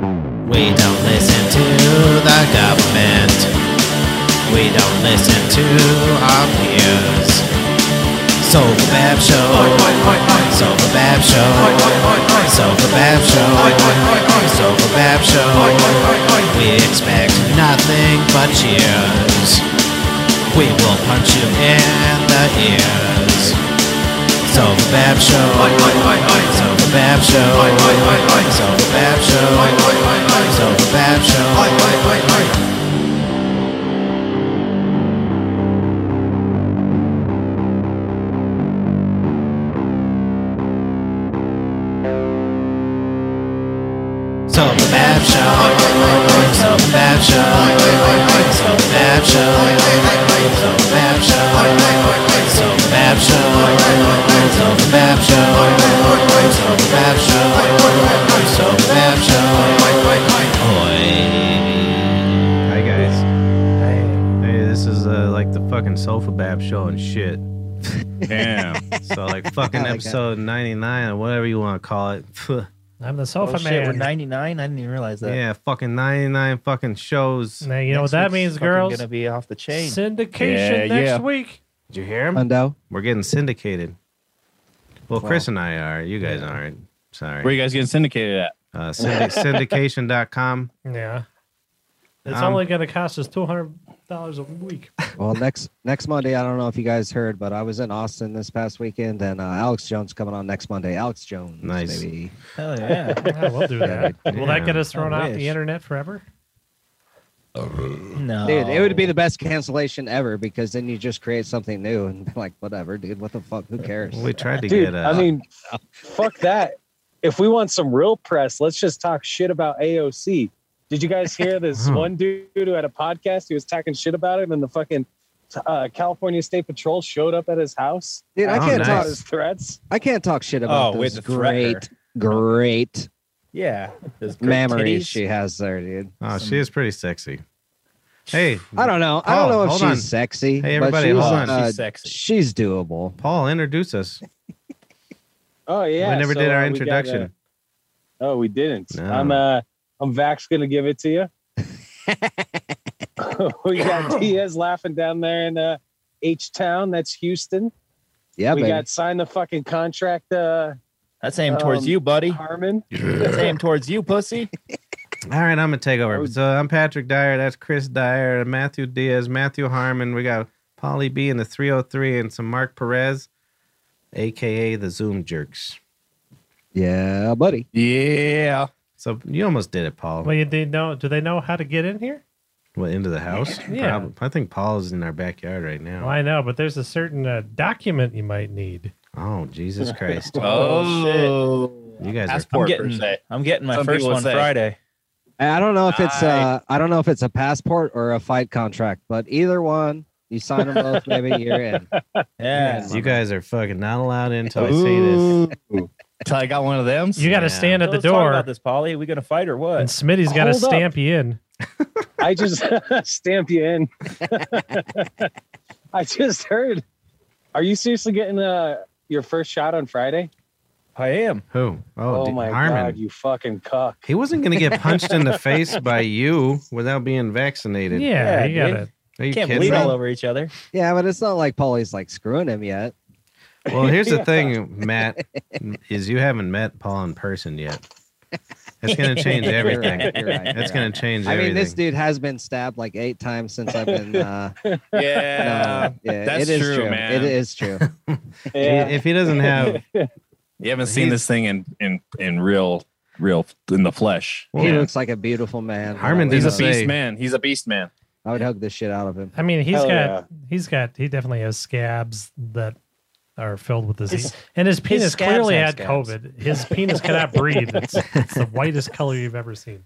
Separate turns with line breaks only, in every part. We don't listen to the government. We don't listen to our peers. Sofa Bab Show. Sofa Bab Show. Sofa Bab Show. Sofa Bab Show. We expect nothing but cheers. We will punch you in the ears. Sofa Bab Show. Sofa Bab Show. Sofa Bab Show. Sofa Bab Show. Sofa Bab Show. Sofa Bab Show. Sofa Bab Show. Sofa Bab Show. Sofa Bab Show. Sofa Bab Show. Sofa Bab Show. Sofa Bab Show. Oi.
Hi guys. Hey. Hey, this is uh, like the fucking sofa bab show and shit.
Damn.
So like fucking
I like
episode 99 or whatever you want to call it.
I'm the
Oh
sofa
shit,
man.
we're 99. I didn't even realize that.
yeah, fucking 99 fucking shows.
now you know what that means, girls.
Gonna be off the chain.
Syndication
Yeah,
next
yeah.
week.
Did you hear 'em?
Hundo.
We're getting syndicated. Well,
Wow.
Chris and I are. You guys aren't.
Where
Sorry.
you guys getting syndicated at?
Uh, syndic- syndication.com.
Yeah. It's
Um,
only gonna cost us two hundred dollars a week.
Well, next next Monday, I don't know if you guys heard, but I was in Austin this past weekend, and uh, Alex Jones coming on next Monday. Alex Jones,
Nice.
baby.
Hell yeah.
Yeah, we'll do that. Will that get
Yeah,
us thrown
I
off the
wish.
internet forever?
no.
Dude, it would be the best cancellation ever because then you just create something new and be like, whatever, dude, what the fuck, who cares?
We tried to
Dude,
get uh,
I mean, fuck that. If we want some real press, let's just talk shit about AOC. Did you guys hear this
Huh.
one dude who had a podcast? He was talking shit about him, and the fucking uh, California State Patrol showed up at his house.
Dude, I
Oh,
can't
with
nice.
talk.
his threats.
I can't talk shit about
Oh, with
this
the threat
great, great
Yeah. Those great
memories
titties.
she has there, dude.
oh, she is pretty sexy. Hey,
I don't know. I
Paul,
don't know if
hold
she's
on.
sexy.
Hey,
but
everybody,
she's,
hold
uh,
on.
uh,
She's sexy.
she's doable.
Paul, introduce us.
Oh yeah,
we never
so,
did
uh,
our
we got, uh,
introduction.
oh, we didn't.
No.
I'm uh, I'm Vax gonna give it to you. we got Diaz laughing down there in uh, H Town. That's Houston.
Yeah,
we
baby.
got signed the fucking contract. Uh,
That's aimed towards
Um,
you, buddy.
Harmon.
That's aimed towards you, pussy.
All right, I'm gonna take over. So I'm Patrick Dyer. That's Chris Dyer, Matthew Diaz, Matthew Harmon. We got Polly B in the 303, and some Mark Perez, aka the Zoom Jerks.
yeah, buddy.
Yeah.
So you almost did it, Paul.
Well, you, they know. Do they know how to get in here?
What into the house?
Yeah.
Prob- I think Paul's in our backyard right now.
Well, I know, but there's a certain uh, document you might need.
Oh Jesus Christ!
Oh,
You guys are
I'm
Passport per
getting,
se.
I'm getting my
Some
first
people
one
say.
Friday.
I I don't know if it's
Aye.
uh I don't know if it's a passport or a fight contract, but either one, you sign them both, maybe you're in.
Yeah.
you guys are fucking not allowed in until I say this.
Till I got one of them.
You got to
Yeah.
stand at
So
the
let's talk
door,
about this, Polly. Are we gonna fight or
and
what?
Smitty's got to
Hold up.
stamp you in.
I just stamp you in. I just heard. Are you seriously getting uh, your first shot on Friday?
I am.
Who? Oh,
Oh,
dude,
my
Harmon.
god, you fucking cuck!
He wasn't gonna get punched in the face by you without being vaccinated.
Yeah,
Yeah,
you got
dude.
to.
Are you
Can't
kidding
bleed
me?
all over each other.
Yeah, but it's not like Paulie's like screwing him yet.
Well, here's the
Yeah.
thing, Matt, is you haven't met Paul in person yet. It's gonna change
You're right,
everything.
you're right,
That's
you're
gonna
right.
change
I
everything.
mean, this dude has been stabbed like eight times since I've been. Uh, no,
Yeah.
yeah,
that's
it is
true, man.
It is true.
Yeah.
If he doesn't have,
You haven't seen this thing in in in real real in the flesh.
He
Yeah.
looks like a beautiful man.
Harmon
I would,
He's a
uh,
didn't say-
beast man. He's a beast man.
I would hug the shit out of him.
I mean, he's
Hell
got
yeah.
he's got he definitely has scabs that are filled with disease,
His-
and his penis
scabs
clearly had
have scabs.
COVID. His penis cannot breathe. It's, it's the whitest color you've ever seen.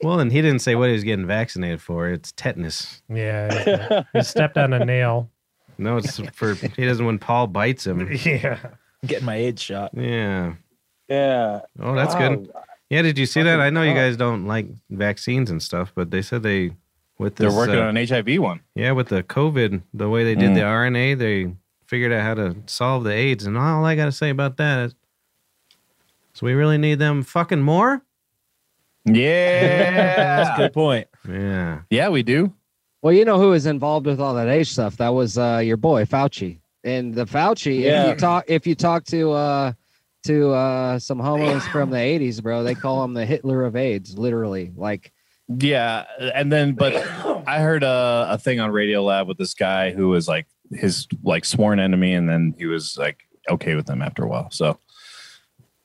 well, and he didn't say what he was getting vaccinated for. It's tetanus.
Yeah, he stepped on a nail.
No, it's for he doesn't when Paul bites him.
Yeah,
I'm getting my AIDS shot.
Yeah.
yeah.
Oh, that's good. Yeah. Did you see that? I know you guys don't like vaccines and stuff, but they said they with
They're
this,
working
uh,
on an HIV one.
Yeah, with the COVID, the way they did
Mm.
the RNA, they figured out how to solve the AIDS. And all I got to say about that is, so we really need them fucking more?
That's a
Yeah.
good point.
Yeah.
yeah, we do.
Well, you know who was involved with all that age stuff? That was uh, your boy Fauci. And the Fauci, if
Yeah.
you talk, if you talk to uh, to uh, some homos from the '80s, bro, they call him the Hitler of AIDS, literally. Like,
Yeah, and then but I heard a, a thing on Radio Lab with this guy who was like his like sworn enemy, and then he was like okay with them after a while. Oh, So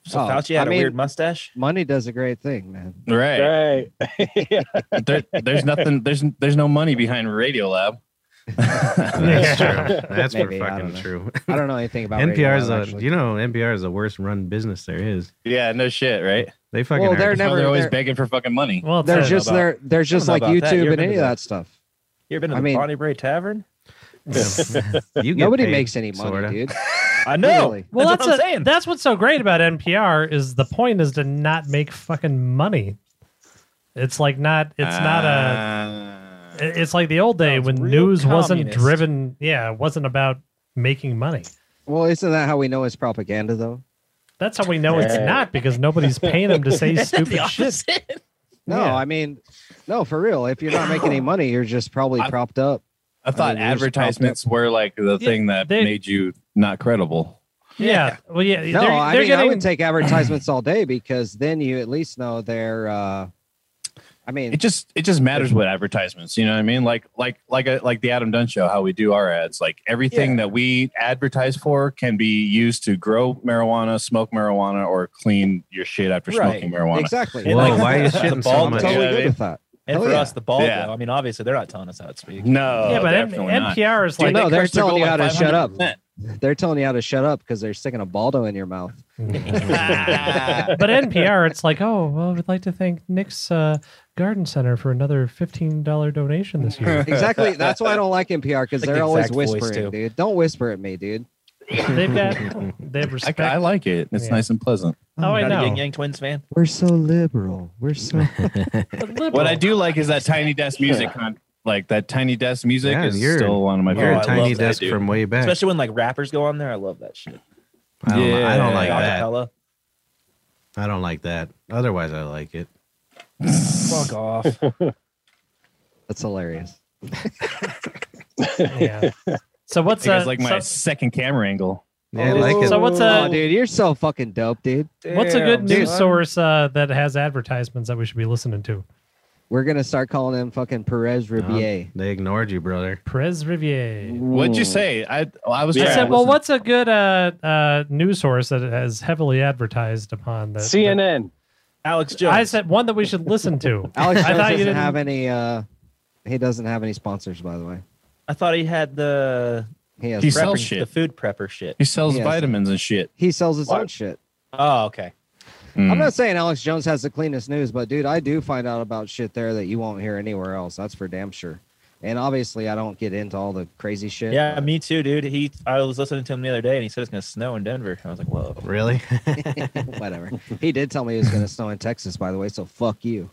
So
Oh,
Fauci had
I
a
mean-
weird mustache.
money does a great thing, man.
right,
Right.
there, there's nothing, there's there's no money behind Radio Lab.
That's true. That's for
Maybe, I don't
fucking
know.
true.
I don't know anything about radio,
NPR's
though,
a
actually.
you know NPR is the worst run business there is.
yeah, no shit, right?
They fucking
Well,
are.
they're
That's why
never-
they're always
they're-
begging for fucking money.
Well, it's
they're
a-
just
about-
they're they're just
know
like
about that.
YouTube
You're
and
into
any of
that.
that stuff.
You ever been to
I
the
mean-
Bonnie Bray Tavern?
you get
Nobody
paid,
makes any money,
sorta.
dude.
I know.
Really.
Well,
That's
that's,
what I'm
a-
saying.
that's what's so great about NPR is the point is to not make fucking money. It's like not. It's not a.
Uh, a.
It- It's like the old day
Sounds
when
real
news wasn't
communist.
driven. Yeah, it wasn't about making money.
Well, isn't that how we know it's propaganda, though?
That's how we know it's
Yeah.
not because nobody's paying them to say stupid shit.
opposite.
No,
Yeah.
I mean, no, for real. If you're not making any money, you're just probably
I-
propped up.
I thought
I mean, there's
advertisements were like the
Yeah,
thing that
they-
made you not credible.
Yeah. Well, yeah.
No,
they're,
I
they're
mean
getting,
I would take advertisements all day because then you at least know they're. Uh, I mean,
it just it just matters what advertisements you know what i mean like like like a, like the adam dunn show how we do our ads like everything that we advertise for can be used to grow marijuana smoke marijuana or clean your shit after
Right.
smoking marijuana
exactly.
Whoa,
And like-
why are you
The
shitting so
ball
I'm
much?
totally
Yeah,
good
they-
with that.
And
Hell
for
Oh,
yeah.
us, the bald.
Yeah.
though, I mean, obviously, they're not telling us how to speak.
no
yeah, but
definitely
N-
not.
NPR is
Dude,
like.
No, they're
cursed their
telling
goal
you how
by
to shut up.
500%.
They're telling you how to shut up because they're sticking a baldo in your mouth.
but NPR, it's like, oh, well, we'd like to thank Nick's uh, Garden Center for another fifteen dollar donation this year.
Exactly. That's why I don't like NPR because
Like the
they're always
exact voice,
whispering,
too.
dude. Don't whisper at me, dude.
They've got they have
I,
respect.
I like it it's
Yeah.
nice and pleasant
oh, I
Not a Yin
know.
Yang Twins fan.
We're so liberal. We're so.
But liberal.
what i do like is that tiny desk music con- like that tiny desk music
Yeah,
is
you're-
still one of my
Oh, I
You're a
love
favorites
tiny
that,
desk
dude.
from way back.
Especially when like rappers go on there. I love that shit.
I, don't, I don't like
Yeah.
that.
Acapella.
I don't like that. Otherwise, I like it.
Fuck off.
That's hilarious.
Yeah. So what's
I think
uh,
it's like my
so-
second camera angle
Yeah, I like it.
So what's a-
Oh, dude, you're so fucking dope, dude.
what's a good
Damn,
news
son.
source uh, that has advertisements that we should be listening to?
We're gonna start calling him fucking Perez Ribier.
They ignored you, brother.
Perez Rivier.
what'd you
Ooh.
say i i was
Yeah.
I
trying to
said, well,
listen.
what's a good uh, uh, news source that has heavily advertised upon that?
CNN.
Alex
that-
Jones.
I said one that we should listen to.
Alex
I
Jones
thought
doesn't
you didn't-
have any. Uh, he doesn't have any sponsors, by the way.
I thought he had the
He has.
He
prepping-
sells shit.
the food prepper shit.
he sells
Yes.
vitamins and shit
he sells his own
What?
shit.
Oh, okay.
I'm
Mm.
not saying Alex Jones has the cleanest news, but dude, I do find out about shit there that you won't hear anywhere else. That's for damn sure. And obviously, I don't get into all the crazy shit.
Yeah,
but-
me too, dude. He I was listening to him the other day and he said it's gonna snow in Denver. I was like, Whoa.
Really?
whatever. He did tell me it was going to snow in Texas, by the way. So fuck you.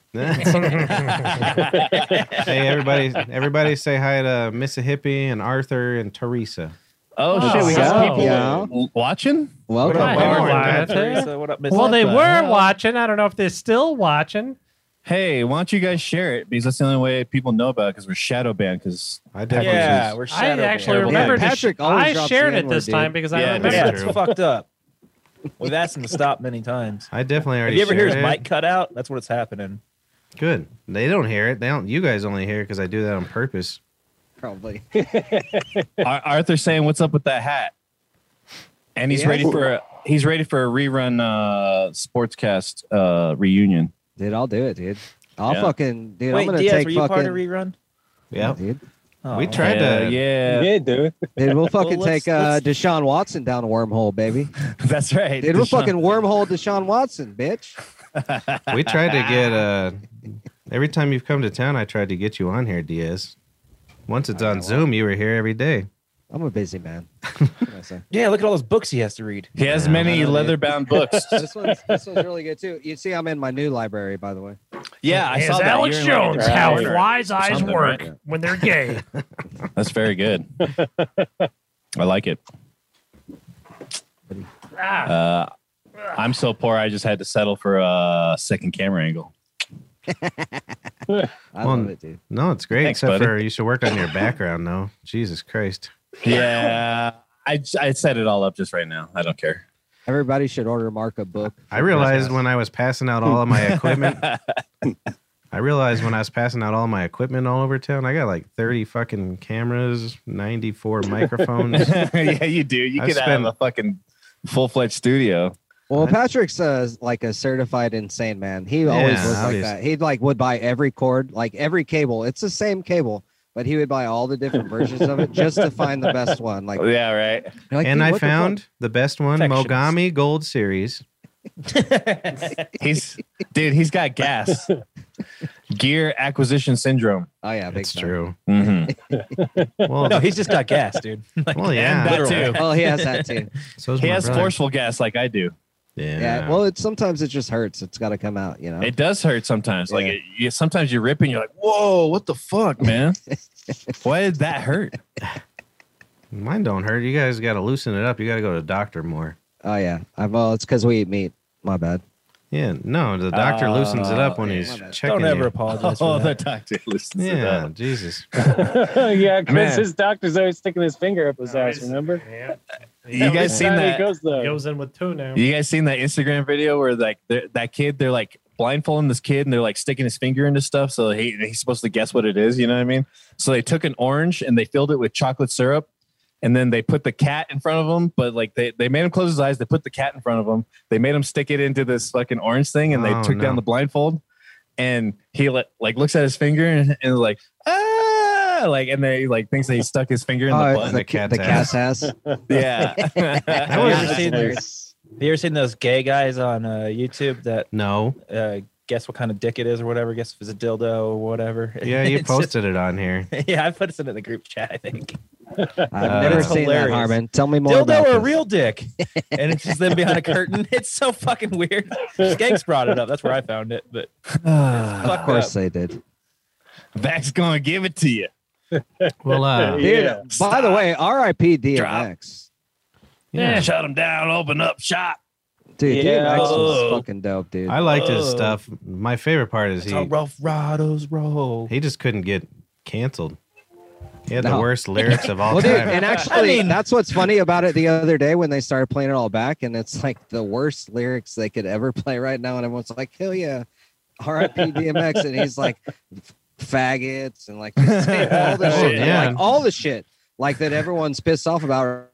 hey, everybody! Everybody, say hi to Mississippi and Arthur and Teresa.
Oh,
Oh,
shit, we
wow.
got people
Yeah.
w- watching.
Welcome.
What up,
Hey,
Lauren?
Lauren.
Teresa, what up, Miss
Well, they
Lapa?
were
Hello.
watching. I don't know if they're still watching.
Hey, why don't you guys share it? Because that's the only way people know about it. Because we're shadow banned. Because
I definitely
Yeah,
should-
we're
I
shadow
actually
banned.
Yeah,
remember
Patrick always
I
drops
shared
the
it this
N-word,
time
dude.
because
Yeah,
I
that's
remember.
Yeah,
it.
it's
True.
fucked up. We've asked him to stop many times.
I definitely
Have
already.
you ever hear his
shared it.
mic cut out? That's what's happening.
Good. They don't hear it. They don't. You guys only hear it because I do that on purpose.
Probably.
Ar- Arthur's saying, "What's up with that hat?" And he's
Yeah.
ready for a, he's ready for a rerun uh, sportscast uh, reunion.
Dude, I'll do it, dude. I'll
Yeah.
fucking, dude, I'm
Wait,
going to
Diaz,
take
were you part of
fucking.
rerun?
Yeah.
Dude,
Oh,
We tried
yeah,
to.
yeah.
Yeah, dude.
dude we'll fucking
let's-
take uh,
let's-
Deshaun Watson down a wormhole, baby.
That's right.
Dude, we'll
Deshaun-
fucking wormhole Deshaun Watson, bitch.
We tried to get. Uh, every time you've come to town, I tried to get you on here, Diaz. Once it's on Zoom, you were here every day.
I'm a busy man. What can I say?
Yeah, look at all those books he has to read.
He has
Yeah, I
many
don't know,
leather bound books.
this, one's, this one's really good, too. You see, I'm in my new library, by the way.
yeah, I
Here's
saw that.
Alex
You're in,
Jones,
like, a
how
trailer or
flies eyes
something,
work
right?
when they're gay.
That's very good. I like it.
ah,
Uh, I'm so poor. I just had to settle for a second camera angle.
I
Well,
love it, dude.
No, it's great.
Thanks,
except
buddy.
for you should work on your background, though. Jesus Christ.
Yeah. I, I set it all up just right now. I don't care.
Everybody should order Mark a book.
I realized when I was passing out all of my equipment, I realized when I was passing out all my equipment all over town, I got like 30 fucking cameras, 94 microphones.
yeah, you do. You
I
could
spend-
have a fucking full fledged studio.
Well, Patrick's uh, like a certified insane man. He always
Yeah,
was
obvious.
like that. He'd like would buy every cord, like every cable. It's the same cable, but he would buy all the different versions of it just to find the best one. Like,
Yeah, right.
you're like,
and
"Dude,
I
what the fuck?"
found the best one,
Sections.
Mogami Gold Series.
He's dude. He's got gas. Gear acquisition syndrome.
Oh yeah, big
It's
time.
true.
Mm-hmm.
Well,
no, he's just got gas, dude. Like,
well yeah.
uh,
that
literally.
too.
Well, Oh, he has that too.
So is
He
my
has
brother.
forceful gas like I do.
Yeah.
Yeah. Well, it sometimes it just hurts. It's got to come out, you know.
It does hurt sometimes. Like
Yeah.
it, you, sometimes you rip and you're like, "Whoa, what the fuck, man? Why did that hurt?"
Mine don't hurt. You guys got to loosen it up. You got to go to the doctor more.
oh yeah. I, well, it's because we eat meat. My bad.
Yeah. No, the doctor loosens it up when
Oh,
yeah.
he's
Don't
checking
Don't ever
you.
apologize
Oh,
for
the
that.
doctor listens to
yeah.
that.
Jesus.
yeah, because
Man.
his doctor's always sticking his finger up his ass.
Uh,
Remember?
Yeah.
You guys seen
Every time
that?
He goes though.
Goes in with two now.
You guys seen that Instagram video where like they're- that kid? They're like blindfolding this kid and they're like sticking his finger into stuff, so he, he's supposed to guess what it is. You know what I mean? So they took an orange and they filled it with chocolate syrup, and then they put the cat in front of him. But like they they made him close his eyes. They put the cat in front of him. They made him stick it into this fucking orange thing, and they
Oh,
took
no.
down the blindfold. And he like, like looks at his finger and, and like ah like and they like thinks that he stuck his finger in the
Oh,
button.
the,
the
ca-
cat's
the cat's Uh, ass.
yeah,
Have you
was-
ever seen those? Have you ever seen those gay guys on uh, YouTube that
No.
uh, guess what kind of dick it is or whatever? Guess if it's a dildo or whatever.
Yeah, you
It's just-
posted it on here.
yeah, I put it in the group chat. I think
I've
Uh,
never
That's
seen
hilarious.
that, Harmon. Tell me more
dildo
about
or a
this.
real dick, and it's just them behind a curtain. It's so fucking weird. Skanks brought it up. That's where I found it. But
Of
fucked
course
up.
they did.
Vax gonna give it to you.
Well, uh,
Yeah.
Dude, by the way, R.I.P. DMX.
yeah.
Shut him down. Open up shop.
Dude,
Yeah.
DMX was
Oh.
fucking dope, dude.
I liked his
Whoa.
stuff. My favorite part is
That's how
he
Rough Riders roll.
he just couldn't get canceled. He had the
No.
worst lyrics of all
Well, dude,
time.
and actually,
mean-
that's what's funny about it. The other day when they started playing it all back, and it's like the worst lyrics they could ever play right now, and everyone's like, "Hell yeah, R.I.P. DMX," and he's like, "Faggots," and like just saying all the
Oh,
shit,
yeah.
like all the shit, like that everyone's pissed off about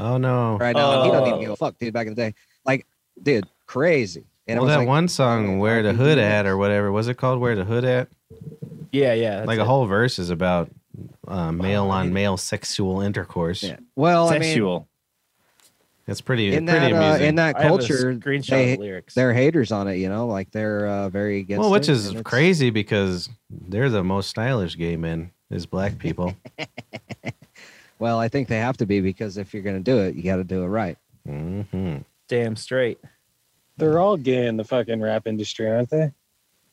Oh no!
right now. and he doesn't even
Oh.
give a fuck, dude. Back in the day, like, dude, crazy. And
well,
it was
that
like,
one song,
man,
"Where the
R.I.P.
Hood
DMX.
At" or whatever, was it called? "Where the Hood At"?
Yeah, yeah. that's
like
it.
a whole verse is about uh, male on male sexual intercourse.
yeah. well, I mean,
Sexual.
It's pretty,
in that
pretty
uh,
amusing.
in that
I have a
culture,
screenshot
they-
of the lyrics.
they're haters on it, you know, like they're uh, very against.
well, which
it,
is
and it's-
crazy because they're the most stylish gay men is black people.
Well, I think they have to be because if you're going to do it, you got to do it right.
hmm
damn straight.
They're all gay in the fucking rap industry, aren't they?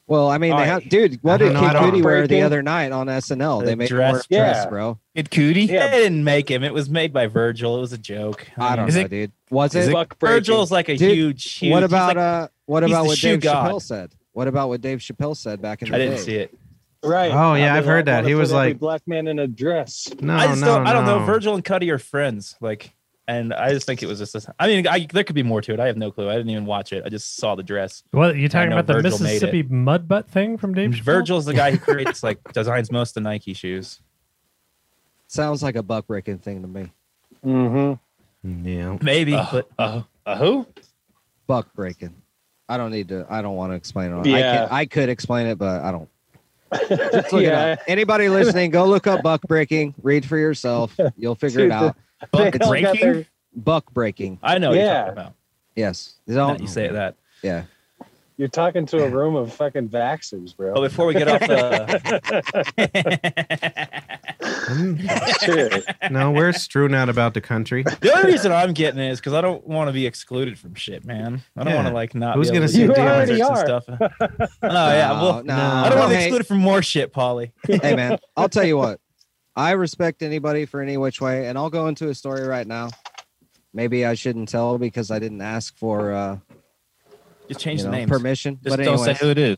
Well, I mean,
All
they
right.
have, dude. What
I don't
did
know, I
Kid
don't-
Cudi wear the
Breaking.
other night on SNL? They
The
made him
dress,
wear a dress,
yeah.
bro.
It cootie.
Yeah.
They didn't make him. It was made by Virgil. It was a joke.
I don't
Is
know,
it-
dude. Was
is
it?
it-
Fuck breaking.
Virgil's like a
Dude,
huge, huge.
what
he's
about
like-
uh? What
he's
about
the
what
shoe
Dave
god.
Chappelle said? What about what Dave Chappelle said back in the
I
day?
didn't see it.
Right.
Oh, yeah,
I
I've
mean, I
heard that.
wanna
He
put
was
every
like-
black man in a dress.
No,
I just
no,
don't. I don't know.
no.
Virgil and Cuddy are friends. Like, and I just think it was just. A, I mean, I, there could be more to it. I have no clue. I didn't even watch it. I just saw the dress.
Well, you talking
know
about the
Virgil made it. Mm,
Mississippi mud butt thing from Dave? Chappelle?
Virgil's the guy who creates, like, designs most of the Nike shoes.
Sounds like a buck breaking thing to me.
Mm-hmm.
Yeah.
Maybe, but
Uh, uh, who?
Buck breaking. I don't need to. I don't want to explain it. I,
Yeah.
could, I could explain it, but I don't. Just look
Yeah.
it up. Anybody listening, go look up buck breaking. Read for yourself. You'll figure
Dude,
it out.
They
Buck
all got
breaking?
their-
Buck breaking.
I know what
Yeah.
you're talking about.
Yes.
Now
Don't.
that you say that.
Yeah.
You're talking to a room of fucking vaxxers,
But
bro.
Oh, before we get off the.
Mm.
Shit.
no, we're strewn out about the country.
the only reason I'm getting it is because I don't want to be excluded from shit, man. I don't
Yeah.
want to, like, not.
Who's
going to
gonna see
do
You already
concerts and
are.
stuff. oh, yeah.
No,
Well,
no,
I don't want to be
hey,
excluded from more shit, Polly.
hey, man, I'll tell you what. I respect anybody for any which way, and I'll go into a story right now. Maybe I shouldn't tell because I didn't ask for uh,
Just
you
change
know,
the name.
permission.
Just
but
don't
anyway,
say who it is.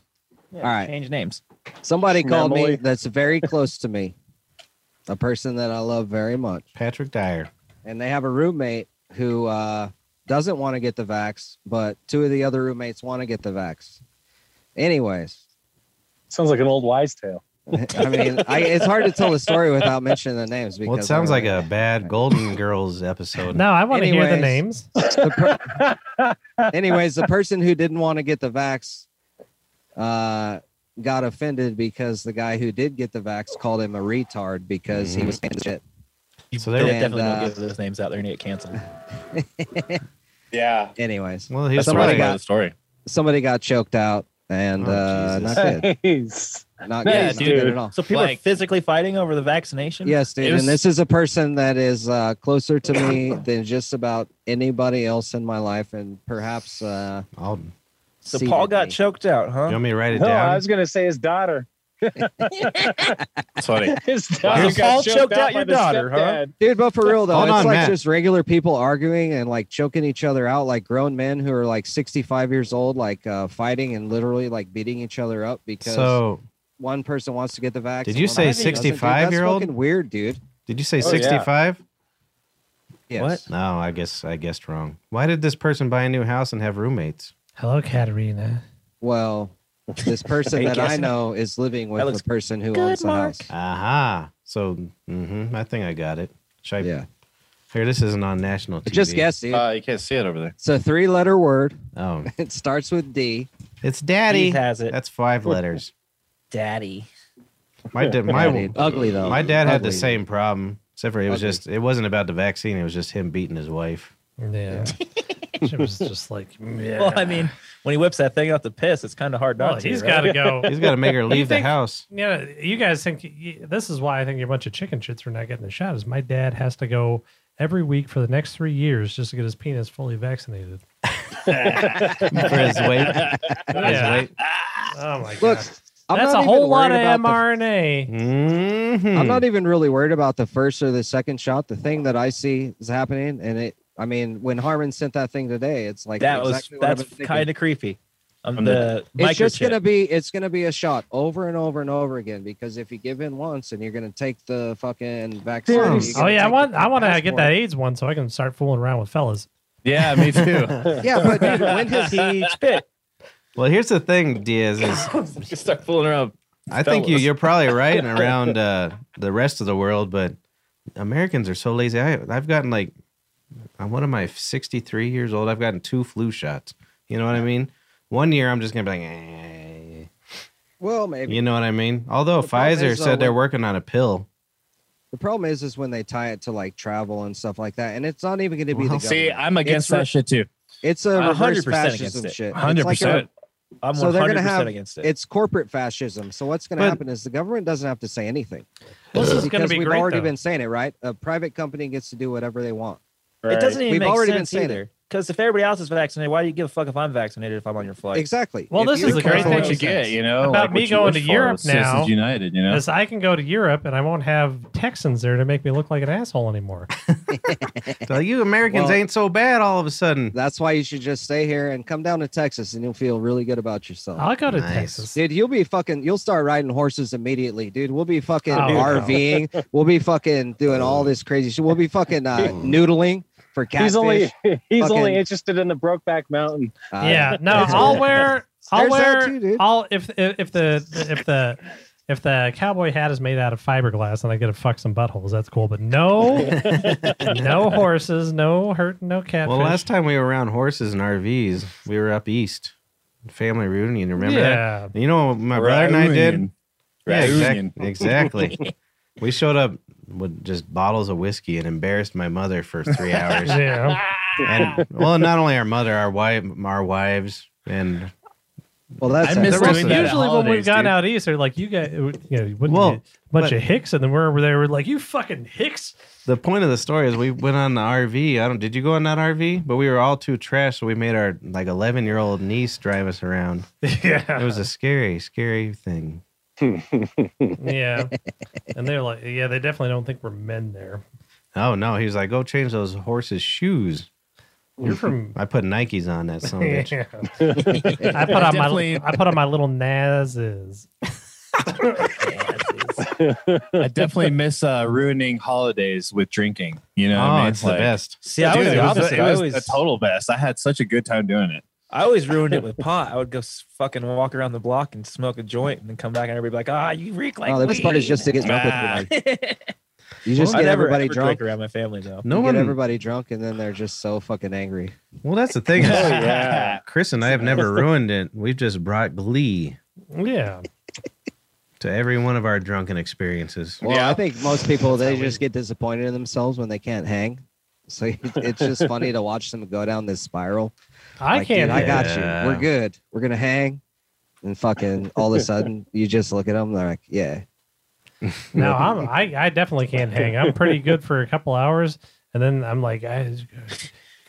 Yeah,
All right.
Change names.
Somebody called me
Normally-
that's very close to me, a person that I love very much.
Patrick Dyer.
And they have a roommate who uh, doesn't want to get the vax, but two of the other roommates want to get the vax. Anyways,
Sounds like an old wise tale.
I mean, I, it's hard to tell the story without mentioning the names. Because
Well, it sounds like
a.
a bad Golden Girls episode.
No, I want to hear the
Anyways.
names.
The per- anyways, the person who didn't want to get the vax uh, got offended because the guy who did get the vax called him a retard because
Mm-hmm.
he was saying shit.
So
They
they were,
And,
definitely
uh,
don't give those names out. They're gonna get canceled.
Yeah.
Anyways,
well, he's
That's
Somebody
probably part
right.
got-
of the story.
somebody got choked out and
Oh,
uh,
Jesus.
not good.
Nice.
Not
Yeah,
good. Not
dude.
good at all.
So people are
Like-
physically fighting over the vaccination.
Yes, dude.
It was-
and this is a person that is uh, closer to me than just about anybody else in my life, and perhaps. Uh,
I'll,
So Paul
seated
got
me.
choked out,
you
huh?
want me to write it
No,
down?
Oh, I was gonna say his daughter.
That's funny.
His
Wow.
daughter
Your Paul
got
choked
choked
out
out
your
by the
daughter, huh?
stepdad.
Dude, but for real though,
Hold
it's
on,
like
Matt.
just regular people arguing and like choking each other out, like grown men who are like 65 years old, like uh, fighting and literally like beating each other up because
so,
one person wants to get the vaccine.
Did you
one
say
person doesn't. Dude,
65-year-old?
That's fucking weird, dude.
did
Oh,
you say
yeah.
65?
Yes.
What?
No, I guess I guessed wrong. Why did this person buy a new house and have roommates?
Hello, Katerina.
Well, this person
Are you
that I
guessing?
know is living with
That looks
the person who
good,
owns the
Mark.
house.
Aha. So, mm-hmm, I think I got it. Should I,
Yeah.
Here, this isn't on national TV.
But just guess, dude.
Uh, you can't see it over there.
it's a three letter word.
Oh,
It starts with D.
it's
He
daddy.
has it.
That's five letters.
Daddy.
My da-
Yeah,
my
dude. Ugly though.
my dad had the
Ugly.
same problem. Except for it was
Ugly.
just it wasn't about the vaccine. It was just him beating his wife.
Yeah. she was just like, yeah.
Well, I mean, when he whips that thing out the piss, it's kind of hard not
Well,
to.
Oh, he's
right?
got to go.
He's got to make her leave the
think-
house.
Yeah, you guys think y- this is why I think a bunch of chicken shits are not getting the shot. Is my dad has to go every week for the next three years just to get his penis fully vaccinated.
for his weight.
Yeah. Oh my
Look,
god,
I'm
that's
not
a
even
whole lot
worried
of
about the-
mRNA.
Mm-hmm.
Mhm.
I'm not even really worried about the first or the second shot. The thing that I see is happening, and it, I mean, when Harmon sent that thing today, it's like
that was
exactly what I've
that's
been thinking.
kind of creepy. Um,
I'm
the
It's just
microchip.
gonna be it's gonna be a shot over and over and over again because if you give in once and you're gonna take the fucking vaccine.
Dude,
you're
he's-
Oh
gonna
yeah, I
take
want
the
I want to get
passport.
that AIDS one so I can start fooling around with fellas.
Yeah, me too.
Yeah, but dude, when his
he spit.
Well, here's the thing, Diaz. Is
Just stuck fooling around.
I think you,
Fellas.
you're probably right around uh, the rest of the world, but Americans are so lazy. I, I've gotten like, I'm what am I, 63 years old? I've gotten two flu shots. You know what I mean? One year I'm just gonna be like, eh.
well, maybe
you know what I mean? Although
The problem
Pfizer
is, though,
said they're
when-
working on a pill.
the problem is is when they tie it to like travel and stuff like that, and it's not even gonna be the
See,
government.
I'm against
It's
that
re-
shit too.
It's a reverse
100%
fascism
against it.
shit. It's like a-
100%.
I'm
So
100
they're gonna
percent
have-
against it.
it's corporate fascism. So what's going to
But-
happen is the government doesn't have to say anything.
This is gonna
because
be
we've
great,
already
though.
been saying it, right? A private company gets to do whatever they want.
It doesn't even
We've
make
already been
sense
saying
either. Because if everybody else is vaccinated, why do you give a fuck if I'm vaccinated if I'm on your flight?
exactly.
Well,
If
this
you
is the great
control
thing
what you
those
get,
things-
you know.
About
like
me
what you
going
wish
to
for
Europe
with Citizens
now.
United, you know.
Because I can go to Europe and I won't have Texans there to make me look like an asshole anymore.
So you Americans
Well-
ain't so bad all of a sudden.
That's why you should just stay here and come down to Texas, and you'll feel really good about yourself.
I'll go to
Nice.
Texas.
Dude, you'll be fucking. You'll start riding horses immediately, dude. We'll be fucking
Oh, no.
RVing. We'll be fucking doing
Oh.
all this crazy shit. We'll be fucking uh, noodling for catfish.
He's only he's
Fucking-
only interested in the Brokeback Mountain.
Uh,
yeah, no,
that's
I'll
it.
wear. I'll
There's that
wear.
too, dude.
I'll if, if if the if the if the cowboy hat is made out of fiberglass and I get to fuck some buttholes, that's cool. But no, no horses, no hurt, no catfish.
Well, last time we were around horses and RVs, we were up east, family reunion. Remember
yeah,
that? You know what my brother and I did? Yeah,
Reunion.
exac- exactly. we showed up with just bottles of whiskey and embarrassed my mother for three hours.
yeah.
and well, not only our mother, our wife, our wives, and
Well, that's
I miss
that's-
doing that at
Usually when we've
holidays,
gone
dude.
out east, they're like, "You guys, you know, you wouldn't
Well,
you- bunch
but-
of hicks," and then where they were like, "You fucking hicks."
the point of the story is we went on the RV. I don't. Did you go on that RV? But we were all too trash, so we made our like eleven year old niece drive us around.
yeah,
It was a scary, scary thing.
yeah, and they're like, "Yeah, they definitely don't think we're men there."
Oh no, he was like, "Go change those horses' shoes."
You're from.
I put Nikes on that son of a Oh, bitch.
Yeah. I put on my
Definitely.
I put on my little Nazes.
I definitely miss uh, ruining holidays with drinking. You know, what I
oh,
mean?
it's the
like-
best.
See, I
Dude,
was the
it was,
opposite.
it was
I always,
a total best. I had such a good time doing it.
I always ruined it with pot. I would go s- fucking walk around the block and smoke a joint, and then come back and everybody be like, "Ah, you reek like."
oh, the best part is just to get drunk with
Nah.
everybody. You just
I
get
never,
everybody
ever
drunk.
drink around my family though.
No
you
one.
get everybody drunk, and then they're just so fucking angry.
well, that's the thing. is,
Oh, yeah.
Chris and I have never ruined it. We've just brought glee
Yeah.
to every one of our drunken experiences.
Well,
Yeah.
I think most people they just get disappointed in themselves when they can't hang. So it's just funny to watch them go down this spiral.
I
Like, dude,
can't.
I got
Yeah.
you. We're good. We're gonna hang. And fucking all of a sudden, you just look at them. They're like, "Yeah,
No, I'm, I, I definitely can't hang. I'm pretty good for a couple hours, and then I'm like, I,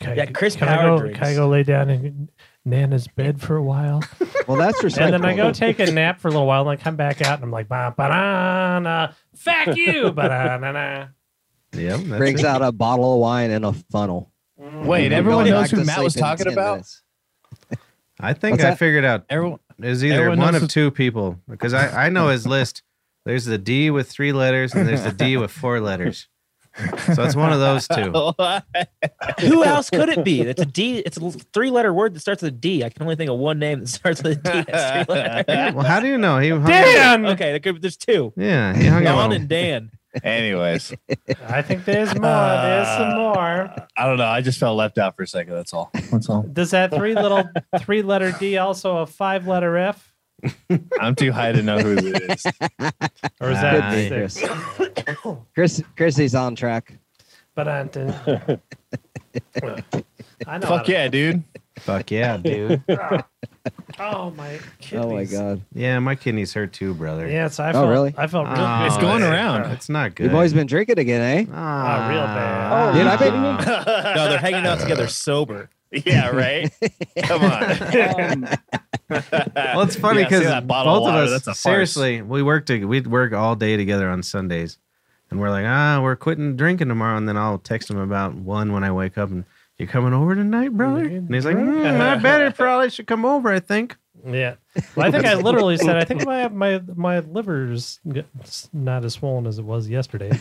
can,
Yeah, Chris
can I
Power
go?
drinks.
Can I go lay down in Nana's bed for a while?
well, that's
and
respectful."
then I go take a nap for a little while, and I come back out, and I'm like, ba banana, fuck you, banana.
Yep, that's
brings
it.
out a bottle of wine and a funnel.
Wait,
I'm
everyone
going
knows
back
who
to
Matt
sleep
was
in
talking
10
about.
minutes.
I think
What's
I
that?
figured out
Everyone,
There's either
Everyone
one
knows
of
who-
two people because I, I know his list. There's the D with three letters and there's the D with four letters. So it's one of those two.
Who else could it be? It's a D. It's a three letter word that starts with a D. I can only think of one name that starts with a D. That's three letters.
Well, how do you know? He hung up.
Dan,
okay, there could, there's two.
Yeah, he hung up.
Don and Dan.
Oh.
anyways,
I think there's more. There's some more.
I don't know. I just felt left out for a second. That's all. That's all.
Does that three little three letter D also a five letter F,
I'm too high to know who it is.
or is that
Nah,
Good
six?
be, Chris. Chris, Chrissy's on track.
But I didn't- I know. how
Fuck
to-
yeah, dude.
Fuck yeah, dude.
Oh my kidneys.
Oh my god,
Yeah, my kidneys hurt too, brother.
Yeah, so I
Oh,
felt
really?
I felt real
Oh,
good.
It's going
today.
around.
It's not good.
you've always been drinking again, eh?
Ah,
Oh, real bad.
ah,
Oh,
Dude, I bet-
ah.
No, they're hanging out together sober.
Yeah, right. Come on.
Um,
Well, it's funny
Yeah, see
because
that bottle of
both of
water?
us,
That's a farce.
seriously, we work to, we'd work all day together on Sundays, and we're like, ah, we're quitting drinking tomorrow, and then I'll text him about one when I wake up, and you coming over tonight, brother? And he's like, mm, I better probably should come over. I think.
Yeah. Well, I think I literally said I think my my my liver's g- not as swollen as it was yesterday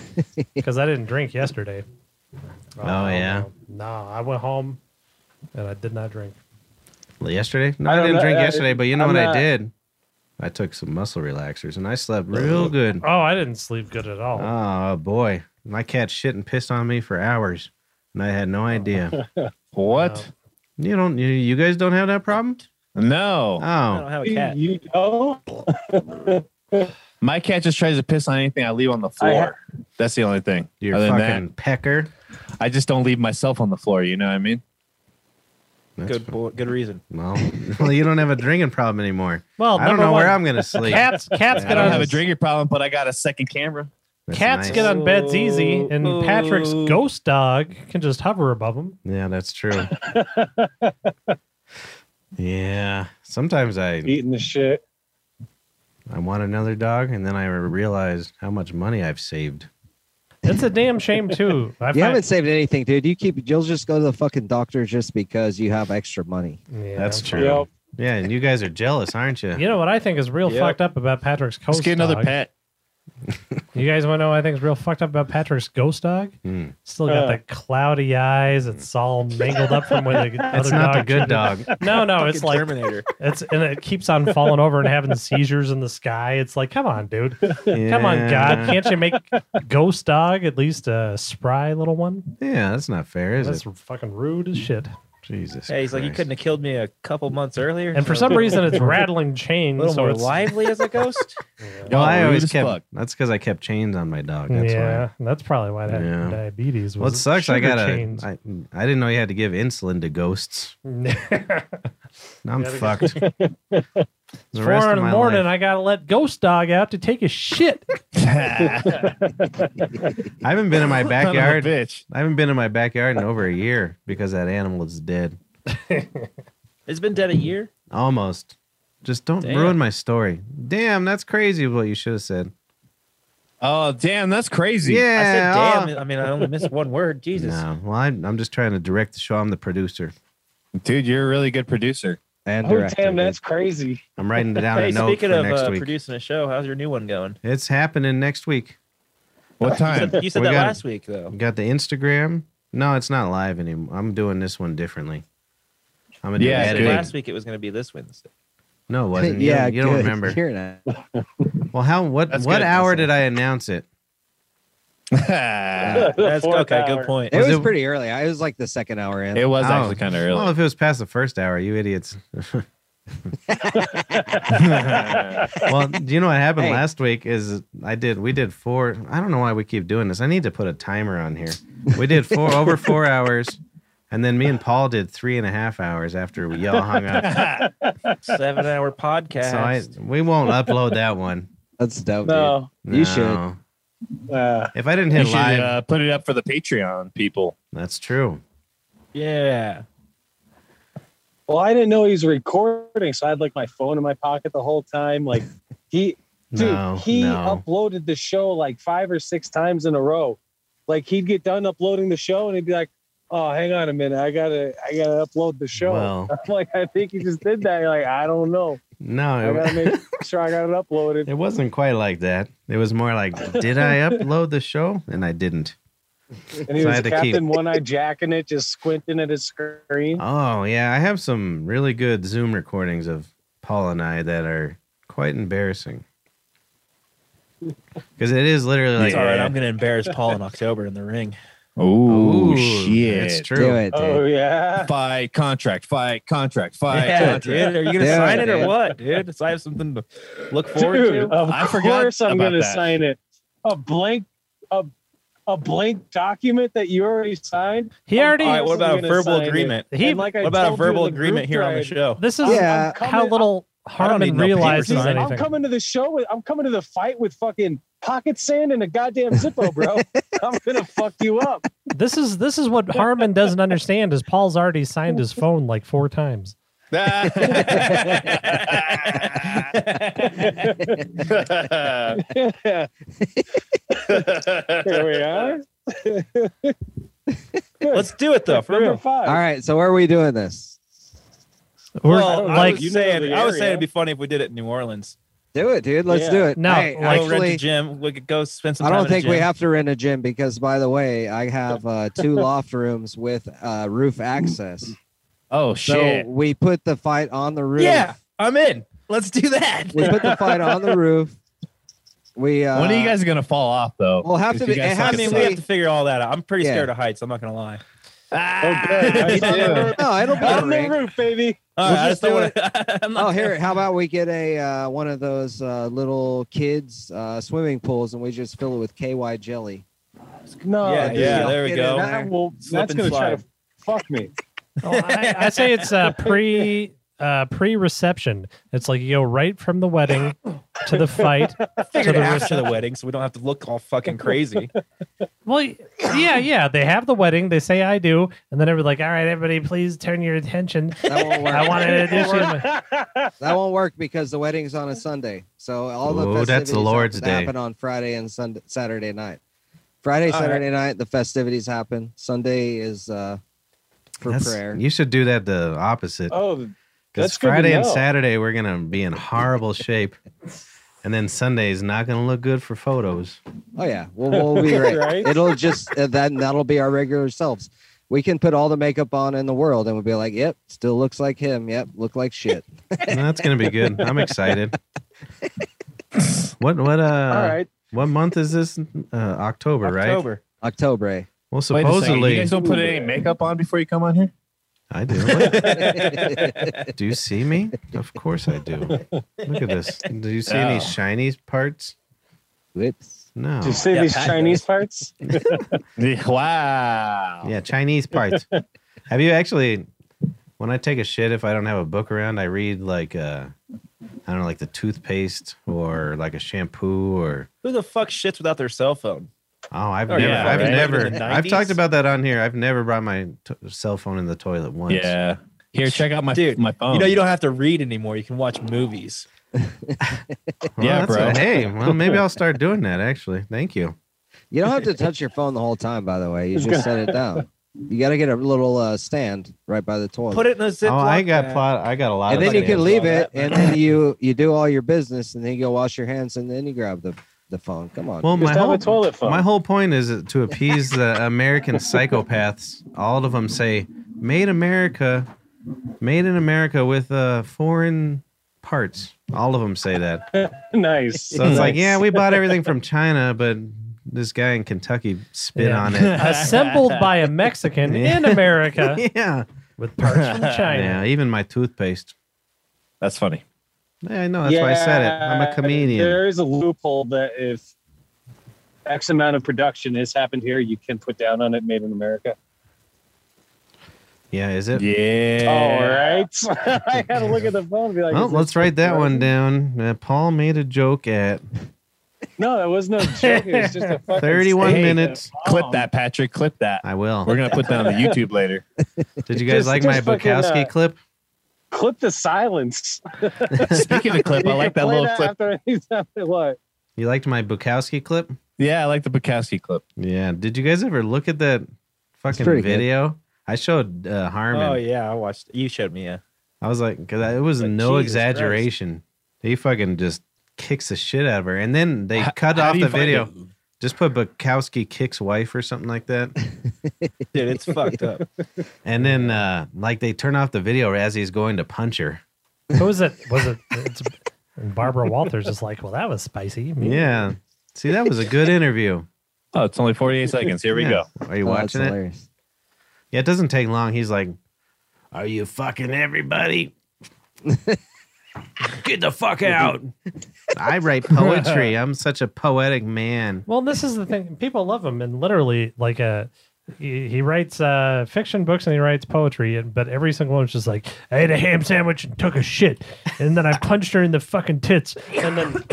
because I didn't drink yesterday.
Oh, yeah.
No, no, I went home and I did not drink.
Well, yesterday, no,
I
I,
don't
didn't
know,
drink
uh,
yesterday, but you know
I'm
what
not-
I did? I took some muscle relaxers and I slept real good.
Oh, I didn't sleep good at all.
Oh boy, my cat shit and pissed on me for hours, and I had no idea.
What?
you don't, you, you guys don't have that problem?
No.
I
Oh,
don't have a cat.
you know,
My cat just tries to piss on anything I leave on the floor. That's the only thing.
you're
Other
fucking
than
pecker.
that, I just don't leave myself on the floor. You know what I mean?
That's
Good, boy, good reason.
Well, well, you don't have a drinking problem anymore.
Well,
I don't
number
know where
one,
I'm going to sleep.
Cats, cats
I
I
get
don't
on
have a drinking problem, but I got a second camera.
That's
cats
nice.
get on beds easy, and
Ooh,
Patrick's
ooh.
ghost dog can just hover above him.
Yeah, that's true. yeah, sometimes I
eating the shit.
I want another dog, and then I realize how much money I've saved.
It's a damn shame too. I
You
find-
haven't saved anything, dude. You keep you'll just go to the fucking doctor just because you have extra money.
Yeah.
That's true.
Yep.
Yeah, and you guys are jealous, aren't you?
You know what I think is real
Yep.
fucked up about Patrick's ghost
Let's get another
dog?
pet.
You guys want to know what I think is real fucked up about Patrick's ghost dog?
Hmm.
Still got
Uh.
the cloudy eyes. It's all mangled up from when the
That's
other
not
dog
the good dog.
No, no, it's
Fucking
like
Terminator.
it's and it keeps on falling over and having seizures in the sky. It's like, come on, dude, come on, God, can't you make ghost dog at least a spry little one?
Yeah, that's not fair, is
That's
it?
fucking rude as shit.
Jesus.
Hey, he's like, you
Christ.
couldn't have killed me a couple months earlier.
And for
So
some reason, it's rattling
a
chains.
little
so
more
it's,
lively as a ghost.
Well,
Y'all
I
Oh, rude
always
as
kept.
fuck.
That's because I kept chains on my dog. That's why.
yeah, that's probably why that
Yeah.
diabetes was.
Well, it sucks. I
sugar
got to
chains.
I, I didn't know you had to give insulin to ghosts. Now I'm
Yeah, because-
fucked. the
Four in the morning, I gotta let Ghost Dog out to take a shit.
I haven't been in my
Son of a
backyard.
bitch.
I haven't been in my backyard in over a year because that animal is dead.
It's been dead a year.
Almost. Just don't
Damn.
ruin my story. Damn, that's crazy. What you should have said.
Oh, damn, that's crazy.
Yeah.
I said,
ah.
damn. I mean, I only missed one word. Jesus.
No, well, I'm, I'm just trying to direct the show. I'm the producer.
Dude, you're a really good producer.
And
Oh,
director,
damn,
dude.
that's crazy.
I'm writing down a
Hey,
note for
speaking of
next
uh,
week.
producing a show, how's your new one going?
it's happening next week.
What
You
time?
said, you said
We
that
got it.
last week, though.
We got the Instagram. No, it's not live anymore. I'm doing this one differently. I'm gonna
Yeah,
do
You said
editing.
good.
last week it was going to be this Wednesday.
No, it Oh, wasn't. You
yeah,
don't- you, don't
good.
remember.
You're not.
Well, how? What?
That's
what
good.
hour
That's
did I announce it?
it
That's
Fourth
okay.
hour.
Good point.
It
Was
was,
it-
pretty early. I was like the second hour in.
was
Oh.
actually kind of
Well,
early.
if it was past the first hour, you idiots. well, do you know what happened
Hey.
last week? Is I did we did four. I don't know why we keep doing this. I need to put a timer on here. We did four over four hours, and then me and Paul did three and a half hours after we all hung up.
Seven hour podcast.
So I we won't upload that one.
That's dope. Dude.
No.
You should.
No.
Uh,
If I didn't
you
hit
should
live,
uh, put it up for the Patreon people.
that's true.
yeah.
well, I didn't know he was recording, so I had like my phone in my pocket the whole time. Like he, dude,
No,
he
no.
uploaded the show like five or six times in a row. Like he'd get done uploading the show and he'd be like, "Oh, hang on a minute, I gotta, I gotta upload the show."
Well,
I'm like, I think he just did that. You're like, I don't know. I
no,
gotta
it,
make sure I got it uploaded.
it wasn't quite like that. It was more like, did I upload the show? And I didn't.
And he
So I
was
had to keep-
Captain One Eye jacking it, just squinting at his screen.
Oh yeah, I have some really good Zoom recordings of Paul and I that are quite embarrassing. Because it is literally like,
It's all right. I'm going to embarrass Paul in October in the ring.
Oh,
Ooh,
shit.
It's
Do
true.
it, dude.
Oh yeah.
Fight contract, fight contract, fight
Yeah,
contract.
dude. Are you going to
Yeah,
sign it or
dude.
what, dude? So I have something to look forward
Dude,
to.
of
I forgot
course I'm
about
going to
that.
sign it. A blank, a, a blank document that you already signed.
He
Oh,
already.
All right.
also
What about a
gonna
verbal
sign it.
agreement?
He-
And like I
What about a
told you
verbal
in the
agreement
group
here on the
thread,
show? Uh,
This is
Yeah.
I'm
how
coming-
little Harmon
need no papers
realizes
on
Dude, I'm
anything.
coming to the show with. I'm coming to the fight with fucking pocket sand and a goddamn Zippo, bro. I'm gonna fuck you up.
This is this is what Harmon doesn't understand is Paul's already signed his phone like four times.
Here we are.
Let's do it though, for
Number
real.
five.
All right. So where are we doing this?
We're-
Well, I
like
was
You know
saying,
the
I was
area.
saying it'd be funny if we did it in New Orleans.
Do it, dude. Let's
Yeah.
do it.
No,
Hey,
like-
go rent a
actually,
gym. We could go spend some.
I
time
don't
at a
think we
gym.
have to rent a gym because, by the way, I have uh, two loft rooms with uh, roof access.
oh
So
shit.
we put the fight on the roof.
Yeah, I'm in. Let's do that.
We put the fight on the roof. We. Uh,
when are you guys gonna fall off though?
We'll have
If
to
you
be-
guys
it
suck
has
I
at
mean,
to
we
sex.
be-
have to figure all that out. I'm pretty
Yeah.
scared of heights. I'm not gonna lie.
Oh, good. I
Me
saw
too.
the roof.
No, it'll be a
On the
ring.
roof, baby.
All
We'll
right, I
just
just don't
do
want to.
Oh, here. How about we get a uh, one of those uh, little kids uh, swimming pools and we just fill it with KY jelly.
No.
Yeah,
dude.
yeah. There we
Get in
go.
That will,
Slip
that's
and
gonna try
slide.
to fuck me.
Well, Oh, I, I say it's uh, pre uh, pre reception. It's like you go right from the wedding to the fight.
Figured
to the
after the wedding, so we don't have to look all fucking crazy.
Well, yeah, yeah. They have the wedding. They say I do, and then everybody's like, "All right, everybody, please turn your attention.
That won't work.
I want an addition."
That won't work because the wedding's on a Sunday. So all the
Ooh,
festivities
that's
have
the
to
Lord's Day.
happen on Friday and Sunday, Saturday night. Friday,
All right.
Saturday night, the festivities happen. Sunday is uh, for
That's-
prayer.
You should do that the opposite.
Oh,
Because
that's good to
Friday and
know.
Saturday we're gonna be in horrible shape, and then Sunday is not gonna look good for photos.
Oh yeah, we'll, we'll be right.
Right?
It'll just uh, then that'll be our regular selves. We can put all the makeup on in the world and we'll be like, "Yep, still looks like him. Yep, look like shit."
No, that's gonna be good. I'm excited. What what uh
all right.
what month is this? Uh, October, right?
October.
October. eh?
Wait a
Well,
second,
supposedly
you guys don't put any makeup on before you come on here.
I do.
eh?
What? do you see me? Of course I do. Look at this. Do you see
Oh.
any shiny parts?
Whoops.
No.
Did you see
Yeah,
these
Pat
Chinese parts?
Wow.
Yeah, Chinese parts. have you actually? When I take a shit, if I don't have a book around, I read like uh, I don't know, like the toothpaste or like a shampoo or
Who the fuck shits without their cell phone?
oh, I've
Oh,
never,
yeah,
I've
right?
never,
In the
I've
90s?
talked about that on here. I've never brought my t- cell phone in the toilet once.
Yeah. Here, check out my
Dude,
my phone.
You know, you don't have to read anymore. You can watch movies.
Well,
Yeah,
that's
bro.
a- hey, well, maybe I'll start doing that. Actually, thank you.
You don't have to touch your phone the whole time, by the way. You just set it down. You got to get a little uh, stand right by the toilet.
Put it in a ziploc.
Oh, I got
bag.
plot. I got a lot.
and
of
then you can
ideas.
leave it, and then you you do all your business, and then you go wash your hands, and then you grab the, the phone. Come on.
Well,
Just
my
have
whole
a toilet phone.
My whole point is to appease the American psychopaths. All of them say, "Made America, made in America with uh, foreign parts." All of them say that.
nice.
So it's like,
Nice.
yeah, we bought everything from China, but this guy in Kentucky spit
Yeah.
on it.
Assembled by a Mexican
Yeah.
in America
yeah,
with parts from
yeah.
China.
Even my toothpaste.
That's funny.
Yeah, I know. That's why I said it. I'm a
Yeah,
comedian.
There is a loophole that if X amount of production has happened here, you can put down on it made in America.
Yeah, is it?
Yeah.
All right. I had to look at the phone and be like,
Well,
is this-
let's write that one down. Uh, Paul made a joke at
no, that was no joke. It was just a fucking
31
statement.
minutes.
Clip that, Patrick. Clip that.
I will.
We're gonna put that on the YouTube later.
Did you guys
Just-
like
just
my
fucking,
Bukowski
uh,
clip?
Clip the silence.
Speaking of clip, I
You
like that
can play
little clip.
After, after what?
You liked my Bukowski clip?
Yeah, I like the Bukowski clip.
Yeah. Did you guys ever look at that fucking
pretty good.
video? I showed uh, Harmon.
Oh yeah, I watched. You showed me. Yeah.
I was like, cause I- it was
Like,
no
Jesus Christ.
exaggeration. He fucking just kicks the shit out of her, and then they cut
How
off
do you
the
find
video.
it?
Just put Bukowski kicks wife or something like that,
Dude, it's fucked up.
and then uh, like they turn off the video as he's going to punch her.
Who was it? Was it? It's, and Barbara Walters is like, well, that was spicy.
Yeah. See, that was a good interview.
Oh, it's only 48 seconds. Here we
Yeah.
go.
Are you
Oh, that's
watching it?
hilarious.
Yeah, it doesn't take long. He's like, "Are you fucking everybody? Get the fuck out!" I write poetry. I'm such a poetic man.
Well, this is the thing. People love him, and literally, like uh he, he writes uh, fiction books and he writes poetry, and, but every single one's just like, I ate a ham sandwich and took a shit, and then I punched her in the fucking tits, and then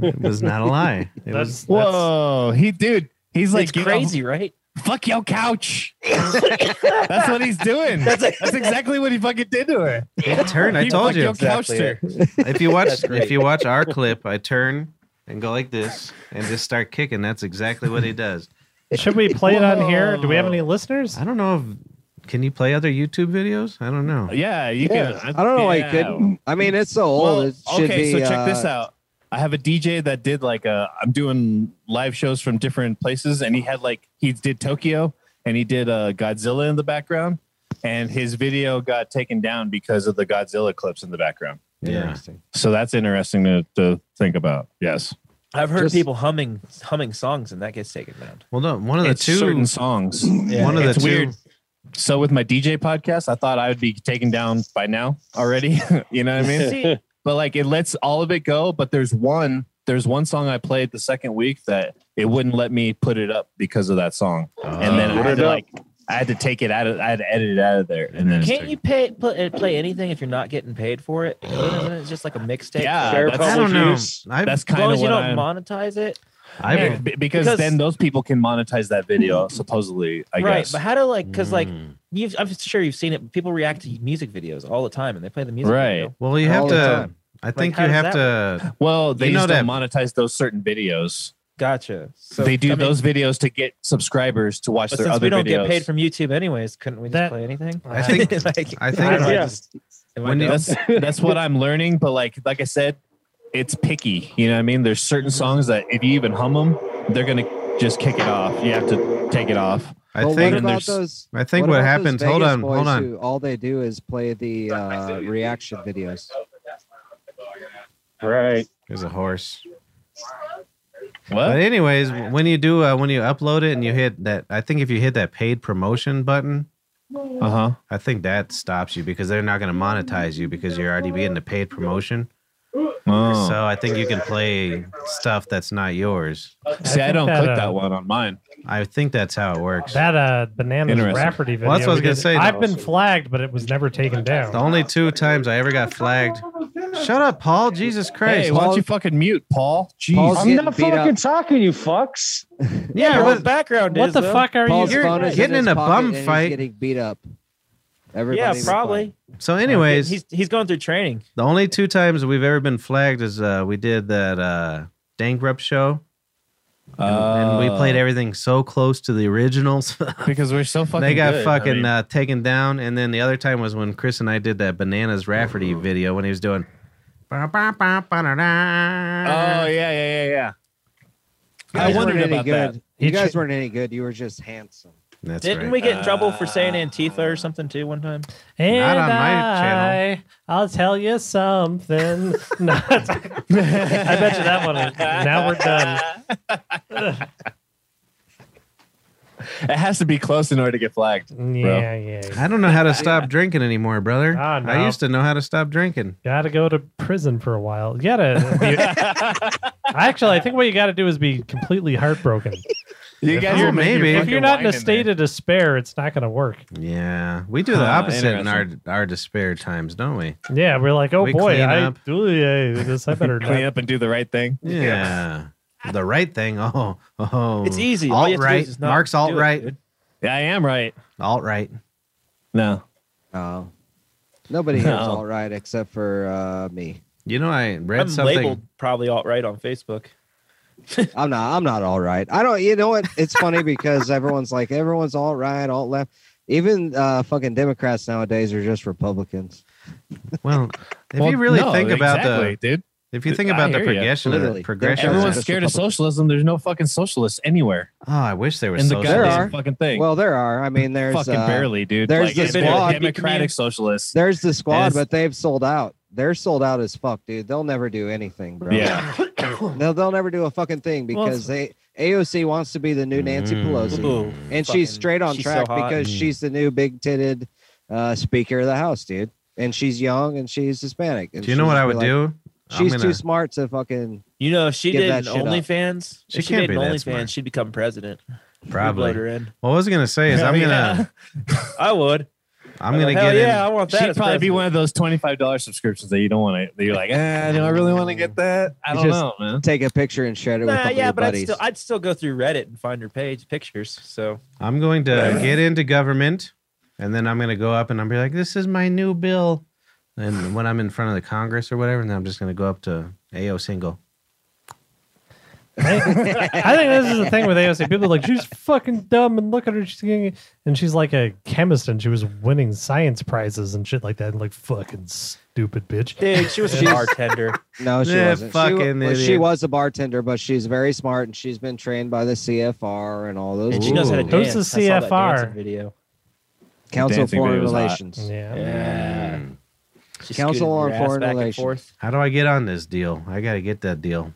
It was not a lie. It
that's,
was.
that's
Whoa, he dude, he's like
it's
you know,
crazy, right?
Fuck your couch. That's what he's doing. That's, exactly what he fucking did to her.
It turned. I
He
told
fucked
you.
your couch
Exactly
there.
If you watch,
That's great.
if you watch our clip, I turn and go like this and just start kicking. That's exactly what he does.
should we play it on here? Do we have any listeners?
I don't know if can you play other YouTube videos. I don't know.
Yeah, you can.
I don't know why you
yeah.
couldn't. I mean, it's so old.
Well,
it should
okay,
be,
so check
uh,
this out. I have a DJ that did like uh i I'm doing live shows from different places, and he had like he did Tokyo and he did uh, Godzilla in the background, and his video got taken down because of the Godzilla clips in the background.
Yeah.
Interesting.
So that's interesting to, to think about. Yes,
I've heard
Just-
people humming humming songs, and that gets taken down.
Well, no. One of the
it's
two.
certain songs.
One of the
it's
two.
weird. So with my DJ podcast, I thought I would be taken down by now already. you know what I mean?
See,
but like it lets all of it go but there's one there's one song i played the second week that it wouldn't let me put it up because of that song and
Oh.
then i
Put
had
it
to
up.
like i had to take it out of i had to edit it out of there and then
can't you pay play, play anything if you're not getting paid for it? Isn't it just like a mixtape?
Yeah,
As
Fair
that's-
I don't
public
know.
use.
I've,
that's
long
kind of
as you
what I'm,
don't monetize it,
I've,
Yeah.
be- because,
Because-
then those people can monetize that video supposedly i
right?
guess Hmm.
But how do like because like
Mm.
you've I'm sure you've seen it. but People react to music videos all the time, and they play the music.
Right.
video.
Well, you
All
have
the
to.
time.
I think
how
you
does
have to.
well they
You know
just don't
that-
monetize those certain videos
Gotcha. So
they do
I mean,
those videos to get subscribers to watch
But
their
since
other
we don't
videos
get paid from YouTube anyways, couldn't we just
That-
play anything?
I
think-
like,
I think-
am
Yeah.
just, am I
When you-
dumb?
that's that's what I'm learning. But like like I said, it's picky. You know what I mean? There's certain songs that if you even hum them, they're gonna just kick it off. You have to take it off.
I
Well, what
think.
about
there's-
those-
I think
What
what,
about those
happens. Hold
Vegas
on.
boys
Hold on.
who all they do is play the uh, reaction videos.
Right.
There's a horse. But
What?
anyways, when you do, uh, when you upload it and you hit that, I think if you hit that paid promotion button,
Uh huh.
I think that stops you because they're not going to monetize you because you're already being the paid promotion.
Oh.
So I think you can play stuff that's not yours.
See, I
think
don't
that,
click
uh,
that one on mine.
I think that's how it works.
That uh, bananas
Interesting.
Rafferty video.
Well, that's what I was
we
gonna
did,
say,
I've
though.
been flagged, but it was never taken
The
down.
only two times I ever got flagged. Shut up, Paul. Jesus Christ.
Hey, why don't you fucking mute, Paul? Jeez.
Paul's
I'm
getting
not
beat
fucking
up.
talking, you fucks.
yeah,
Your whole
what,
background
What
is,
the
though.
fuck are
Paul's
you?
you're
phone is
getting
in, his
in a
pocket
bum
and he's
fight.
getting beat up. Everybody
yeah,
was
probably.
So, anyways,
he's he's going through training.
the only two times we've ever been flagged is uh, we did that uh, Dankrupt show, and, and we played everything so close to the originals.
Uh, because we're so fucking.
they got
good. I
fucking
mean,
uh, taken down. And then the other time was when Chris and I did that Bananas Rafferty video when he was doing. Oh
oh yeah,
yeah.
yeah, yeah, yeah.
You
I
guys
wondered
weren't any
about
good. You
Each-
guys weren't any good. You were just handsome.
That's
Didn't
right.
we get in trouble for saying
Uh,
Antifa or something too one time?
And
on my
I,
channel.
I'll tell you something. No, I bet you that one. Is, now we're done.
It has to be close in order to get flagged.
Yeah, yeah. yeah.
I don't know how to stop drinking anymore, brother.
Ah, no.
I used to know how to stop drinking.
Got to go to prison for a while. You gotta. be- Actually, I think what you got to do is be completely heartbroken.
You
If
guys
you're-
are making
maybe.
if
fucking
you're not in
wine
a state
there.
of despair, it's not going to work.
Yeah, we do the
Huh,
Ah,
opposite in our our despair times, don't we?
Yeah, we're like, oh
We
boy,
clean
I,
up.
ooh, yeah, this, I better
clean
not.
up and do the right thing.
Yeah. The right thing. Oh, oh.
It's easy. All you
Alt
have to do is
right.
just not
Mark's
do it,
alt right.
dude.
Yeah, I am right.
Alt right.
No.
Oh. Nobody here is
No.
all right except for uh, me.
You know, I read
I'm
something.
labeled probably alt right on Facebook.
I'm not. I'm not all right. I don't. You know what? It's funny because everyone's like everyone's all right, all left. Even uh, fucking Democrats nowadays are just Republicans.
Well, if
Well,
you really
no,
think about
exactly,
the
dude.
if you
Dude,
think
I
about the
hear ya.
progression of
Literally.
the progression,
Everyone-
of
Everyone's
this-
scared of socialism. There's no fucking socialists anywhere
oh, I wish there was
in the
socialism.
There
goddamn
are.
fucking thing.
Well, there are. I mean, there's
fucking
uh,
barely, dude.
there's
like,
the
it's been a
squad.
democratic socialists.
There's the squad,
it's-
but they've sold out. They're sold out as fuck, dude. They'll never do anything, bro.
Yeah,
They'll, they'll never do a fucking thing
Well,
because they AOC wants to be the new Nancy
Mm.
Pelosi.
Hmm.
Ooh,
and
fucking-
she's straight on
she's so
track
hot.
because
Mm.
she's the new big titted uh, speaker of the house, dude. And she's young and she's Hispanic. and
Do you know
she's
what I
be
would
like,
do? I'm
She's
gonna-
too smart to fucking.
You know, if she
Give
did
that
an
shit up.
OnlyFans,
She
if she
can't
made an
be that
OnlyFans,
smart.
she'd become president. We'd
probably.
vote her in.
Well, what I was gonna say is
Hell
I'm gonna
yeah.
I would.
I'm gonna
Hell
get
yeah,
in.
I want
She'd
that.
probably
as
be
president.
one of those twenty-five dollars subscriptions that you don't want to. That you're like, ah, do I really want to get that? I
You
don't
just-
know, man.
Take a picture and share it with
Nah,
all
yeah,
your
but I'd
buddies.
still, I'd still go through Reddit and find her page pictures. So
I'm going to get into government, and then I'm gonna go up and I'm be like, "This is my new bill." And when I'm in front of the Congress or whatever, and then I'm just gonna go up to AO single.
I I think this is the thing with AOC. People are like, she's fucking dumb, and look at her. She's getting, and she's like a chemist, and she was winning science prizes and shit like that, and like fucking stupid bitch.
dude, she was a
She's-
bartender.
no, she
Yeah,
wasn't. She wa-
fucking
well, she,
idiot.
was a bartender, but she's very smart and she's been trained by the CFR and all those.
And she knows how to
Ooh.
dance.
Who's
I
the
saw that
CFR?
dancing video.
Council
Dancing
Foreign
video's hot.
Relations.
Yeah.
Yeah.
Mm.
She
Council
scooted
on
her ass
Foreign
back and
Relations.
forth.
How do I get on this deal? I gotta get that deal.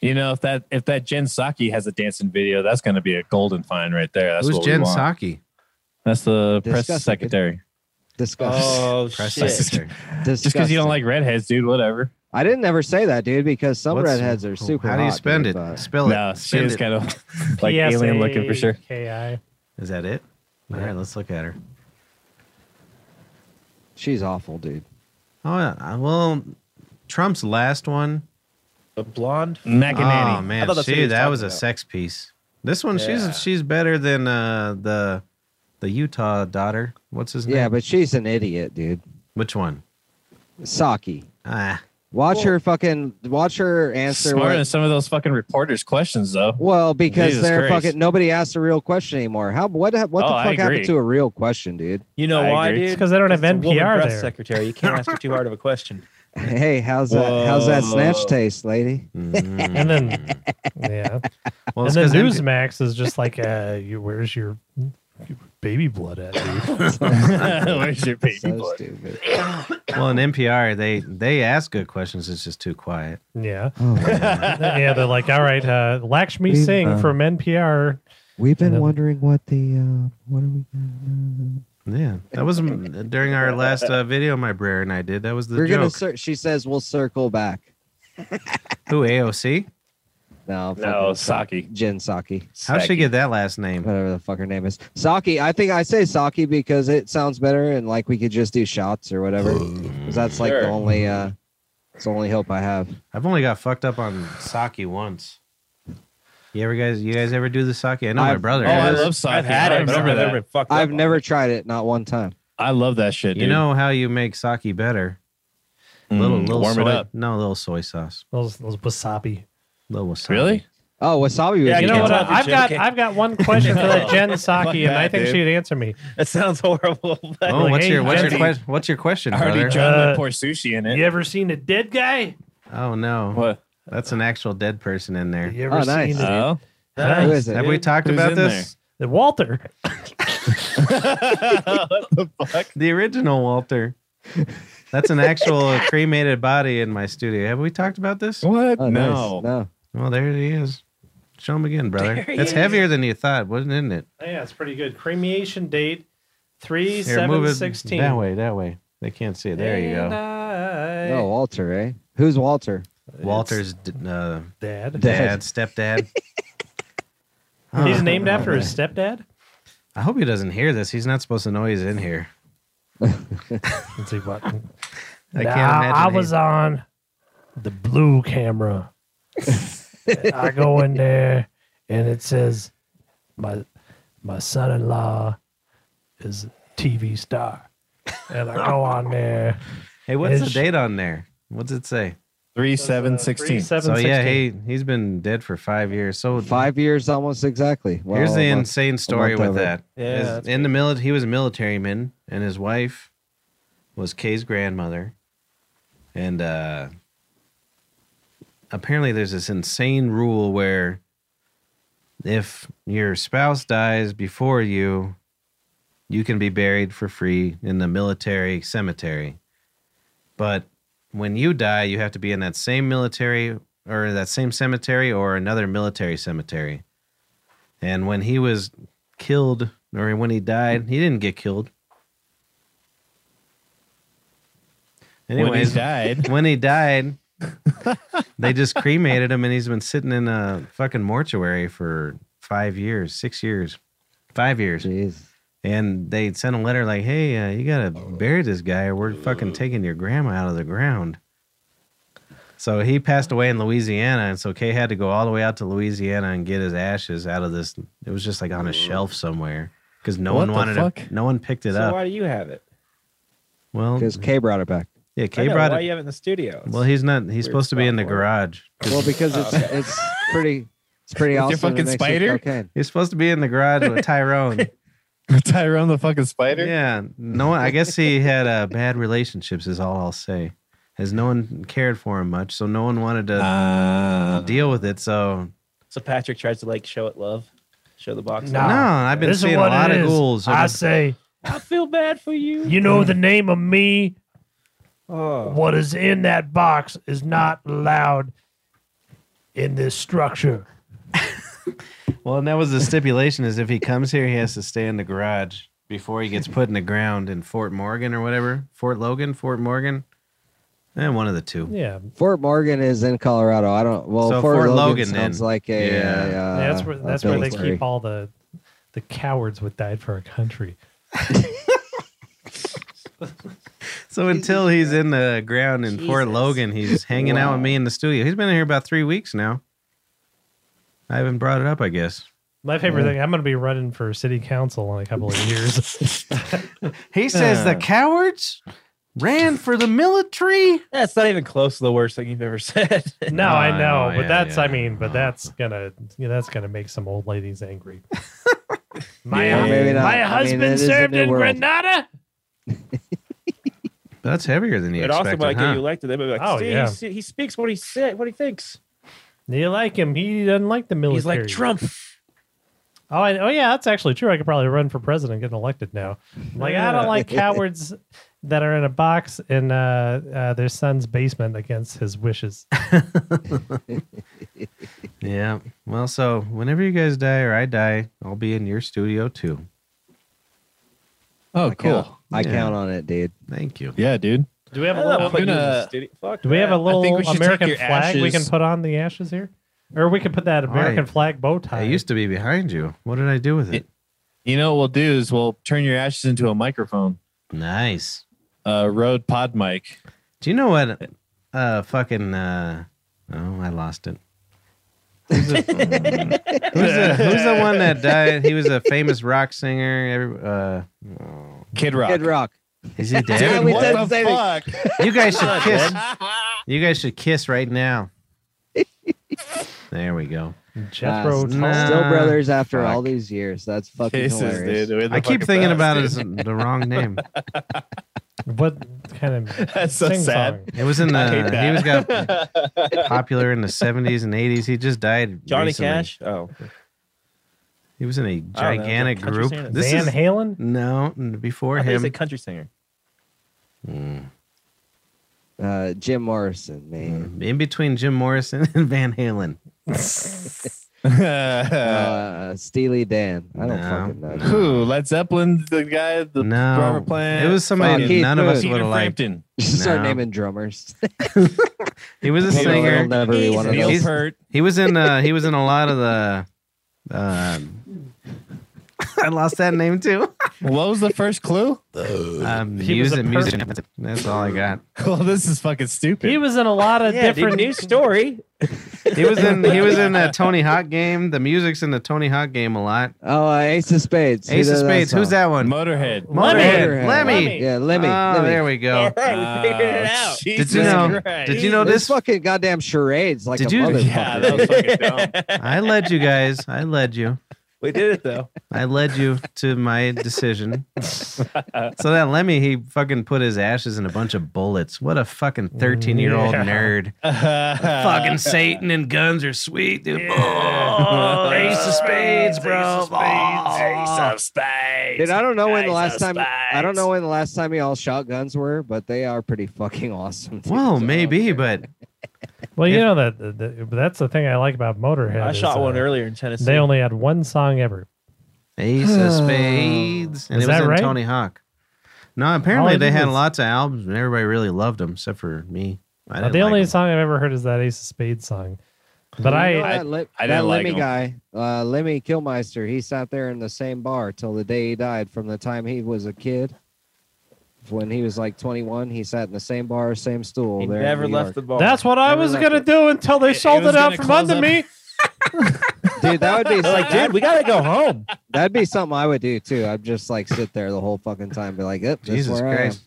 You know, if that if that Jen Psaki has a dancing video, that's going to be a golden find right there. That's
Who's
what
Jen
we want.
Psaki?
That's the
Disgusting.
press secretary.
Disgust.
Oh
Press
shit!
secretary.
Just because you
Disgusting.
don't like redheads, dude, whatever.
I didn't ever say that, dude, because some
What's-
redheads are super.
How do you
hot,
spend
dude,
it?
but-
Spill it.
No, she
Spend
is
it.
kind of like alien looking for sure.
Ki.
Is that it? All right, let's look at her.
She's awful, dude.
Oh, yeah. Uh, well, Trump's last one.
The blonde.
Ah,
Oh
Macanani.
I
man,
thought that's what he
she
was
that
talking
was a
about.
sex piece. This one,
Yeah.
she's she's better than uh, the the Utah daughter. What's his name?
Yeah, but she's an idiot, dude.
Which one?
Saki.
Ah,
Watch
Well-
her fucking watch her answer.
Smarter than
What,
some of those fucking reporters' questions, though.
well, because
Jesus
they're
Christ.
fucking nobody asks a real question anymore. How what ha- what
Oh,
the
I
fuck happened
agree.
to a real question, dude?
You know
I
why,
agree.
dude?
It's 'cause they don't have
a woman
NPR
press
there.
Secretary, you can't ask her too hard of a question.
Hey, how's that? How's that snatch
Whoa.
taste, lady?
Mm.
And then, yeah.
well, it's
and then
'cause NP
Newsmax is just like, uh, you, where's your baby blood at, dude?
Where's your baby
So
boy?
stupid.
well, in NPR, they they ask good questions. It's just too quiet.
Yeah.
Oh,
yeah, they're like, all right, uh, Lakshmi
We've,
Singh
uh,
from NPR.
we've
And
been
then-
wondering what the uh, what are we? Gonna,
Yeah, that was m- during our last uh, video my Brer and I did. That was the
we're gonna.
joke.
Cir- she says we'll circle back.
Who AOC?
No, fucking
No, Saki.
Jin Saki.
How'd she
Saki.
get that last name?
whatever the fuck her name is. Saki. I think I say Saki because it sounds better and like we could just do shots or whatever. 'Cause that's like the
Sure.
only uh it's the only hope I have.
I've only got fucked up on Saki once. You ever guys? You guys ever do the sake? I know my
I've-
brother.
Oh, I
does.
love sake.
I've had
I
it. but
remember
I've
that.
never been fucked up
I've
on
never
it.
tried it, not one time.
I love that shit.
You
dude.
know how you make sake better?
Mm,
little little
warm
soy,
it up.
No, little soy sauce.
Those those wasabi.
Little wasabi.
Really?
Oh, wasabi.
Yeah,
was
You
good.
know
can't
what?
tell if
I- I've
you're
got
joking.
I've got one question for that Jen Saki, and
that,
I think
dude.
she'd answer me.
That sounds horrible. but-
Oh,
Like,
what's
hey,
your what's your
Jesse.
question? What's your question,
I already
brother?
drowned
Uh,
my poor sushi in it.
You ever seen a dead guy?
Oh no,
What?
that's an actual dead person in there.
You ever
Oh, nice.
seen a,
Oh.
Who is it?
Have we talked
Who's
about
in
this?
the
uh,
Walter?
what the fuck?
The original Walter. That's an actual cremated body in my studio. Have we talked about this?
What?
Oh, nice.
no.
no.
Well, there he is. Show him again, brother.
There he
That's
is.
heavier than you thought, wasn't isn't it?
Yeah, it's pretty good. Cremation date three
Here, move
seven
it
sixteen.
that way, that way. They can't see it. There you
And
go.
I-
No, Walter, eh? Who's Walter?
Walter's d- uh,
dad.
dad, stepdad.
He's
Huh.
named after his stepdad.
I hope he doesn't hear this. He's not supposed to know he's in here.
Let's see what.
I
Nah,
can't imagine.
I
he-
was on the blue camera. I go in there and it says my my son-in-law is a TV star. And I go on there.
Hey, what's the
Ish.
date on there? What's it say?
uh, Three seven sixteen.
So yeah, he he's been dead for five years. So
Five years almost exactly. Well,
here's the
a month-
insane story
month
with
over.
that.
Yeah,
His-
that's
in the military, he was a military man, and his wife was Kay's grandmother, and uh, apparently there's this insane rule where if your spouse dies before you, you can be buried for free in the military cemetery, but when you die, you have to be in that same military or that same cemetery or another military cemetery. And when he was killed or when he died, he didn't get killed.
when he
Anyways,
died.
when he died, they just cremated him and he's been sitting in a fucking mortuary for five years, six years, five years.
Jeez.
And they sent a letter like, hey, uh, you got to
Oh.
bury this guy or we're fucking taking your grandma out of the ground. So he passed away in Louisiana. And so Kay had to go all the way out to Louisiana and get his ashes out of this. It was just like on a shelf somewhere because no
What
one
the
wanted
fuck?
it. No one picked it
So
up.
why do you have it?
well,
Because Kay brought it back.
yeah,
I
Kay
know,
brought
why
it.
you have it in the studio? It's-
well, he's not, he's supposed to be
spot
in the
for it.
garage.
Well, because it's it's pretty it's pretty
With
awesome.
your
It
fucking
makes you
spider?
cocaine.
He's supposed to be in the garage with Tyrone.
Tyrone the fucking spider.
Yeah, no one. I guess he had uh, bad relationships. Is all I'll say. As no one cared for him much, so no one wanted to
Ah.
deal with it. So
So Patrick tries to like show it love, show the box.
Nah.
no, I've been
This is
seeing a
what
lot
it
of
is.
ghouls.
I
I've
say,
I feel bad for you.
you know the name of me.
Oh,
What is in that box is not allowed in this structure.
been- well, and that was the stipulation: is if he comes here, he has to stay in the garage before he gets put in the ground in Fort Morgan or whatever, Fort Logan, Fort Morgan, and one of the two.
Yeah,
Fort Morgan is in Colorado. I don't. Well,
So
Fort,
Fort
Logan,
Logan,
sounds
then.
like a.
Yeah.
uh,
Yeah, that's where
a
that's where they
military.
keep all the the cowards what died for our country.
So until he's in the ground in Fort
Jesus.
Logan, he's hanging out with me in the studio. He's been in here about three weeks now. I haven't brought it up, I guess.
My favorite thing, I'm going to be running for city council in a couple of years.
He says the cowards ran for the military.
that's not even close to the worst thing you've ever said.
no, I know, but
yeah,
that's I
yeah,
mean, but
no.
that's gonna yeah, that's gonna make some old ladies angry. my
Yeah,
maybe not.
my
I mean,
husband
it is a
served
new
in
world.
Grenada.
That's heavier than you
It also
expected,
might
huh?
get you elected. They might be like,
Oh,
see,
yeah.
he, he speaks what he said, what he thinks.
Do you like him? He doesn't like the
He's
military.
like Trump.
Oh, I, oh yeah, that's actually true. I could probably run for president, and get elected now. I'm like I don't like cowards that are in a box in uh, uh, their son's basement against his wishes.
yeah. Well, so whenever you guys die or I die, I'll be in your studio too.
Oh,
I count-
cool.
I
Yeah.
count on it, dude.
Thank you.
Yeah, dude.
Do we have a
I don't
little?
know, put you in the
gonna-
studio. Fuck
Do we have a
that.
little
think we should take
American
your
flag we can
ashes-
put on the ashes here? Or we could put that American flag bow tie.
I used to be behind you. What did I do with it?
You know what we'll do is we'll turn your ashes into a microphone,
Nice.
a uh, Rode pod mic.
Do you know what? Uh, fucking. Uh, oh, I lost it. Who's the, who's the- who's the one that died? He was a famous rock singer. Every, uh, oh.
Kid Rock.
Kid Rock.
Is he
Dude,
dead?
we what didn't
what
the say
the fuck?
You guys should kiss. You guys should kiss right now. There we go.
Jethro.
Nice.
Tull.
Uh, Still brothers after
Fuck.
all these years. That's fucking hilarious.
I keep thinking about it as the wrong name.
What kind of
That's so
sing
sad.
It was in
I hate
the
that.
he was got popular in the seventies and eities. He just died.
Johnny
recently.
Cash. Oh,
He was in a
I don't know,
gigantic
country
group.
singer?
This
Van
is
Halen?
no n- before
I think he's
him.
a country singer.
Mm.
Uh, Jim Morrison, man.
In between Jim Morrison and Van Halen.
Uh, Steely Dan. I don't
No.
fucking know.
Who? Led Zeppelin, the guy, the
No.
drummer playing.
It was somebody
Keith
none of us
Moon.
would
Peter
have liked.
Frampton.
Just Start
No.
naming drummers.
He was a
Neil
singer.
Pearl, Never be one of
Neil
those.
Peart.
He was in uh he was in a lot of the um I lost that name too.
What was the first clue?
Um,
He was a
music, music. That's all I got.
Well, this is fucking stupid.
He was in a lot of
Yeah,
different
dude, new story.
He was in he was in that Tony Hawk game. The music's in the Tony Hawk game a lot.
Oh, uh, Ace of Spades. Who
Ace of
does
Spades. Who's
song?
that one?
Motorhead.
Lemmy.
Motorhead. Lemmy.
Lemmy.
Yeah, Lemmy.
Oh,
Lemmy.
there we go.
All right, we figured it
Uh,
out.
Did you know? Did you know
There's
this?
fucking goddamn charades like
Did
a
you-
motherfucker.
Yeah, that was fucking dumb.
I led you guys. I led you.
We did it though.
I led you to my decision. so that Lemmy, he fucking put his ashes in a bunch of bullets. What a fucking thirteen-year-old
Yeah.
nerd. fucking Satan and guns are sweet, dude. Oh, ace of spades, bro. Oh.
Dude, I don't know when the last time I don't know when the last time y'all shotguns were, but they are pretty fucking awesome. dude.
Well,
So, okay.
maybe, but
Well, you
If-
know that that- that- that's the thing I like about Motorhead.
I
is,
shot
uh,
one earlier in Tennessee.
They only had one song ever.
ace of spades, and
Is
it was
that
in
right?
Tony Hawk. No, apparently
All I
they
did
had
was-
lots of albums, and everybody really loved them, except for me. I
Uh,
didn't
the
like
only
'em.
song I've ever heard is that Ace of Spades song. But
You know
I,
that, Lem-
I didn't
that
like
Lemmy
him.
guy, uh, Lemmy Kilmeister, he sat there in the same bar till the day he died. From the time he was a kid, when he was like 21, he sat in the same bar, same stool.
He
there in
never
New
left
York.
the bar.
that's what I
Never
was
left
gonna
it.
do until they
It- it
sold
was
it out
gonna
from
close
under
up.
me.
dude. That would be
They're like, dude, we gotta go home.
that'd be something I would do too. I'd just like sit there the whole fucking time, be like, "Yep, this is
Jesus
where I am."
Christ.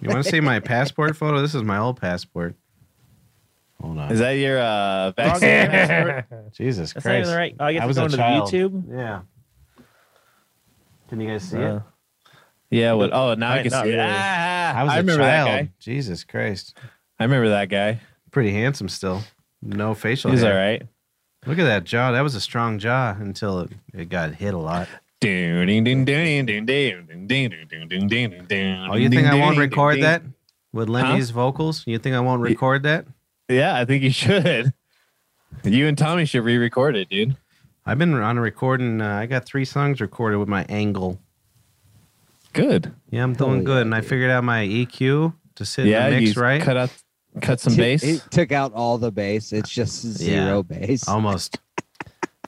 You want to see my passport photo? This is my old passport. Hold on.
Is that your uh, vaccine?
yeah,
Jesus
That's not
Christ.
even the right. Oh, I
I
guess
was a
going to the
child.
YouTube.
Yeah. Can you guys see
Uh,
yeah. What? Oh, now I,
I-
can see
not
it.
really.
Ah,
I was a
remember
child.
that guy.
Jesus Christ.
I remember that guy.
Pretty handsome still. No facial
He's all
hair.
right.
Look at that jaw. That was a strong jaw until it, it got hit a lot.
Oh, you think
Oh, you think I won't record that with Lemmy's vocals? You think I won't
Ye-
record that?
Yeah, I think you should. You and Tommy should re-record it, dude.
I've been on a recording. Uh, I got three songs recorded with my angle.
Good.
Yeah, I'm
Hell
doing good.
yeah,
and I
dude.
figured out my EQ to sit
yeah,
in the
you
mix, right?
cut out, cut some
T-
bass.
He took out all the bass. It's just zero bass.
Almost.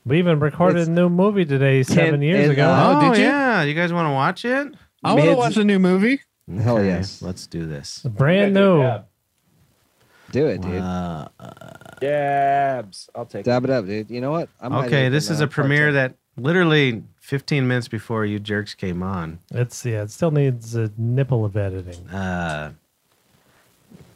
we even recorded
It's-
a new movie today, seven years
and,
ago.
uh,
Oh,
Oh, did you?
yeah. You guys want to watch it?
I want to
Mids-
watch a new movie.
Hell
Okay,
yes.
Let's do this.
Brand new.
Do it, dude.
Uh,
Dabs. I'll take.
Dab it up, dude. You know what? I might
okay,
even,
this is
uh,
a premiere
partake.
that literally 15 minutes before you jerks came on.
It's yeah, it still needs a nipple of editing.
Uh,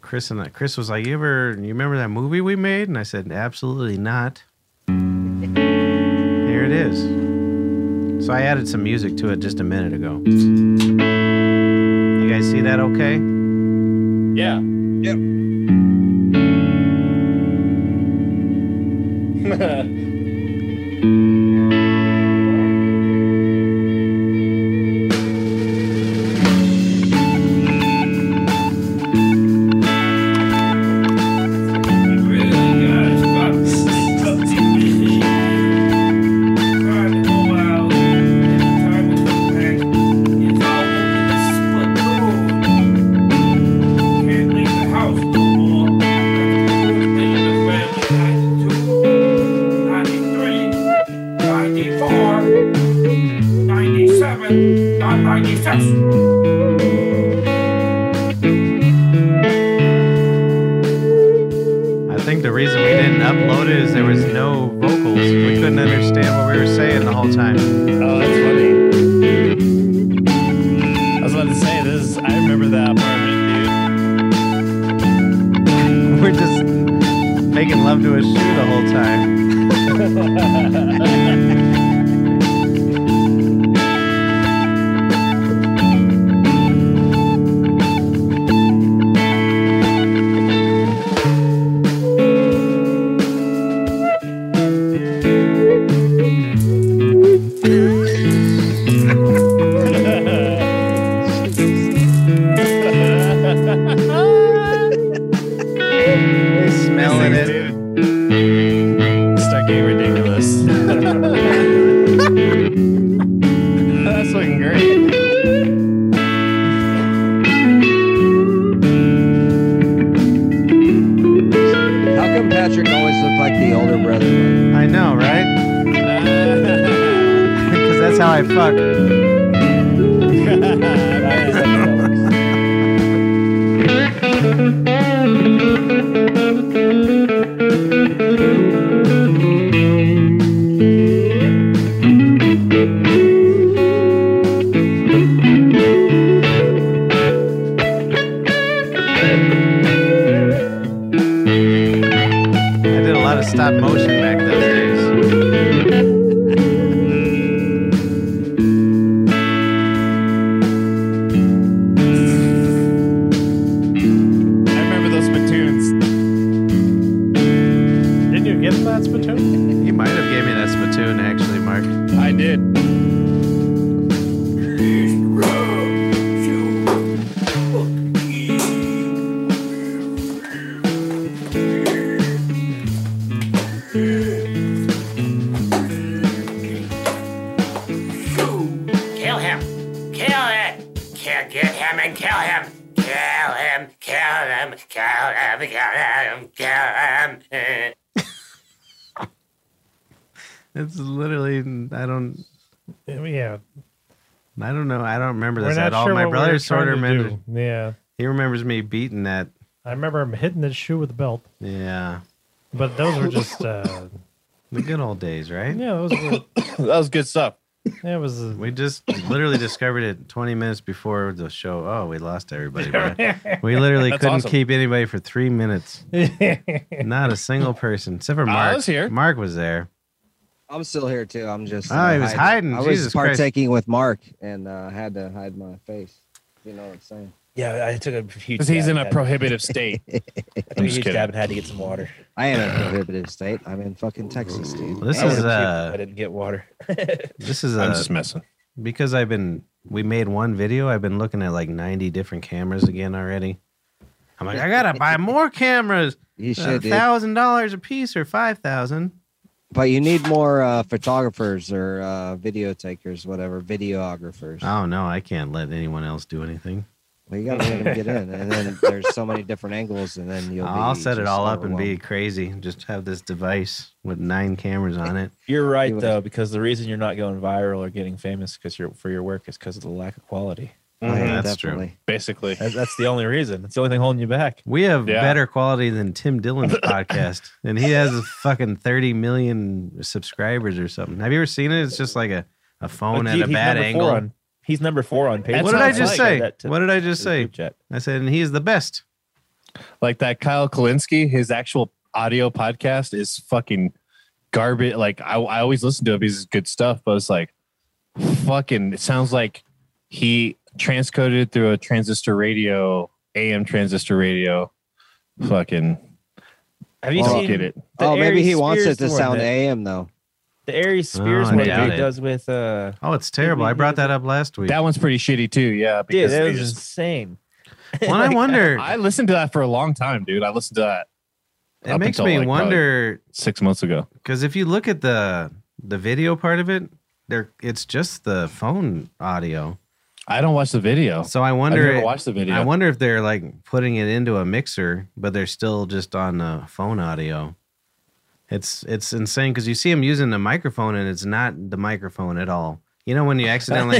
Chris and I, Chris was like, "You ever? You remember that movie we made?" And I said, "Absolutely not." Here it is. So I added some music to it just a minute ago. You guys see that? Okay.
Yeah.
House no more. Got the food, and the family, I do. I
think the reason we didn't upload it is there was no vocals. We couldn't understand what we were saying the whole time.
Oh, that's funny. I was about to say this. Is, I remember that apartment,
We're just making love to a shoe the whole time. Smelling it.
dude. Start getting ridiculous. that's looking great.
How come Patrick always looked like the older brother?
I know, right? Because that's how I fuck. I did a lot of stop motion back those days.
I remember those platoons.
Didn't you get that Splatoon?
You might have gave me that spittoon, actually, Mark.
I did.
Kill him! Kill it! Kill, get him and kill him! Kill him! Kill him! Kill him! Kill him! Kill him!
It's literally I don't
Yeah,
I don't know I don't remember
we're
this
not
at all.
sure
My
what we
brother
were
sort of
trying to
remembers.
do. Yeah,
He remembers me beating that.
I remember him hitting the shoe with the belt,
Yeah,
but those were just uh,
the good old days, right?
yeah, those were
That was good stuff.
that was uh,
We just literally discovered it 20 minutes before the show. Oh, we lost everybody. Brian. We literally
That's
couldn't
awesome.
keep anybody for three minutes. Not a single person, except for
I
Mark.
was here.
Mark was there.
I'm still here too. I'm just. uh,
Oh, he was hiding.
I
Jesus
was
Christ.
partaking with Mark and uh, had to hide my face. You know what I'm saying?
Yeah, I took a huge.
Because he's
dab
in a
and had-
prohibitive state.
took a
I'm just
huge
kidding.
dab and had to get some water.
I am in a prohibitive state. I'm in fucking Texas, dude.
This
I would've
is
puked if I
uh,
didn't get water.
this is
I'm
uh,
just messing.
because I've been we made one video. I've been looking at like 90 different cameras again already. I'm like, I gotta buy more cameras.
You
A
should, dude.
thousand dollars a piece or five thousand.
But you need more uh, photographers or uh, video takers, whatever, videographers.
Oh no, I can't let anyone else do anything.
Well, you gotta let them get in, and then there's so many different angles, and then you'll.
I'll
be
set it
just
all up and be
overwhelmed.
crazy. Just have this device with nine cameras on it.
You're right
You would've-
though, because the reason you're not going viral or getting famous because you're for your work is because of the lack of quality.
Oh, yeah,
Mm, That's true.
definitely.
Basically,
That- That's the only reason. It's the only thing holding you back.
We have
Yeah.
better quality than Tim Dillon's podcast, and he has a fucking 30 million subscribers or something. Have you ever seen it? It's just like a, a phone
But
at
he-
a
he's
bad
number
angle.
Four on, he's number four on page.
That's
What did
what
I
it's
just
like.
say?
That to-
What did I just
to
say?
group chat.
I said, and he is the best.
like that Kyle Kalinske, his actual audio podcast is fucking garbage. Like I, I always listen to it because it's good stuff, but it's like fucking. It sounds like he transcoded it through a transistor radio, AM transistor radio. Fucking
Have you
Well,
seen
get it.
the
oh, maybe
Aries
he wants it
Spears
to
one
sound
that-
AM though.
The Aries
Oh,
Spears
I
one
doubt
that
it.
he does with uh
Oh, it's terrible.
we
I brought
do
that
the-
up last week.
That one's pretty shitty too. Yeah,
dude,
they
that was
just-
insane.
Well, I wonder.
I listened to that for a long time, dude. I listened to that
it
up
makes
until,
me
like, probably-
wonder
six months ago.
because if you look at the the video part of it, there it's just the phone audio.
I don't watch the video.
So I
I
wonder.
never watched the video.
I wonder if they're like putting it into a mixer, but they're still just on the phone audio. It's it's insane because you see them using the microphone and it's not the microphone at all. You know when you accidentally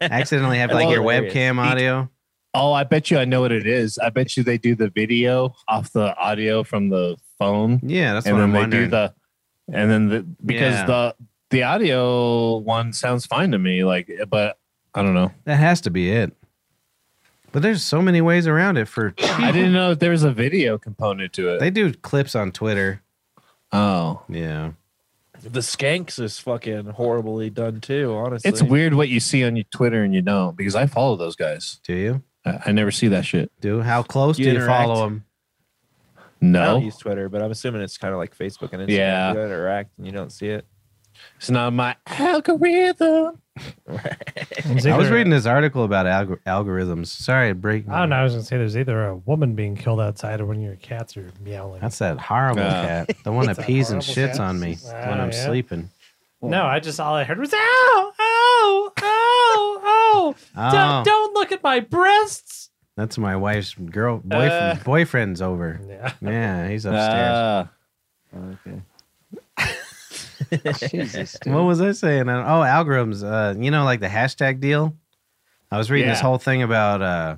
accidentally have like
Well,
your
there is.
webcam audio.
Oh, I bet you I know what it is. I bet you they do the video off the audio from the phone,
Yeah, that's
and
what
then
I'm
they
wondering.
do the, and then the because
Yeah.
the the audio one sounds fine to me. Like, but I don't know.
that has to be it. But there's so many ways around it. For
I didn't know if there was a video component to it.
they do clips on Twitter.
oh,
Yeah,
The Skanks is fucking horribly done too. Honestly,
it's weird what you see on your Twitter and you don't because I follow those guys.
do you
I, I never see that shit.
do? How close
You
do you
interact.
follow them?
I don't
No,
use Twitter, but I'm assuming it's kind of like Facebook and Instagram.
Oh. Yeah.
you interact and you don't see it.
it's not my algorithm.
It's
I was
either-
reading this article about algor- algorithms. Sorry, break.
I don't know. I was gonna say there's either a woman being killed outside or one of your cats are meowing.
That's that horrible
Uh.
cat. The one that
It's a
pees and
horrible
shits
cat.
on me
Ah,
when I'm
yeah.
sleeping.
no, I just all I heard was ow, ow, ow, ow.
Oh,
Don't, don't look at my breasts.
that's my wife's girl
Uh.
boyfriend. boyfriend's over.
Yeah.
Yeah, he's upstairs.
Ah,
Okay. Jesus, dude.
what was I saying? I- Oh, algorithms. Uh, you know, like the hashtag deal. I was reading this
Yeah.
whole thing about uh,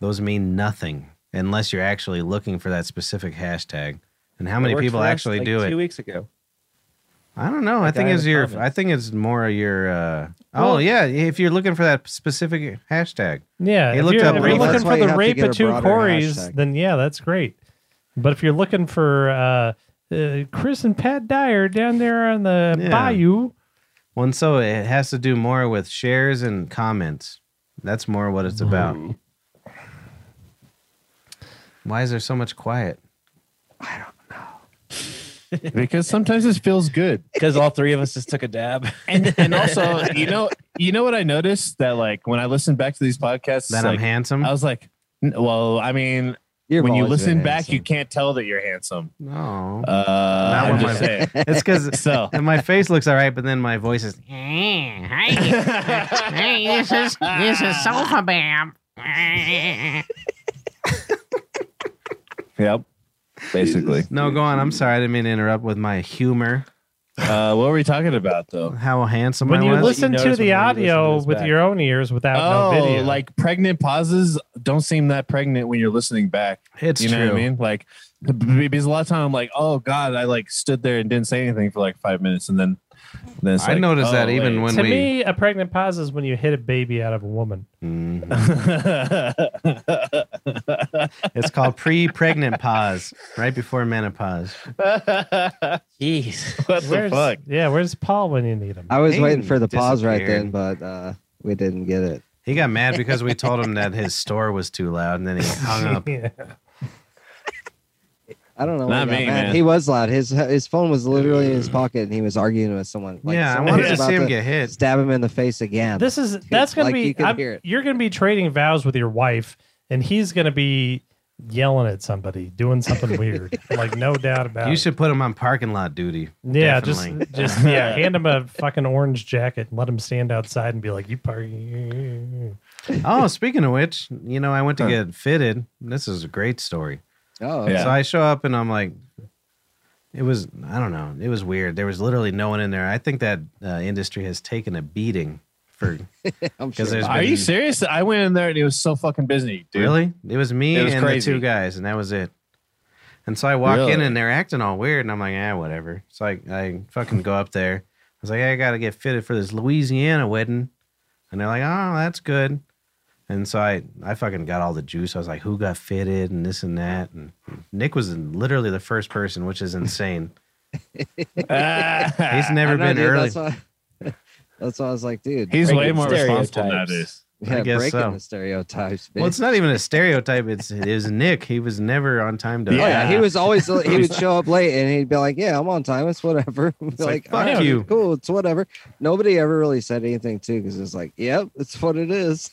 those mean nothing unless you're actually looking for that specific hashtag. And how many
It worked
people
for us,
actually
like,
do it?
Two weeks ago.
I don't know. I
Like,
think
I
it's
have
your.
comments.
I think it's more your. Uh, oh
Well-
yeah, if you're looking for that specific hashtag.
Yeah,
He
if
looked
you're,
up
if
rape.
you're looking
That's
why
for
you
the
have to
rape
get
of
a
two
broader
Corys,
hashtag.
then yeah, that's great. But if you're looking for uh, uh, Chris and Pat Dyer down there on the
Yeah.
bayou,
Well, and so it has to do more with shares and comments. That's more what it's about.
Mm-hmm.
Why is there so much quiet?
because sometimes this feels good.
Because all three of us just took a dab.
and and also you know you know what I noticed that like when I listen back to these podcasts,
That I'm
like,
handsome.
I was like, "N- well, I mean,
You've
when you
always
listen
been
back,
handsome.
you can't tell that you're handsome.
No,
Uh, I'm
when
just
my-
saying.
it's because
So
my face looks all right, but then my voice is.
Hey, hi. hey, this is this is sofa bam.
yep, basically.
No, go on. I'm sorry. I didn't mean to interrupt with my humor.
Uh, what were we talking about though?
How handsome
when
I
you
was.
listen
You
to
notice
the
when you listen to
audio
this
with
back.
your own ears without
Oh,
no video,
like pregnant pauses don't seem that pregnant when you're listening back.
it's
you know
true.
what I mean? Like b- b- because a lot of time I'm like, oh god, I like stood there and didn't say anything for like five minutes, and then then it's
I
like,
noticed
oh,
that even
wait.
when
to
we.
me, a pregnant pause is when you hit a baby out of a woman.
Mhm. It's called pre-pregnant pause, right before menopause.
Jeez.
What the
Where's-
fuck?
Yeah, where's Paul when you need him?
I was waiting
Hey,
for the pause right then,
disappeared.
but uh, we didn't get it.
He got mad because we told him that his store was too loud, and then he hung up.
Yeah.
I don't know.
Not
why he got
me,
mad.
man.
He was loud. His his phone was literally in his pocket, and he was arguing with someone. Like,
Uh. yeah, I
someone
wanted
was
to
about
see him get hit.
stab him in the face again.
This is that's gonna
like,
be
you can
I'm-
hear it.
you're gonna be trading vows with your wife, and he's gonna be yelling at somebody doing something weird. Like no doubt about
You
it.
should put him on parking lot duty.
yeah,
definitely.
just just yeah, hand him a fucking orange jacket and let him stand outside and be like, "You party."
Oh, speaking of which, you know, I went to get fitted. This is a great story.
oh,
Yeah.
So I show up and I'm like, it was I don't know, it was weird. There was literally no one in there. I think that uh, industry has taken a beating for
I'm sure.
because there's
Are
been-
you serious? I went in there and it was so fucking busy, dude.
Really? It was me
It was
and
crazy.
the two guys, and that was it. And so I walk in
Really?
and they're acting all weird, and I'm like, ah, whatever. So I, I fucking go up there. I was like, hey, I gotta get fitted for this Louisiana wedding. And they're like, oh, that's good. And so I, I fucking got all the juice. I was like, who got fitted and this and that. And Nick was literally the first person, which is insane. He's
Ah,
I
never
know,
been
dude,
early.
That's why, that's why I was like, dude,
He's way
Breaking
more responsible
stereotypes.
nowadays.
yeah,
guess
breaking
so.
the stereotypes. Bitch.
Well, it's not even a stereotype. It's it is Nick. He was never on time. To
Oh, yeah,
Yeah.
he was always he would show up late and he'd be like, "Yeah, I'm on time. It's whatever." We'd be like,
like, "Fuck
"Alright,
you."
cool. It's whatever." Nobody ever really said anything too because it's like, "Yep, it's what it is."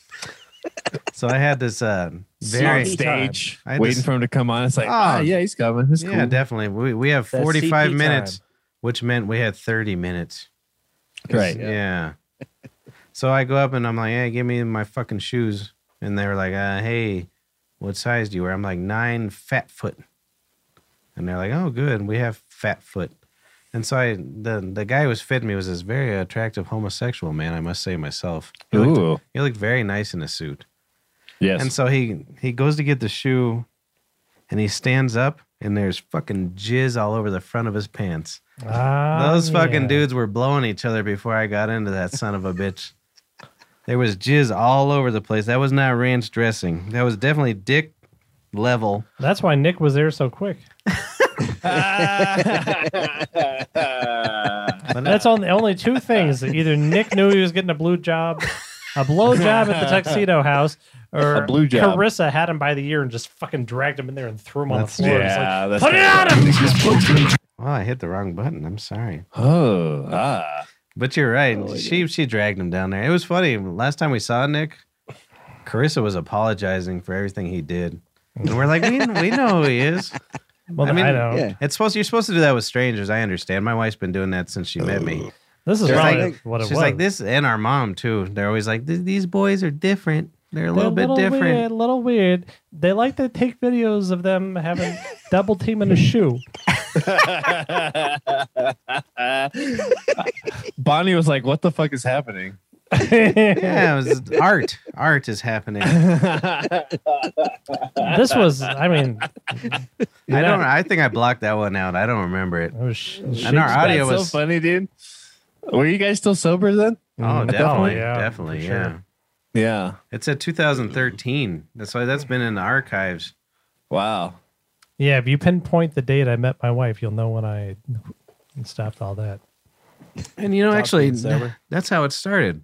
So I had this uh,
on
very
stage,
I
waiting
just-
for him to come on. It's like, ah,
Oh.
yeah, he's coming. It's
yeah,
cool.
definitely. We we have
That's
45
CP
minutes,
time.
which meant we had 30 minutes.
Right.
Yeah. so I go up and I'm like, "Hey, give me my fucking shoes." And they were like, uh, "Hey, what size do you wear?" I'm like, nine fat foot." And they're like, "Oh, good. We have fat foot." And so I, the the guy who was fitting me was this very attractive homosexual man. I must say myself. He looked,
Ooh.
he looked very nice in a suit.
Yes.
And so he he goes to get the shoe, and he stands up, and there's fucking jizz all over the front of his pants.
Ah,
Uh, Those fucking
yeah.
dudes were blowing each other before I got into that son of a bitch. There was jizz all over the place. That was not ranch dressing. That was definitely dick level.
That's why Nick was there so quick.
But
That's on only two things. Either Nick knew he was getting a blue job, a blow job at the tuxedo house, or
A blue job.
Carissa had him by the ear and just fucking dragged him in there and threw him on the
That's-
floor. It's like,
yeah, that's
Put it on him!
Well, Oh, I hit the wrong button. I'm sorry.
Oh, ah.
But you're right. she she dragged him down there. It was funny. Last time we saw Nick, Carissa was apologizing for everything he did. And we're like, we, we know who he is.
Well,
I mean,
I don't.
Yeah.
It's supposed you're supposed to do that with strangers. I understand. My wife's been doing that since she met me.
This is
She's
probably
like-
what it
She's
was.
like this, and our mom too. They're always like, "Th- these boys are different. They're a
They're
little bit different.
Weird, little weird. They like to take videos of them having double team in a shoe.
Bonnie was like, "What the fuck is happening?"
Yeah, it was art. Art is happening.
This was, I mean,
I don't. I think I blocked that one out. I don't remember it.
it was sh-
And our
That's
audio
so
was
funny, dude. Were you guys still sober then?
oh,
Mm,
definitely,
yeah, for
definitely,
sure.
yeah.
Yeah.
It said 2013. That's why that's been in the archives.
Wow.
Yeah, if you pinpoint the date I met my wife, you'll know when I stopped all that.
And you know,
Stop
actually,
being sober.
that's how it started.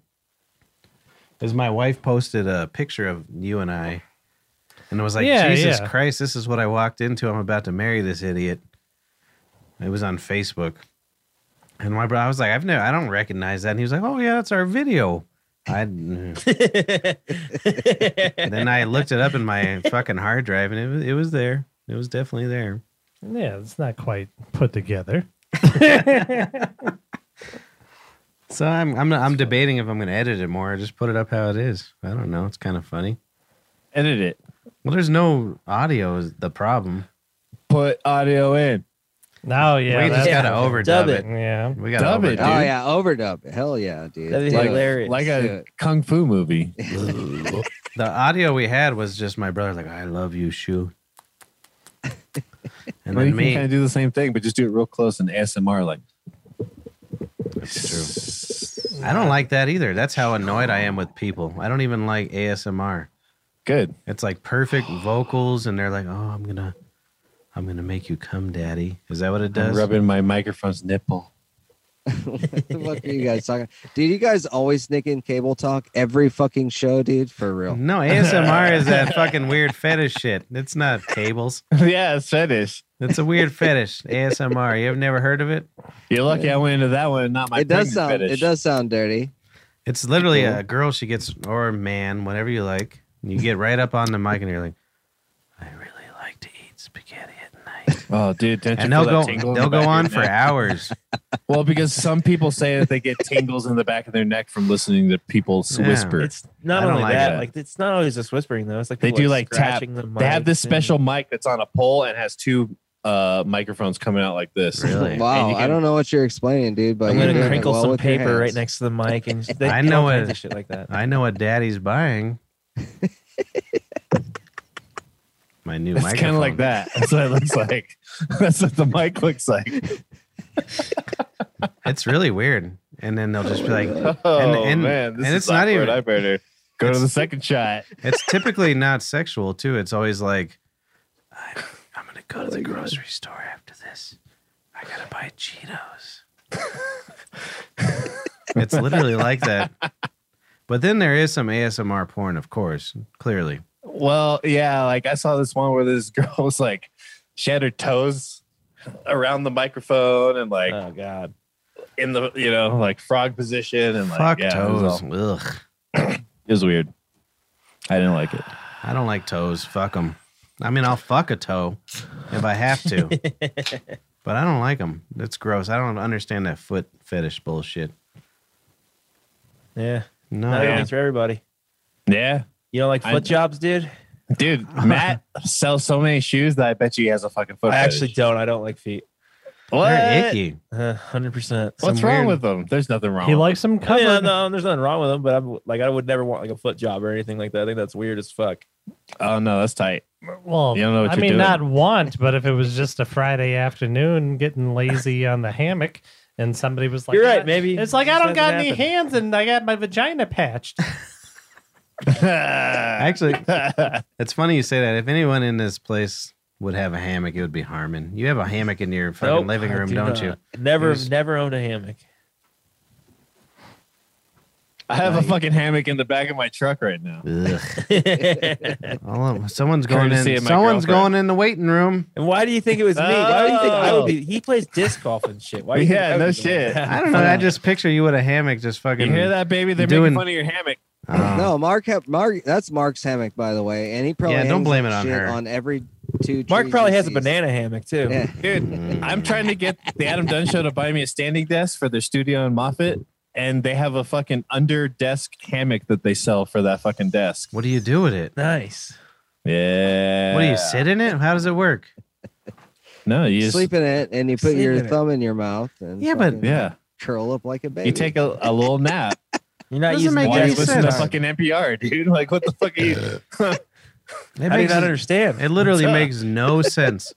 Is my wife posted a picture of you and I, and it was like,
Yeah,
Jesus
yeah.
Christ, this is what I walked into. I'm about to marry this idiot. It was on Facebook, and my brother, I was like, I've never, I don't recognize that. And he was like, Oh yeah, that's our video. I then I looked it up in my fucking hard drive, and it was, it was there. It was definitely there.
Yeah, it's not quite put together.
So I'm I'm I'm debating if I'm going to edit it more or just put it up how it is. I don't know. It's kind of funny.
Edit it.
Well, there's no audio is the problem.
Put audio in.
No, Oh, yeah,
we just
that's-
got to overdub
Dub
it.
it.
yeah.
We got to
Dub it,
overdub
Oh
Dude.
yeah, overdub. Hell yeah, dude.
That'd be
Do it.
hilarious.
Like
Do
a
it.
kung fu movie.
The audio we had was just my brother like, "I love you, shoe," and
Well, you
then
can
me.
kind of do the same thing, but just do it real close and ASMR. Like,
That's true. I don't like that either. That's how annoyed I am with people. I don't even like ASMR.
good.
It's like perfect vocals, and they're like, "Oh, I'm gonna, I'm gonna make you come, daddy." Is that what it
I'm
does?
rubbing my microphone's nipple.
what the fuck are you guys talking? Dude, you guys always nick in cable talk every fucking show, dude. For real.
No, ASMR is that fucking weird fetish shit. It's not cables.
yeah, it's fetish.
It's a weird fetish. ASMR. You have never heard of it?
You're lucky I went into that one, and not my.
it does
pregnant
sound.
Fetish.
It does sound dirty.
It's literally a girl. She gets or a man, whatever you like. And you get right up on the mic and you're like, I really like to eat spaghetti at night.
Oh, dude, don't you
And they'll
feel that
go.
tingle in
They'll
the
go
back of
on
your
for
neck?
hours.
Well, because some people say that they get tingles in the back of their neck from listening to people s-
Yeah.
whisper.
It's not
I don't
only
like
that,
that.
like it's not always just whispering though. It's like
They
people
do,
are
like, tap.
scratching the
They have
mic
this
and-
special mic that's on a pole and has two uh, microphones coming out like this.
Really?
Wow,
And you
I
can-
don't know what you're explaining, dude. But
I'm
you're
gonna
doing it
crinkle
well
some
with your
paper right
hands.
next to the mic and they
I
do
know
all
it.
kinds of shit like that.
I know what daddy's buying. My new
It's
microphone.
kind of like that. That's what it looks like. That's what the mic looks like.
It's really weird. And then they'll just be like,
Oh
and-
man, this
and
is
it's not
awkward.
even-
I better go to the
it's-
second shot.
It's typically not sexual too. It's always like, I'm, I'm gonna go to the grocery store after this. I gotta buy Cheetos. it's literally like that. But then there is some ASMR porn, of course. Clearly,
Well, yeah, like I saw this one where this girl was like, she had her toes around the microphone and like
Uh.
oh god.
in the you know like frog position and like
fuck
yeah, It, was
toes.
all-
Ugh,
it was weird. I didn't like it.
I don't like toes. Fuck them. I mean, I'll fuck a toe if I have to, but I don't like them. That's gross. I don't understand that foot fetish bullshit.
Yeah.
No,
Not
I don't.
everything's for everybody.
Yeah,
You don't like
I-
foot jobs, dude?
dude, Matt sells so many shoes that I bet you he has a fucking foot.
I actually
fetish.
don't. I don't like feet. Uh,
They're icky.
Hundred percent.
What's
Some
wrong
weird-
with them? There's nothing wrong.
He
with
likes them covered.
Yeah, no, there's nothing wrong with them, but I'm like, I would never want like a foot job or anything like that. I think that's weird as fuck.
them. Oh no, that's tight.
Well,
You don't know what
I
you're
mean,
doing.
not want, but if it was just a Friday afternoon getting lazy on the hammock and somebody was like,
You're right.
"Ah,"
Maybe
It's like, I
just
don't got
doesn't
any
happen.
hands and I got my vagina patched.
Actually, it's funny you say that. If anyone in this place would have a hammock, it would be Harmon. You have a hammock in your fucking
Nope,
living
I
room,
do
do not
not.
you?
Never,
There's-
never owned a hammock.
I have a fucking hammock in the back of my truck right now.
Ugg.
and
All of- someone's going
Courtesy
in.
of my
Someone's
girlfriend.
going in the waiting room.
why do you think it was me? Why do you think I
Oh.
would be? He plays disc golf and shit. Why? do you think
Yeah, no
I would be the one
shit.
that-
I don't know. I just picture you with a hammock, just fucking.
You hear that, baby? They're
Doing-
making fun of your hammock.
Oh.
no, Mark. Ha- Mark. That's Mark's hammock, by the way, and he probably
Yeah, don't
hangs
blame
that
it on
shit
her.
On every two.
Mark
trees
probably
he
has a
sees.
banana hammock too.
Yeah.
Dude, I'm trying to get the Adam Dunn Show to buy me a standing desk for their studio in Moffitt, and they have a fucking under desk hammock that they sell for that fucking desk.
What do you do with it?
Nice.
Yeah.
What do you sit in it? How does it work?
No, you just,
sleep in it, and you put
Sleep
your
in it.
thumb in your mouth, and
Yeah, but-
fucking
Yeah,
curl up like a baby.
you take a, a little nap
You're not
Doesn't
using
make
the
while
any
you listen to
sense.
fucking NPR, dude. Like, what the fuck are you?
It
How do you
makes
not understand?
it literally
What's up?
makes no sense.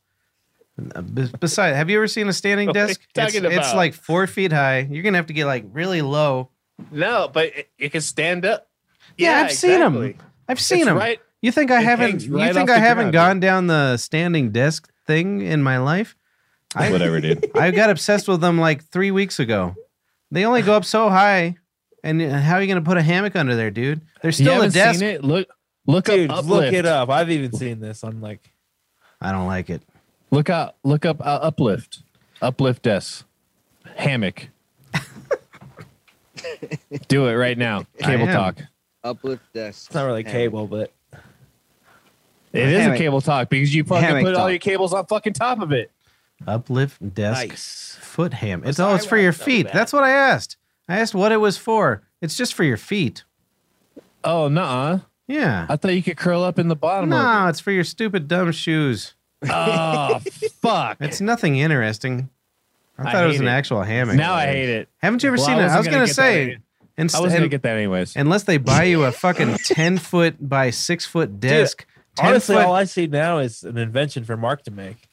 Besides, have you ever seen a standing
What are you
desk? It's,
talking
it's
about?
like four feet high. You're gonna have to get like really low.
No, but it, it can stand up.
Yeah, I've seen 'em. I've seen
It's
them.
Right.
You think I
It
haven't?
hangs
You
right
think
off
I
the
haven't
ground,
gone down the standing desk thing in my life? I-
Whatever, dude.
I got obsessed with them like three weeks ago. They only go up so high, and how are you going to put a hammock under there, dude? There's
You
still a
haven't
desk.
Seen it? Look, look
Dude,
up.
look
Uplift.
it up. I've even seen this. I'm like,
I don't like it.
Look up. Look up. Uh, uplift. Uplift desk. Hammock. Do it right now.
I
Cable
am.
talk.
uplift desk.
it's not really cable, but
It is
Hammock.
a cable talk because you fucking
Hammock
put all
talk.
your cables on fucking top of it.
Uplift desk
nice.
foot ham. It's
Sorry,
all. It's for your
that's not
feet.
bad.
That's what I asked. I asked what it was for. It's just for your feet.
Oh nuh
Yeah.
I thought you could curl up in the bottom.
No, it's for your stupid dumb
Of
shoes.
it. Oh fuck!
It's nothing interesting. I
I
thought it was
hate
an
it.
actual hammock.
now I hate it.
Haven't you ever
Well,
seen it? I
wasn't
was gonna
get that
say.
any-
And,
I was gonna
and-
get that anyways.
unless they buy you a fucking ten foot by six foot desk. 10
Honestly,
foot-
all I see now is an invention for Mark to make.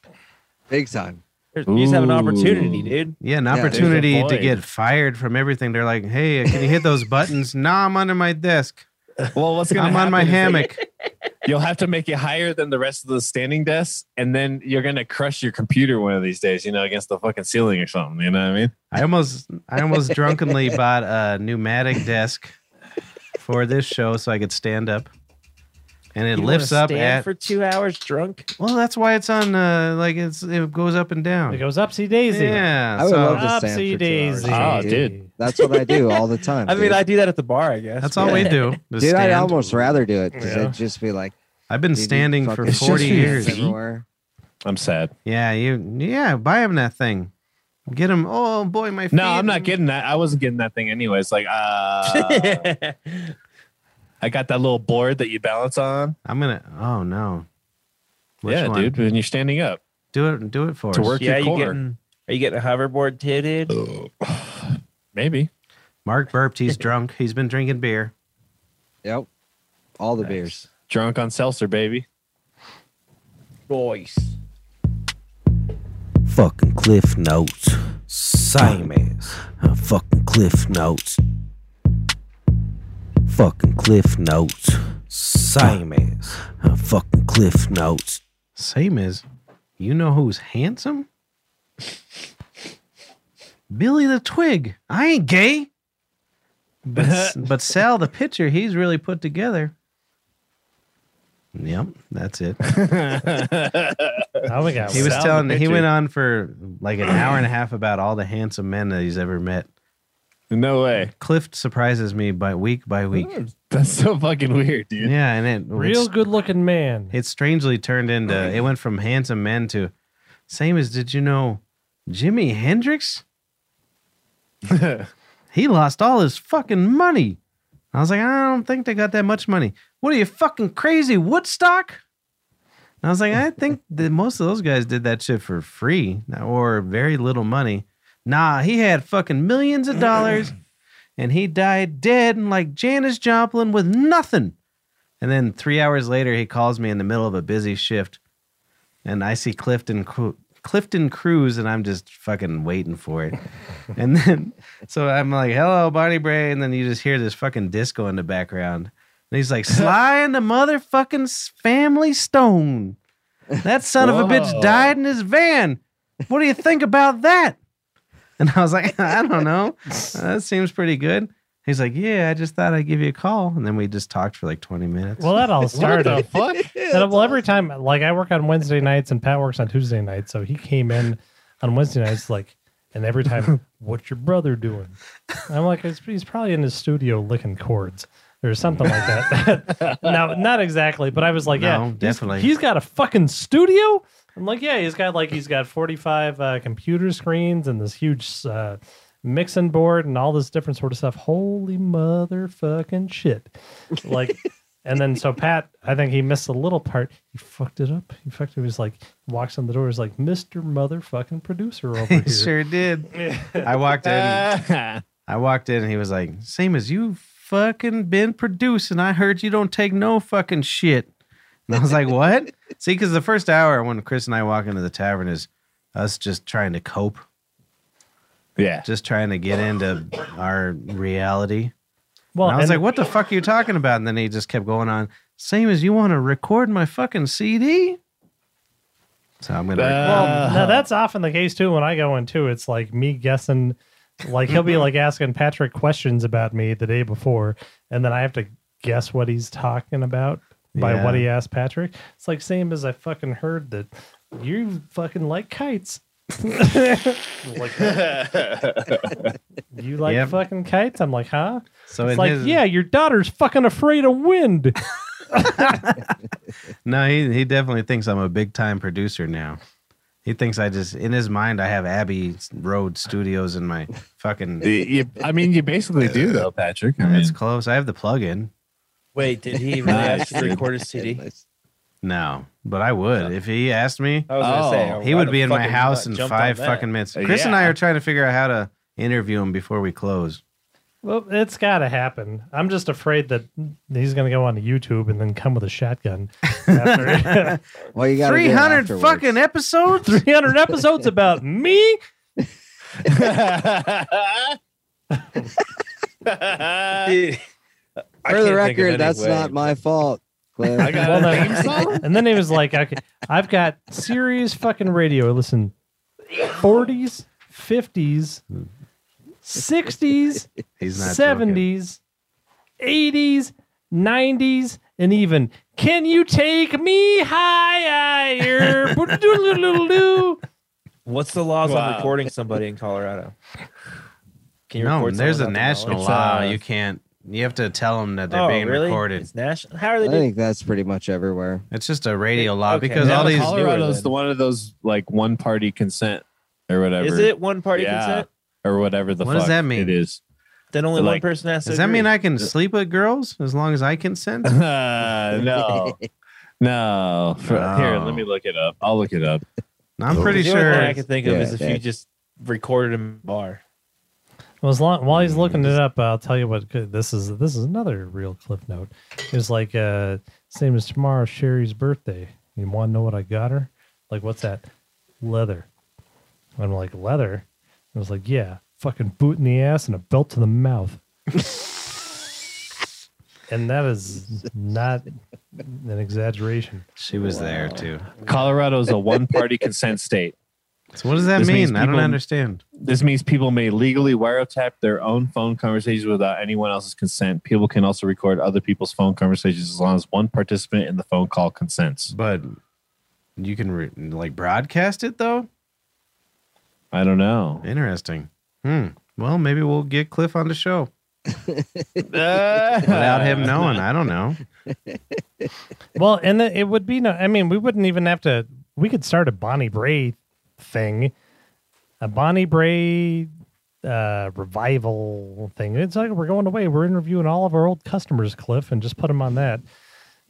big time.
There's- You just have an
Ooh.
opportunity, dude.
Yeah, an
Yeah, there's a
opportunity to
void.
get fired from everything. They're like, hey, can you hit those buttons? Nah, I'm under my desk.
well, what's gonna
I'm
happen
on my
is that
hammock.
You'll have to make it higher than the rest of the standing desks, and then you're gonna crush your computer one of these days, you know, against the fucking ceiling or something. You know what I mean?
I almost I almost drunkenly bought a pneumatic desk for this show so I could stand up. And it
You wanna
lifts up
stand
at
for two hours drunk.
well, that's why it's on uh like it's it goes up and
It
down.
goes upsy daisy.
Yeah.
I would
so
love
Ah,
to stand for
Upsy
two hours.
daisy.
Oh, dude.
That's what I do all the time.
I mean,
dude.
I do that at the bar, I guess.
that's all we do. is
Dude, I'd
stand.
almost rather do it because
Yeah.
I'd just be like
I've been
dude, you
standing for
fucking
It's just
40
your
years.
feet.
Everywhere.
I'm sad.
Yeah, you. Yeah, buy him that thing. Get him. Oh boy, my. Feet.
No, I'm not getting that. I wasn't getting that thing anyways. Like, uh, I got that little board that you balance on.
I'm gonna. Oh no. Which
yeah,
one?
dude. When you're standing up
Do it. Do it for
to
us.
work
yeah,
your
you
core,
getting? Are you getting a hoverboard too, dude?
maybe.
Mark burped. He's drunk. He's been drinking beer.
Yep. All the beers.
Drunk on seltzer, baby.
Boys.
Fucking cliff notes. Same as. fucking cliff notes. Fucking cliff notes. Same as. fucking cliff notes.
Same as, you know who's handsome? Billy the Twig. I ain't gay. But but Sal the pitcher, he's really put together. Yep, that's it.
Oh, we got
he was
Sal the
telling he
pitcher.
went on for like an hour and a half about all the handsome men that he's ever met.
No way.
Clift surprises me by week by week.
That's so fucking weird, dude.
Yeah, and it
real
it's-
good looking man.
it strangely turned into it went from handsome men to same as did you know Jimi Hendrix? he lost all his fucking money. I was like, I don't think they got that much money. What are you fucking crazy, Woodstock? I was like, I think that most of those guys did that shit for free or very little money. Nah, he had fucking millions of dollars and he died dead and like Janis Joplin with nothing. And then three hours later, he calls me in the middle of a busy shift and I see Clifton Cru- Clifton Cruz, and I'm just fucking waiting for it. and then, so I'm like, "Hello, Barney Bray," and then you just hear this fucking disco in the background, and he's like, "Sly and the motherfucking s- Family Stone." That son of a bitch
Whoa.
died in his van. What do you think about that? And I was like, I don't know. Uh, That seems pretty good. He's like, Yeah, I just thought I'd give you a call. And then we just talked for like 20 minutes.
Well, that all
What
started.
the fuck?
And, well, every time, like I work on Wednesday nights and Pat works on Tuesday nights, so he came in on Wednesday nights, like, and every time, what's your brother doing? And I'm like, he's, he's probably in his studio licking chords or something like that. no, not exactly, but I was like, yeah,
No,
he's-
definitely.
he's got a fucking studio. I'm like, yeah, he's got like he's got 45 uh, computer screens and this huge uh, mixing board and all this different sort of stuff. Holy motherfucking shit! Like. And then so Pat, I think he missed a little part. He fucked it up. He fucked it. He was like, walks in the door, is like, Mr. Motherfucking Producer over here.
He sure did. I walked in. I walked in and he was like, same as you fucking been producing. I heard you don't take no fucking shit. And I was like, what? See, because the first hour when Chris and I walk into the tavern is us just trying to cope,
yeah.
just trying to get into our reality.
Well,
and I was
and-
like, what the fuck are you talking about? And then he just kept going on, same as you want to record my fucking CD? So I'm going to.
Well,
Uh,
Uh-huh.
now that's often the case too. When I go in too, it's like me guessing. Like he'll be like asking Patrick questions about me the day before, and then I have to guess what he's talking about by
Yeah.
what he asked Patrick. It's like same as I fucking heard that you fucking like kites. like you like
Yep.
fucking kites? I'm like, huh?
so
It's
in
like,
his-
yeah, your daughter's fucking afraid of wind.
No, he he definitely thinks I'm a big time producer now. He thinks I just in his mind I have Abbey Road Studios in my fucking.
You- I mean, you basically do though, Patrick. I mean,
It's close. I have the plug-in.
Wait, did he really actually record a CD?
No, but I would if he asked me.
I was gonna say
Oh,
He
why
would
the
be in
fuck
my
have you
house
not
in
jumped on
five
that?
fucking minutes.
Uh,
Chris and I
yeah.
are trying to figure out how to interview him before we close.
Well, it's got to happen. I'm just afraid that he's going to go onto YouTube and then come with a shotgun. After
Well, you got
Three hundred fucking episodes.
300 episodes about me?
Oh. uh,
For
I
the
can't think of any
record, that's
way.
not my fault. Cliff.
I got
Well,
a
no.
theme song.
And then he was like, okay, I've got serious fucking radio. Listen, 40s, 50s, 60s,
He's not joking.
70s, 80s, 90s, and even can you take me higher? Boo-doo-doo-doo-doo-doo.
What's the laws on
Wow.
recording somebody in Colorado? Can
No,
record
there's a
someone without their
national
knowledge?
law.
It's, uh,
you can't. You have to tell them that they're
oh,
being
really?
recorded.
It's national. How are
I
they doing?
think that's pretty much everywhere.
It's just a radio law
Okay,
because
now
all
the
these
color-
Colorado's
then.
the one of those like one party consent or whatever.
Is it one party
Yeah.
consent?
or whatever the
What
fuck
does that mean?
it is?
Then only one
Like,
person has to.
Does that mean
agree.
I can sleep with girls as long as I consent?
Uh, no, no. For-
No.
Here, let me look it up. I'll look it up.
I'm pretty
The only thing I
sure.
can think of
Yeah,
is if
yeah.
you just recorded him bar.
Well, as long, while he's looking it up, I'll tell you what. good- This is this is another real cliff note. It was like uh, same as tomorrow, Sherry's birthday. You want to know what I got her? Like, what's that? Leather. And I'm like leather. I was like, yeah, fucking boot in the ass and a belt to the mouth. and that is not an exaggeration.
She was there too.
Colorado's a one party consent state.
So what does that
This means
mean? I don't
people-
understand.
This means people may legally wiretap their own phone conversations without anyone else's consent. People can also record other people's phone conversations as long as one participant in the phone call consents.
But you can re- like broadcast it though.
I don't know.
Interesting. Hmm. Well, maybe we'll get Cliff on the show
Without
without him knowing. I don't know.
Well, and the, it would be no. I mean, we wouldn't even have to. We could start a Bonnie Bray thing, a Bonnie Bray uh, revival thing. It's like we're going away. We're interviewing all of our old customers, Cliff, and just put them on that.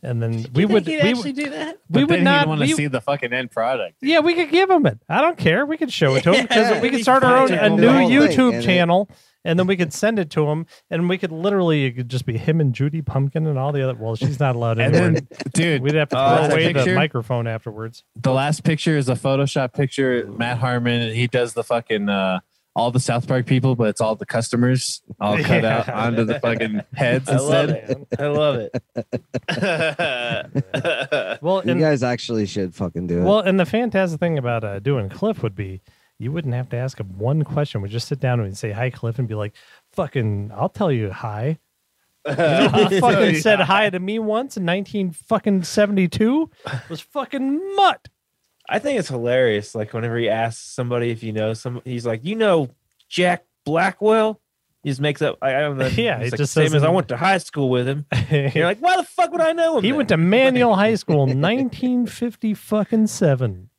and then we would we, would-
do that.
But
we would
then
not
want to
we-
see the fucking end product.
Yeah, we could give him it. I don't care. We could show it to him because
Yeah,
we could
we
start our own
could
a
do
new
the whole thing,
YouTube
and it-
channel, and then we could send it to him, and we could literally it could just be him and Judy Pumpkin and all the other. Well, she's not allowed
And
anywhere.
then, dude,
We'd
Oh,
have to
uh,
throw
that
away the
picture-
microphone afterwards.
the last picture is a Photoshop picture. Matt Harmon, he does the fucking uh, all the South Park people, but it's all the customers all cut out
Yeah.
onto the fucking heads
I love
instead.
it. I love it.
Well,
You
and
guys actually should fucking do it.
well, and the fantastic thing about uh, doing Cliff would be you wouldn't have to ask him one question. We just sit down and we'd say hi, Cliff, and be like, "Fucking, I'll tell you hi." He fucking said hi to me once in nineteen fucking seventy two. Was fucking mutt.
I think it's hilarious. Like whenever he asks somebody if you know some, he's like, you know, Jack Blackwell. He just makes up. I, I don't know.
Yeah,
he's
it
like,
just
same as I
doesn't-
went to high school with him. And you're like, why the fuck would I know him?
He
then?"
went to Manual High School, nineteen fifty fucking seven.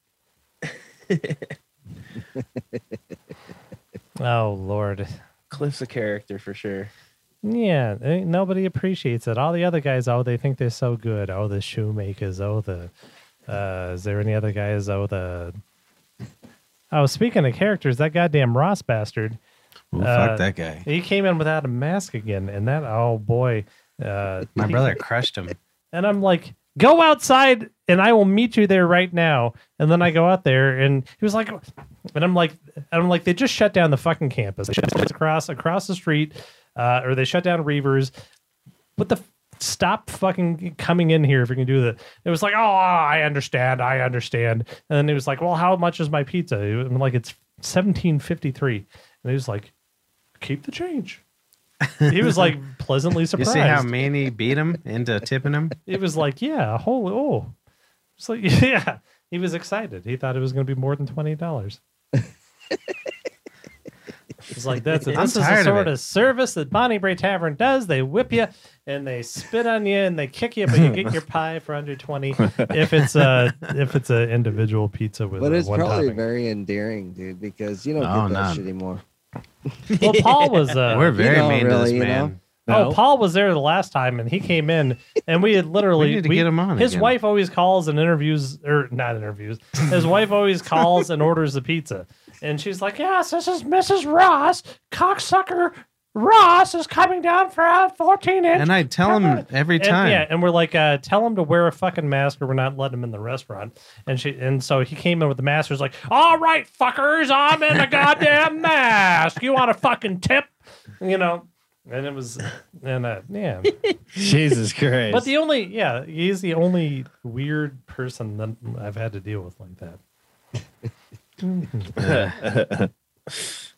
oh Lord,
Cliff's a character for sure.
yeah, ain't nobody appreciates it. All the other guys, oh, they think they're so good. Oh, the shoemakers. Oh, the uh, is there any other guys? Oh, the oh, speaking of characters, that goddamn Ross bastard.
Ooh,
Uh,
fuck that guy.
He came in without a mask again, and that oh boy, uh,
My
he-
brother crushed him.
And I'm like, go outside and I will meet you there right now. And then I go out there and he was like, and I'm like, and I'm like, they just shut down the fucking campus. They shut down across, across the street, uh, or they shut down Reavers. What the f- stop fucking coming in here if you can do that. It was like, oh, I understand. I understand. And then he was like, well, how much is my pizza? I'm like, it's 1753. And he was like, keep the change. He was like pleasantly
You
surprised
see how Manny beat him into tipping him?
it was like, yeah, holy, oh, it's like, yeah, he was excited. He thought it was going to be more than twenty dollars. It's like that's
I'm
this is
tired
the
of
sort
it.
of service that Bonnie Bray Tavern does. They whip you and they spit on you and they kick you, but you get your pie for under twenty if it's a if it's an individual pizza with
but
uh,
it's
one
probably
topping.
very endearing, dude, because you don't
No,
get that
no.
shit anymore.
well. Paul was uh,
We're very
don't
mean to
really,
this
you
man.
know.
Oh, Paul was there the last time, and he came in, and we had literally
We need to get him on
His
again.
wife always calls and interviews, or not interviews. His wife always calls and orders the pizza, and she's like, "Yes, this is Mrs. Ross, cocksucker Ross is coming down for a fourteen inch."
And I tell him every
And-
time.
yeah, and we're like, uh, tell him to wear a fucking mask, or we're not letting him in the restaurant. And she, and so he came in with the mask. He was like, all right, fuckers, I'm in a goddamn mask. You want a fucking tip? You know. And it was, and uh, yeah.
Jesus Christ.
But the only, yeah, he's the only weird person that I've had to deal with like that.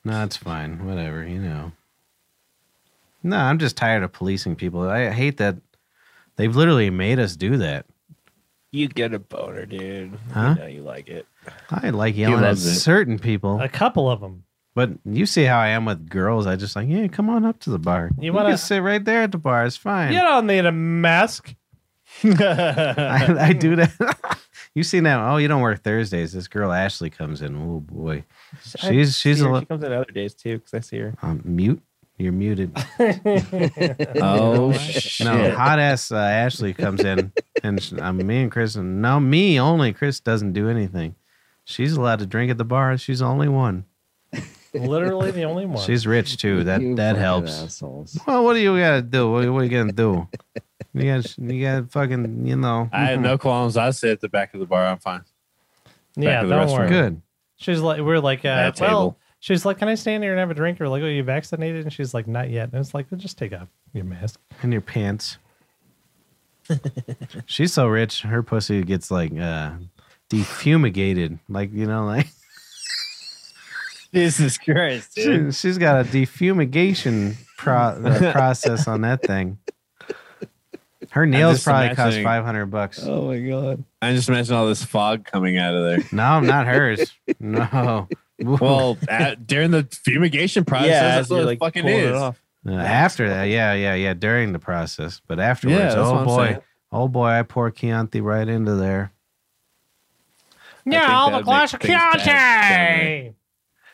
No, it's fine. Whatever, you know. No, I'm just tired of policing people. I hate that they've literally made us do that.
You get a boner, dude.
Huh?
I know you like it.
I like yelling at
loves it.
certain people,
A couple of them.
but you see how I am with girls. I just like, yeah, come on up to the bar. You,
wanna-
can sit right there at the bar. It's fine.
You don't need a mask.
I, I do that. you see now? Oh, you don't work Thursdays. This girl Ashley comes in. Oh boy,
I
she's she's
see
a
her.
li-
she comes in other days too because I see her.
um, mute. You're muted.
oh shit.
No, hot ass uh, Ashley comes in, and sh- uh, me and Chris, and no, me only. Chris doesn't do anything. She's allowed to drink at the bar. She's the only one.
Literally the only one.
She's rich too. That
You
that
fucking
helps.
Assholes.
Well, what do you gotta do? What, what you gonna do? You got you got fucking you know.
I had no qualms. I sit at the back of the bar. I'm fine.
yeah,
of the
don't worry.
restaurant.
Good.
She's like, we're like, uh,
At a
well,
table.
she's like, can I stand here and have a drink? Or like, oh, you vaccinated? And she's like, not yet. And it's like, then just take off your mask.
And your pants. She's so rich, her pussy gets like uh defumigated. Like you know, like
Jesus Christ,
she, she's got a defumigation pro- uh, process on that thing. Her nails
just
probably cost
imagining-
five hundred bucks.
Oh my god.
I just imagine all this fog coming out of there.
No, not hers. No.
Well, at, during the fumigation process, that's
as you're,
what it fucking
pulling it
is.
off.
Uh, after that, yeah, yeah, yeah. During the process, but afterwards,
Yeah, that's what
oh
I'm
boy,
saying.
oh boy, I pour Chianti right into there.
think
Yeah,
that
the
would
glass of
make things bad
Chianti.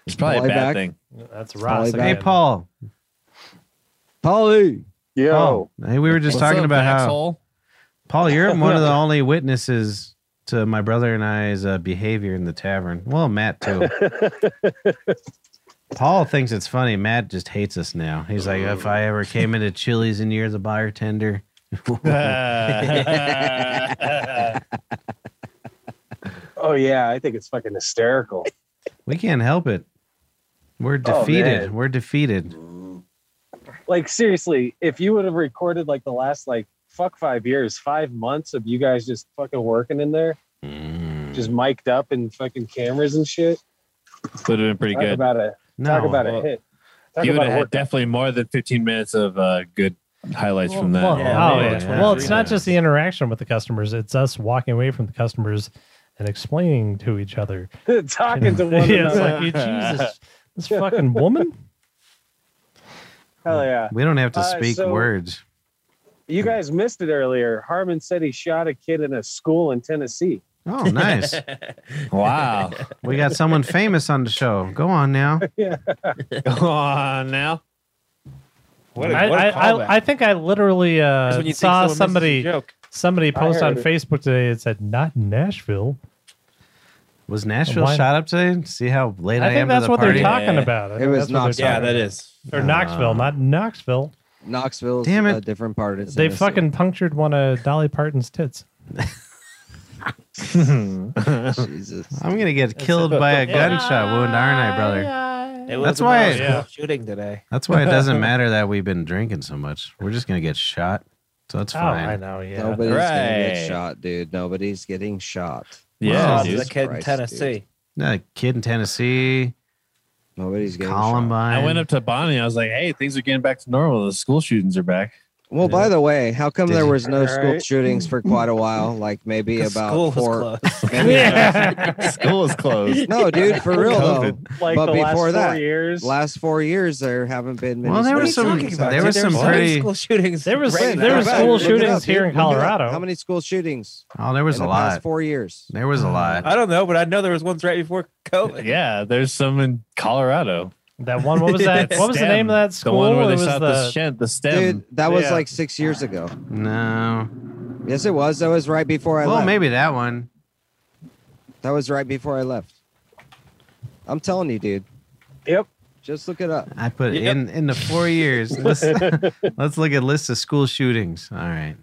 It's probably a bad
Playback.
thing.
That's Ross.
Polly
Hey,
again.
Paul.
Polly.
Yo,
Hey, we were just
What's
talking
up,
about how
asshole?
Paul, you're one of the only witnesses to my brother and I's uh, behavior in the tavern. Well, Matt too. Paul thinks it's funny. Matt just hates us now. He's like, if I ever came into Chili's and you're the bartender,
Oh yeah, I think it's fucking hysterical.
we can't help it. We're
Oh,
defeated.
man.
We're defeated.
Like seriously, if you would have recorded like the last like fuck five years, five months of you guys just fucking working in there, just mic'd up and fucking cameras and shit.
Would have been pretty
Talk
good.
about a
No,
talk about
well,
a hit. Talk
you would
about a
have had
workout.
definitely more than 15 minutes of uh, good highlights from that.
Well,
Yeah,
oh,
yeah,
it's-
yeah.
well, it's not just the interaction with the customers; it's us walking away from the customers and explaining to each other.
talking to one
yeah, it's
another.
like, you- Jesus, this fucking woman.
Hell yeah.
We don't have to
Uh,
speak
so-
words.
You guys missed it earlier. Harmon said he shot a kid in a school in Tennessee.
Oh, nice.
Wow.
we got someone famous on the show. Go on now.
Go on now.
I,
What a- what a
I,
callback.
I, I think I literally
That's when
uh,
you think someone
saw
misses a
somebody
joke.
somebody post
heard
on
it.
Facebook today that said not in Nashville.
Was Nashville
Why-
shot up today? See how late I,
I
am
think that's
to the
what
party.
they're talking
Yeah, yeah.
about. I
It
think
was
that's what they're
Knoxville.
Yeah,
talking
that is.
about. or Knoxville,
Uh,
not Knoxville.
Knoxville's
Damn it.
a different part of
They
Tennessee.
fucking punctured one of Dolly Parton's tits.
Jesus.
I'm gonna get killed by a gunshot wound, aren't I, brother?
It was
That's
a
why-
nice
Yeah.
shooting today.
That's why it doesn't matter that we've been drinking so much. We're just gonna get shot. So that's
Oh, I
fine.
know. Yeah.
Nobody's gonna
Right.
get shot, dude. Nobody's getting shot.
Yeah,
Oh,
dude.
the kid in
Christ,
Tennessee.
That kid in Tennessee,
Nobody's getting shot.
Columbine.
I went up to Bonnie. I was like, hey, things are getting back to normal. The school shootings are back.
Well, by the way, how come
Did
there
you-
was no school
Alright.
shootings for quite a while? Like maybe
'Cause
about
school
four.
was closed.
maybe-
school is closed.
No, dude, for real though.
COVID.
Like
But
the last
before
four
that,
years.
Last four years, there haven't been many.
Well, there
school
were
shootings.
some- there
dude?
were some
so many
pretty-
school shootings.
There was-
right
there
now.
was
Look it
school
up. Look it
shootings
up,
here
dude.
in
Look it up.
Colorado.
How many school shootings?
Oh, there was
in
a
the
lot.
Past four Mm. years.
There was a lot.
I don't know, but I know there was ones right before COVID.
Yeah, there's some in Colorado.
That one. What was that? what was the
STEM,
name of that school?
The one where they
it was
shot
the-
the, shen- the STEM.
Dude, that was
Yeah.
like six years ago.
No.
Yes, it was. That was right before I
Well,
left.
maybe that one.
That was right before I left. I'm telling you, dude.
Yep.
Just look it up.
I put it
Yep.
in in the four years. Let's let's look at list of school shootings. All right.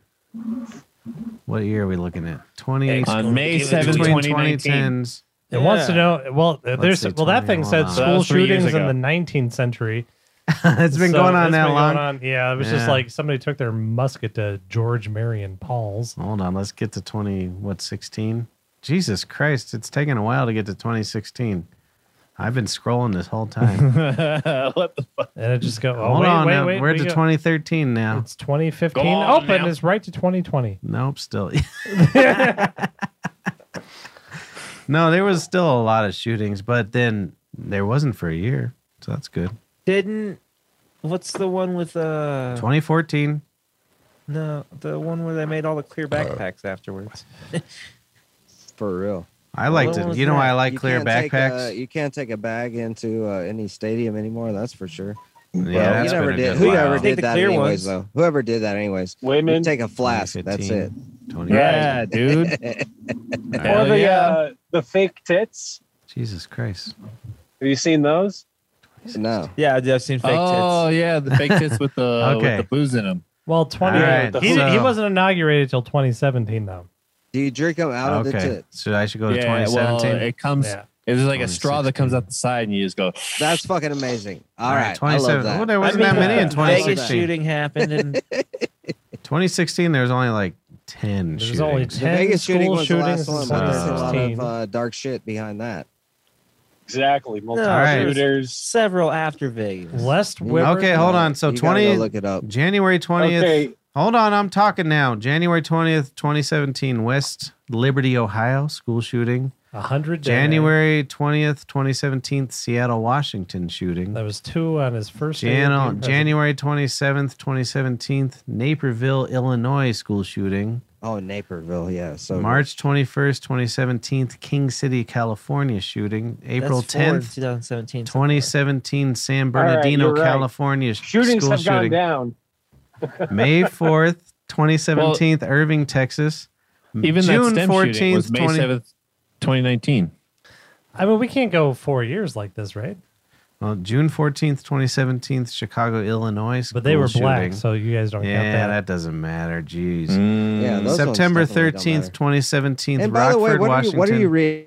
What year are we looking at? Twenty
on May 7th,
between
2019.
2010s.
It wants to
Yeah.
know. Well, uh, there's
see,
well that thing
21.
said
that
So
school
was three years
shootings in
ago.
the 19th century.
it's been
So
going on
it's
that
been
long.
going on- Yeah, it was just
Yeah.
like somebody took their musket to George Marion Paul's.
Hold on, let's get to 20 what 16? Jesus Christ, it's taken a while to get to 2016. I've been scrolling this whole time.
what the fuck?
And it just go. Oh,
Hold
wait,
on,
wait,
now.
wait.
we're
we
to
go-
2013 now.
It's 2015.
Go
Oh,
on
but
now.
it's right to 2020.
Nope, still. no, there was still a lot of shootings, but then there wasn't for a year. So that's good.
Didn't what's the one with uh
2014.
no the one where they made all the clear
Uh,
backpacks afterwards?
For real.
I liked
What
it.
was
You know why I
that?
like
You
clear
can't take
backpacks?
a- you can't take a bag into uh, any stadium anymore. That's for sure.
yeah, that's
you never
been a
did.
good
Whoever
while.
Take
did
the
that
clear
anyways,
ones.
though. Whoever did that anyways. You
Women
take a flask. That's it.
20.
Yeah, dude.
or
Hell
the
yeah.
uh, the fake tits.
Jesus Christ.
Have you seen those?
No.
Yeah, I- I've seen fake
oh
tits.
yeah, the fake tits with the with
Okay.
the booze in them.
Well, 20.
All right,
he,
so-
he wasn't inaugurated till 2017 though.
Do you drink them out of the
Okay.
tit?
So I should go to
yeah, well,
2017.
it comes.
Yeah.
It's like a straw that comes out the side, and you just go.
That's fucking amazing. All
All
right.
right,
I love
27.
that.
Well, there wasn't
I
that
mean,
many in
the Vegas
2016.
shooting happened and
2016, there was only like 10
There's
shootings.
only
the
10
Vegas shooting
school
was the last
shootings in
one, but there's a lot
2016.
of uh, dark shit behind that.
Exactly. Multiple
right.
shooters.
several after Vegas.
West Whipper.
Mm. okay, hold on. So
Uh, You gotta go
20
look it up.
January 20th.
Okay.
Hold on, I'm talking now. January 20th, 2017, West Liberty, Ohio, school shooting.
100 days.
January 20th, 2017, Seattle, Washington shooting.
That was two on his first day. of
Jan-
being president.
January 27th, 2017, Naperville, Illinois school shooting.
Oh, Naperville, yeah. So
March 21st, 2017, King City, California shooting. April
That's four in
10th,
2017.
2017, San
All right,
Bernardino,
you're right.
California sh-
Shootings
school
have gone
shooting.
down.
May 4th, 2017, Irving, Texas.
Even
June
that STEM 14th, shooting was May
20
seventh, twenty nineteen.
I mean, we can't go four years like this, right?
Well, June 14th, 2017, Chicago, Illinois.
But they
school
were black,
shooting.
so you guys don't count
yeah,
that.
that doesn't matter. Jeez.
Yeah, Mm, those ones
mm, September
definitely don't
13th,
matter.
2017,
And by the
Rockford,
way, what are you,
Washington.
what are you reading?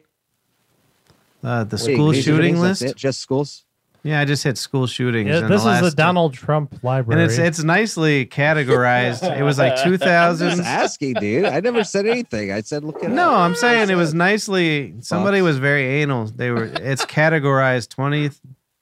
uh, the school
These
shooting
shootings, that's
list?
it? Just schools?
Yeah, I just hit school shootings.
Yeah,
and
this
the
is
last
the Donald Trump
And
library.
it's it's nicely categorized. it was like
Just
2000s.
asking, dude. I never said anything. I said, look at
No, I'm saying it was nicely. Somebody
Fox.
was very anal. They were. It's categorized 20,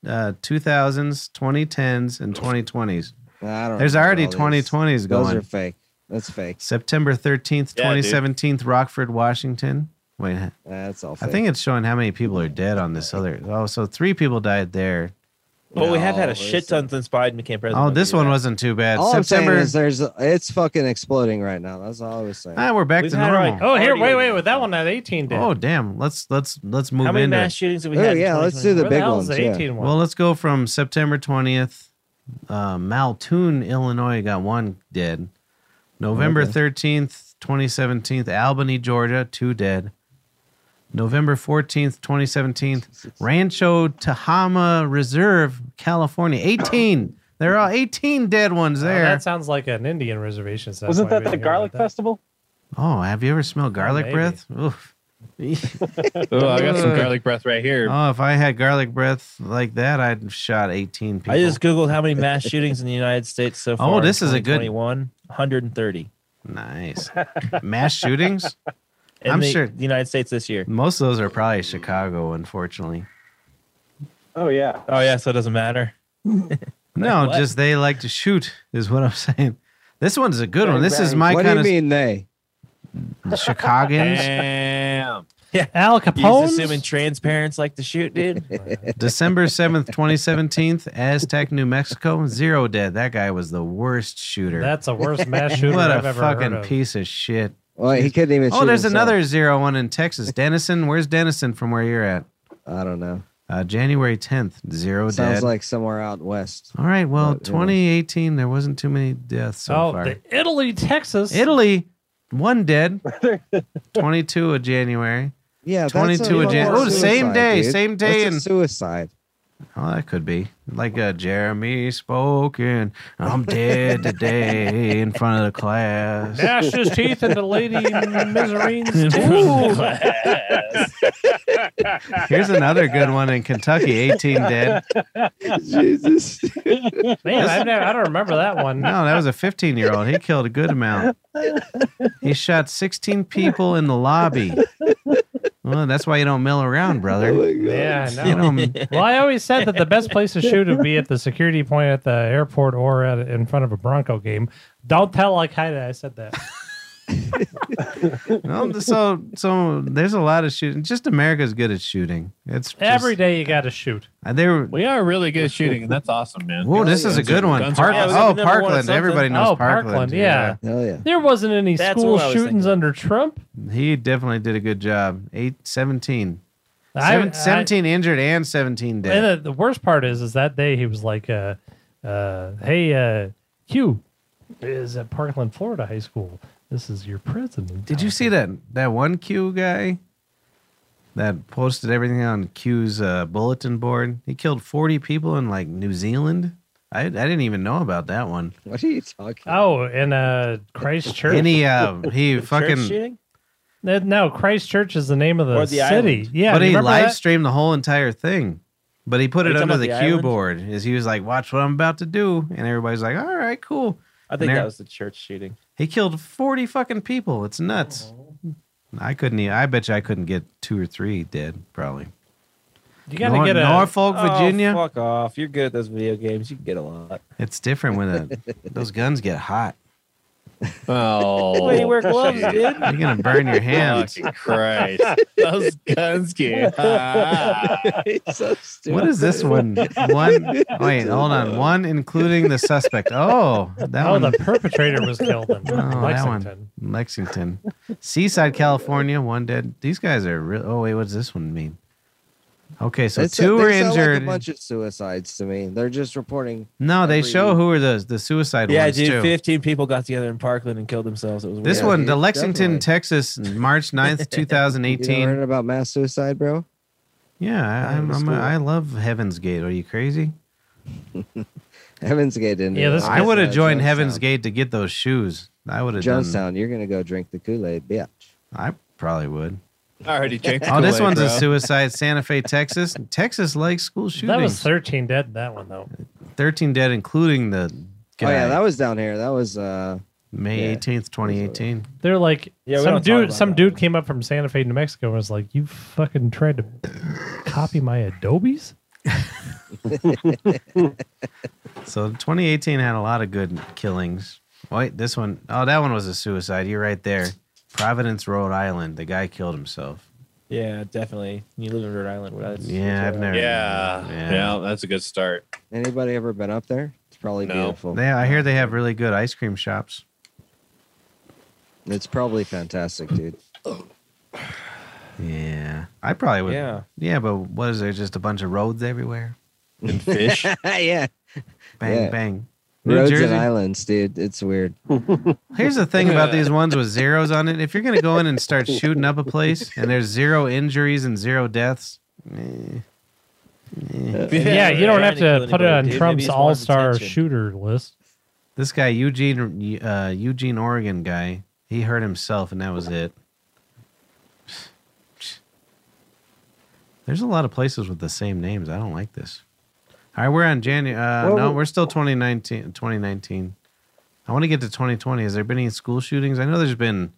uh, 2000s, 2010s, and 2020s.
I don't
There's
remember
already
all these.
2020s
Those
going.
are fake. That's fake.
September 13th,
Yeah, dude.
2017, Rockford, Washington. Wait,
That's all
I
fake.
think it's showing how many people are dead on this other. Oh, so three people died there.
But we have had
No,
a shit
listen.
ton since Biden became president.
Oh, this one wasn't too bad.
all
September.
I'm saying is there's it's fucking exploding right now. That's all I was saying.
ah, we're back
We've
to
had,
normal.
like,
oh, here,
Already
wait,
in
wait,
it.
with that one at 18 did.
oh, damn. Let's let's let's move
How many
into.
mass shootings have we
Oh,
had? in
yeah, let's do
2020?
the
Where the
big
hell is
ones.
the
Yeah.
18 one?
Well, let's go from September 20th. Uh, Maltoon, Illinois got one dead. November
Okay.
13th, 2017, Albany, Georgia, two dead. November 14th, 2017, Rancho Tehama Reserve, California, 18. there are 18 dead ones
Oh,
there.
that sounds like an Indian reservation. So that's
Wasn't
why
that
we
the
didn't hear about
garlic
that.
festival?
oh, have you ever smelled garlic
maybe.
breath? Oof.
Oh, I got some
Ugh.
garlic breath right here.
Oh, if I had garlic breath like that, I'd shot 18 people.
I just googled how many mass shootings in the United States so far. in
Oh, this is a good-
2021, 130.
Nice. Mass shootings?
In
I'm
the,
sure-
the United States this year.
Most of those are probably Chicago, unfortunately.
Oh yeah.
Oh yeah, so it doesn't matter.
No,
What?
just they like to shoot, is what I'm saying. This one's a good one. This is my
what do
kind
you
of
mean they?
Chicagans.
Damn.
Al
You just
Capone.
assuming trans parents like to shoot, dude.
December 7th, 2017, Aztec, New Mexico, zero dead. That guy was the worst shooter.
That's the worst mass shooting
what
I've
a
ever heard
fucking
of.
piece of shit.
Well, he couldn't even.
Oh,
shoot
there's
himself.
another zero one in Texas. Denison, where's Denison from where you're at?
I don't know.
Uh, January 10th, zero
Sounds
dead.
like somewhere out west.
All right, well,
But, you know.
2018, there wasn't too many deaths so
oh,
far.
the Italy, Texas.
Italy, one dead, 22 of January.
Yeah, that's a
22
fucking
Jan-
oh,
same
suicide,
day,
dude.
same
That's
day
a
and-
suicide.
Oh, that could be like uh, Jeremy spoken. I'm dead today in front of the class.
Gnashed his teeth into Lady Miserine's
Here's another good one in Kentucky. 18 dead.
Jesus.
Man, I've never, I don't remember that one.
No, that was a 15 year old. He killed a good amount. He shot 16 people in the lobby. Well, that's why you don't mill around, brother.
Yeah,
You
I know.
don't
Well, I always said that the best place to shoot would be at the security point at the airport or at, in front of a Bronco game. Don't tell Al Qaeda I said that.
Well, so so there's a lot of shooting. Just America's good at shooting. It's just, uh,
Every day you got to shoot.
They were.
We are really good at shooting, and that's awesome, man.
Whoa, this is a good one.
Guns are
Park-
Yeah, it was
oh,
like number one or
Parkland.
something.
Everybody knows
Oh, Parkland, yeah.
Hell yeah.
There wasn't any
That's
school
what I was
shootings
thinking.
under Trump.
He definitely did a good job. Eight, 17.
I-
Seven-
I-
17 injured and 17
and
dead.
the, the worst part is, is that day he was like, uh, uh, "Hey, uh, Q is at Parkland, Florida High School. This is your president."
Did you see that that one Q guy that posted everything on Q's uh, bulletin board? He killed 40 people in like New Zealand. I, I didn't even know about that one.
What are you talking?
Oh, in uh, Christchurch.
And he uh, he
Church
fucking
shooting?
Uh, No, Christchurch is the name of the,
Or the
city.
island.
Yeah,
but
you
he
remember
live
that?
streamed the whole entire thing. But he put
Are
it
you talking
under the,
about the
Q
island?
board. Is he was like, "Watch what I'm about to do," and everybody's like, "All right, cool."
I think
There-
that was the church shooting.
He killed forty fucking people. It's nuts. I couldn't. e- I bet you I couldn't get two or three dead. Probably.
You gotta
Nor-
get a.
Norfolk, Virginia.
Oh, fuck off. You're good at those video games. You can get a lot.
It's different when the, those guns get hot.
Oh,
Wait, you wear gloves,
shit.
dude.
You're gonna burn your hands.
Fucking Christ. Those guns Ah. get hot.
It's so stupid.
What is this one? One. Wait, hold on. One including the suspect. Oh, that
Oh,
one.
the perpetrator was killed in
Oh, that one.
Lexington.
Lexington, Seaside, California, one dead. These guys are real. Oh wait, what's this one mean? Okay, so
They sa-
two
they
were
sound Like
injured.
a bunch of suicides to me. They're just reporting.
no, they
every
show
week.
who were the the suicide
Yeah,
ones
dude.
too.
Fifteen people got together in Parkland and killed themselves. It was
This
Yeah,
one,
dude,
the Lexington,
definitely.
Texas, March 9th,
You
2018.
never heard about mass suicide, bro?
yeah, I, I'm,
was
I'm a,
cool.
I love Heaven's Gate. Are you crazy?
Heaven's Gate didn't.
Yeah,
do
this
that.
It's
I would have
Uh,
joined Heaven's
Jonestown.
Gate to get those shoes. I would have done.
Jonestown, you're gonna go drink the Kool Aid, bitch.
I probably would.
I already checked.
Oh, this one's a
super.
suicide. Santa Fe, Texas. Texas likes school shootings.
That was 13 dead. That one though.
13 dead, including the guy.
Oh yeah, that was down here. That was uh,
May
yeah.
18th, 2018.
They're like
Yeah,
some
we don't talk
dude.
about
Some
that
dude
one.
came up from Santa Fe, New Mexico, and was like, "You fucking tried to copy my Adobe's."
So 2018 had a lot of good killings. Wait, this one. Oh, that one was a suicide. You're right there. Providence, Rhode Island. The guy killed himself.
Yeah, definitely. You live in Rhode Island. Well, that's,
Yeah,
that's
I've
where I-
never.
Yeah.
Yeah.
yeah, that's a good start.
anybody ever been up there? It's probably
No.
beautiful.
They, I hear they have really good ice cream shops.
It's probably fantastic, dude.
Yeah, I probably would. Yeah,
Yeah.
but what is there? Just a bunch of roads everywhere.
And fish.
yeah,
Bang
Yeah.
bang. New
roads and
Jersey.
islands, dude. It's weird.
Here's the thing about these ones with zeros on it. If you're gonna go in and start shooting up a place and there's zero injuries and zero deaths, eh, eh.
Yeah, you don't
Trying
have
kill
to put it
anybody,
on
dude. Maybe
Trump's
he just
All
wants
Star
attention.
Shooter list.
this guy Eugene, uh, Eugene, Oregon guy, he hurt himself and that was it. There's a lot of places with the same names. I don't like this. All right, we're on January. Uh, no, we're still 2019. 2019. I want to get to 2020. Has there been any school shootings? I know there's been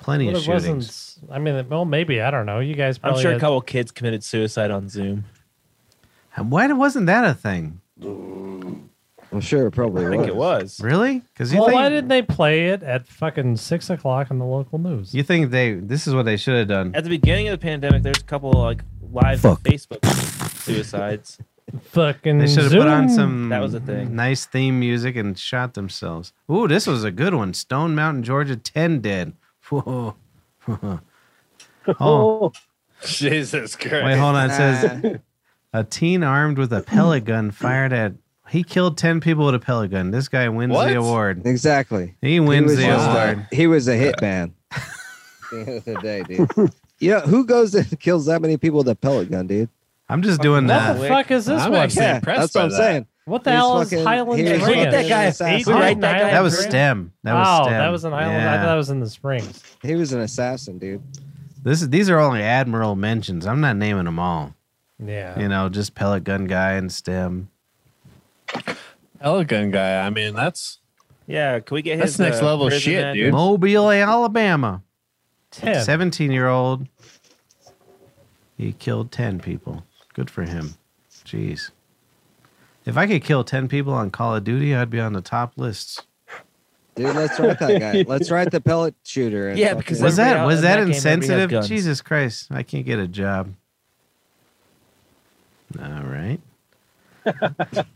plenty
Well,
of
it wasn't.
shootings.
s- I mean, it- well, maybe I don't know. You guys,
I'm
probably
sure a
had-
couple kids committed suicide on Zoom.
Why wasn't that a thing?
I'm sure it probably
I think it was.
Really? Because you
Well, why
think
didn't they play it at fucking six o'clock on the local news?
you think they this is what they should have done.
At the beginning of the pandemic, there's a couple like live
Fuck.
Facebook suicides.
Fucking
They should have put on
Zoom.
some
That was a thing.
nice theme music and shot themselves. Ooh, this was a good one. Stone Mountain, Georgia, 10 dead. Whoa. oh,
Oh,
Jesus Christ.
wait, hold on. It says
Uh,
a teen armed with a pellet gun fired at. He killed 10 people with a pellet gun. This guy wins
What?
the award.
exactly.
He
He
wins
was,
the
just
award.
a, he was a hitman. At the end of the day, dude. You know who goes and kills that many people with a pellet gun, dude?
I'm just doing
What
that.
the fuck is this
I'm
one?
actually-
that's
impressed by
what I'm
that.
saying.
What the
He's
hell is
fucking-
Highland
he's
Ranch?
fucking
That guy-
an assassin.
He
Who
was
wrote
an
that guy
island
That was
brand?
STEM. That was
oh,
STEM.
that was an island. I
Yeah.
thought that was in the Springs.
He was an assassin, dude.
This is, these are only admiral mentions. I'm not naming them all.
Yeah.
You know, just pellet gun guy and STEM.
Elegant guy. I mean, that's
Yeah, can we get
That's
his
next
uh,
level
prison
shit,
address?
dude.
Mobile, Alabama.
Ten.
17 year old. He killed 10 people. Good for him. Jeez. If I could kill 10 people on Call of Duty, I'd be on the top lists.
Dude, let's write that guy. Let's write the pellet shooter. and
Yeah,
fucking-
because
Was
everybody
that
out-
was
in
that
that game, everybody has
insensitive?
guns.
Jesus Christ. I can't get a job. All right.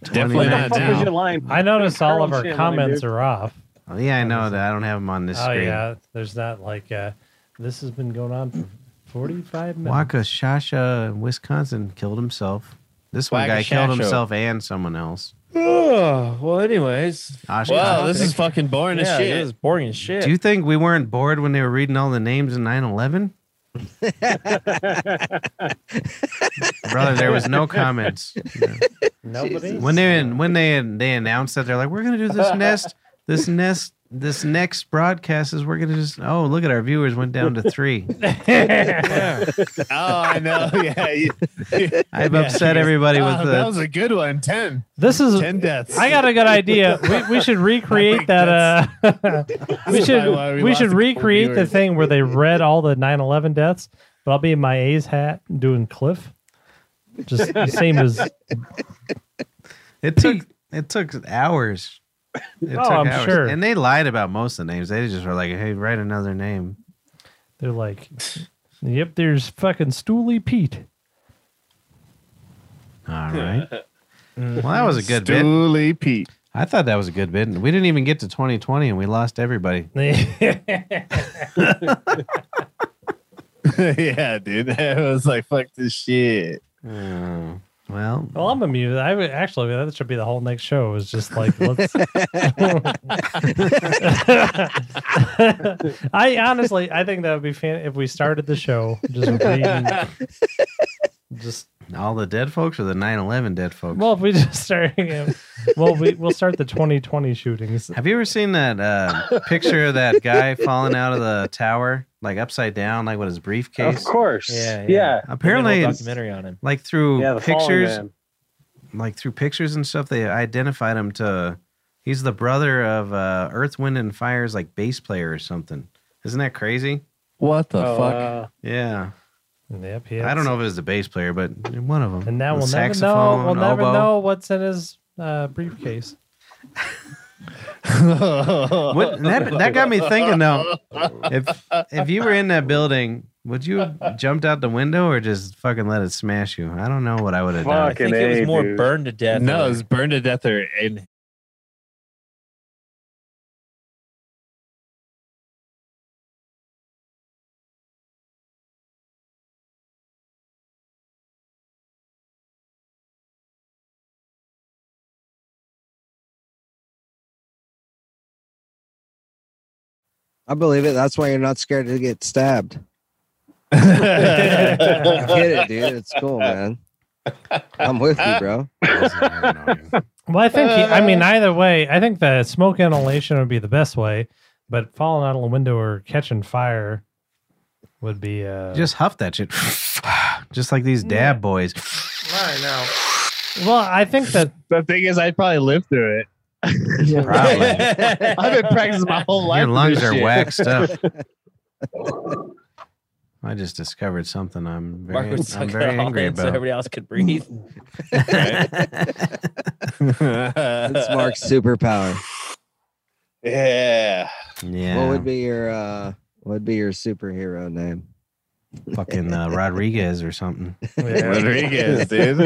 Definitely
what the
not
fuck
now.
is your line?
I noticed all of
Carl
our
Shanley,
comments
dude.
are off.
Oh, yeah, I know that. I don't have them on this
Oh
screen.
yeah, there's not like uh, this has been going on for 45 minutes.
Waka Shasha in Wisconsin killed himself. This one guy killed
Waukeshasha.
himself and someone else.
Oh, well, anyways.
Oshkosh.
wow. This is fucking boring
Yeah,
as shit.
it was boring as shit.
Do you think we weren't bored when they were reading all the names in 9 11? Brother, there was no comments.
Nobody.
When they when they they announced that they're like, we're gonna do this nest, this nest, this next broadcast is we're gonna just oh look at our viewers went down to three.
yeah.
oh, I know. Yeah. you-
I've
Yeah.
upset everybody with
Oh, that was
the
a good one. 10.
this is.
10 deaths.
I got a good idea. We, we should recreate that. Uh, we
That's probably why
should
we
we, should
lost a couple
recreate the
viewers.
thing where they read all the 9/11 deaths, but I'll be in my A's hat doing Cliff, just the same as.
it took it took hours. It
Oh, I'm sure.
And they lied about most of the names. They just were like, hey, write another name.
They're like, "Yep, there's fucking Stoolie Pete."
All right.
Mm-hmm.
well, that was a good bit.
Dooley Pete.
I thought that was a good bit. And we didn't even get to 2020 and we lost everybody.
yeah, dude. I was like, fuck this shit.
Mm.
Oh, well,
Well, I'm amused. I would, actually that should be the whole next show. Is just like let's. I honestly, I think that would be fan if we started the show just reading. Just
all the dead folks or the 9/11 dead folks.
well, if we just start, you know, well, we we'll start the 2020 shootings.
Have you ever seen that uh, picture of that guy falling out of the tower, like upside down, like with his
Of
briefcase?
course.
Yeah,
Yeah.
yeah.
Apparently,
They made a
it's-
documentary on him.
like through
Yeah, the
pictures,
Fallen
like through pictures and stuff, they identified him to. He's the brother of uh, Earth, Wind, and Fire's like bass player or something. Isn't that crazy?
What the
Man. Oh,
fuck?
uh,
Yeah,
Yep, he
I
is.
don't know if it was the bass player, but one of them.
And now
The
we'll never know.
saxophone,
We'll never
oboe.
know what's in his uh, briefcase.
What, and that, that got me thinking though. If if you were in that building, would you have jumped out the window or just fucking let it smash you? I don't know what I would have
I
done.
Fuck.
think
Fucking
it was
A,
more
dude.
burned to death.
no,
or-
it's burned to death or in
I believe it. That's why you're not scared to get stabbed. I get it, dude. It's cool, man. I'm with you, bro.
Well, I think he, I mean either way. I think the smoke inhalation would be the best way, but falling out of a window or catching fire would be uh,
Just huff that shit, just like these dab boys.
I know. Well, I think that
The thing is, I'd probably live through it.
Probably
I've been practicing my whole life.
your
for
lungs
this
are
shit.
waxed up. I just discovered something. I'm
Mark
very,
was
I'm
sucking
very
it all
angry
in so
about.
everybody else could breathe.
It's Mark's superpower.
Yeah.
Yeah,
What would be your uh what would be your superhero name?
fucking uh, Rodriguez or something.
Rodriguez, dude.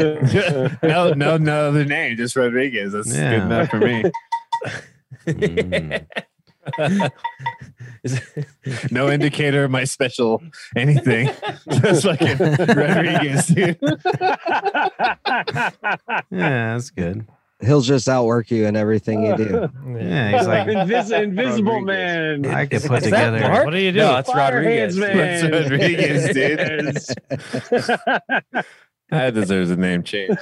no, no, no other name, just Rodriguez. That's
Yeah.
good enough for me.
Mm.
Is-
No indicator of my special anything. Just fucking Rodriguez, dude.
Yeah, that's good.
He'll just outwork you in everything you do.
Yeah, he's like,
Invis- invisible
Rodriguez.
man.
I could put
Is that
together.
Mark?
What do you do?
No, it's
Fire hands,
Rodriguez.
man.
That's Rodriguez, dude. That deserves a name change.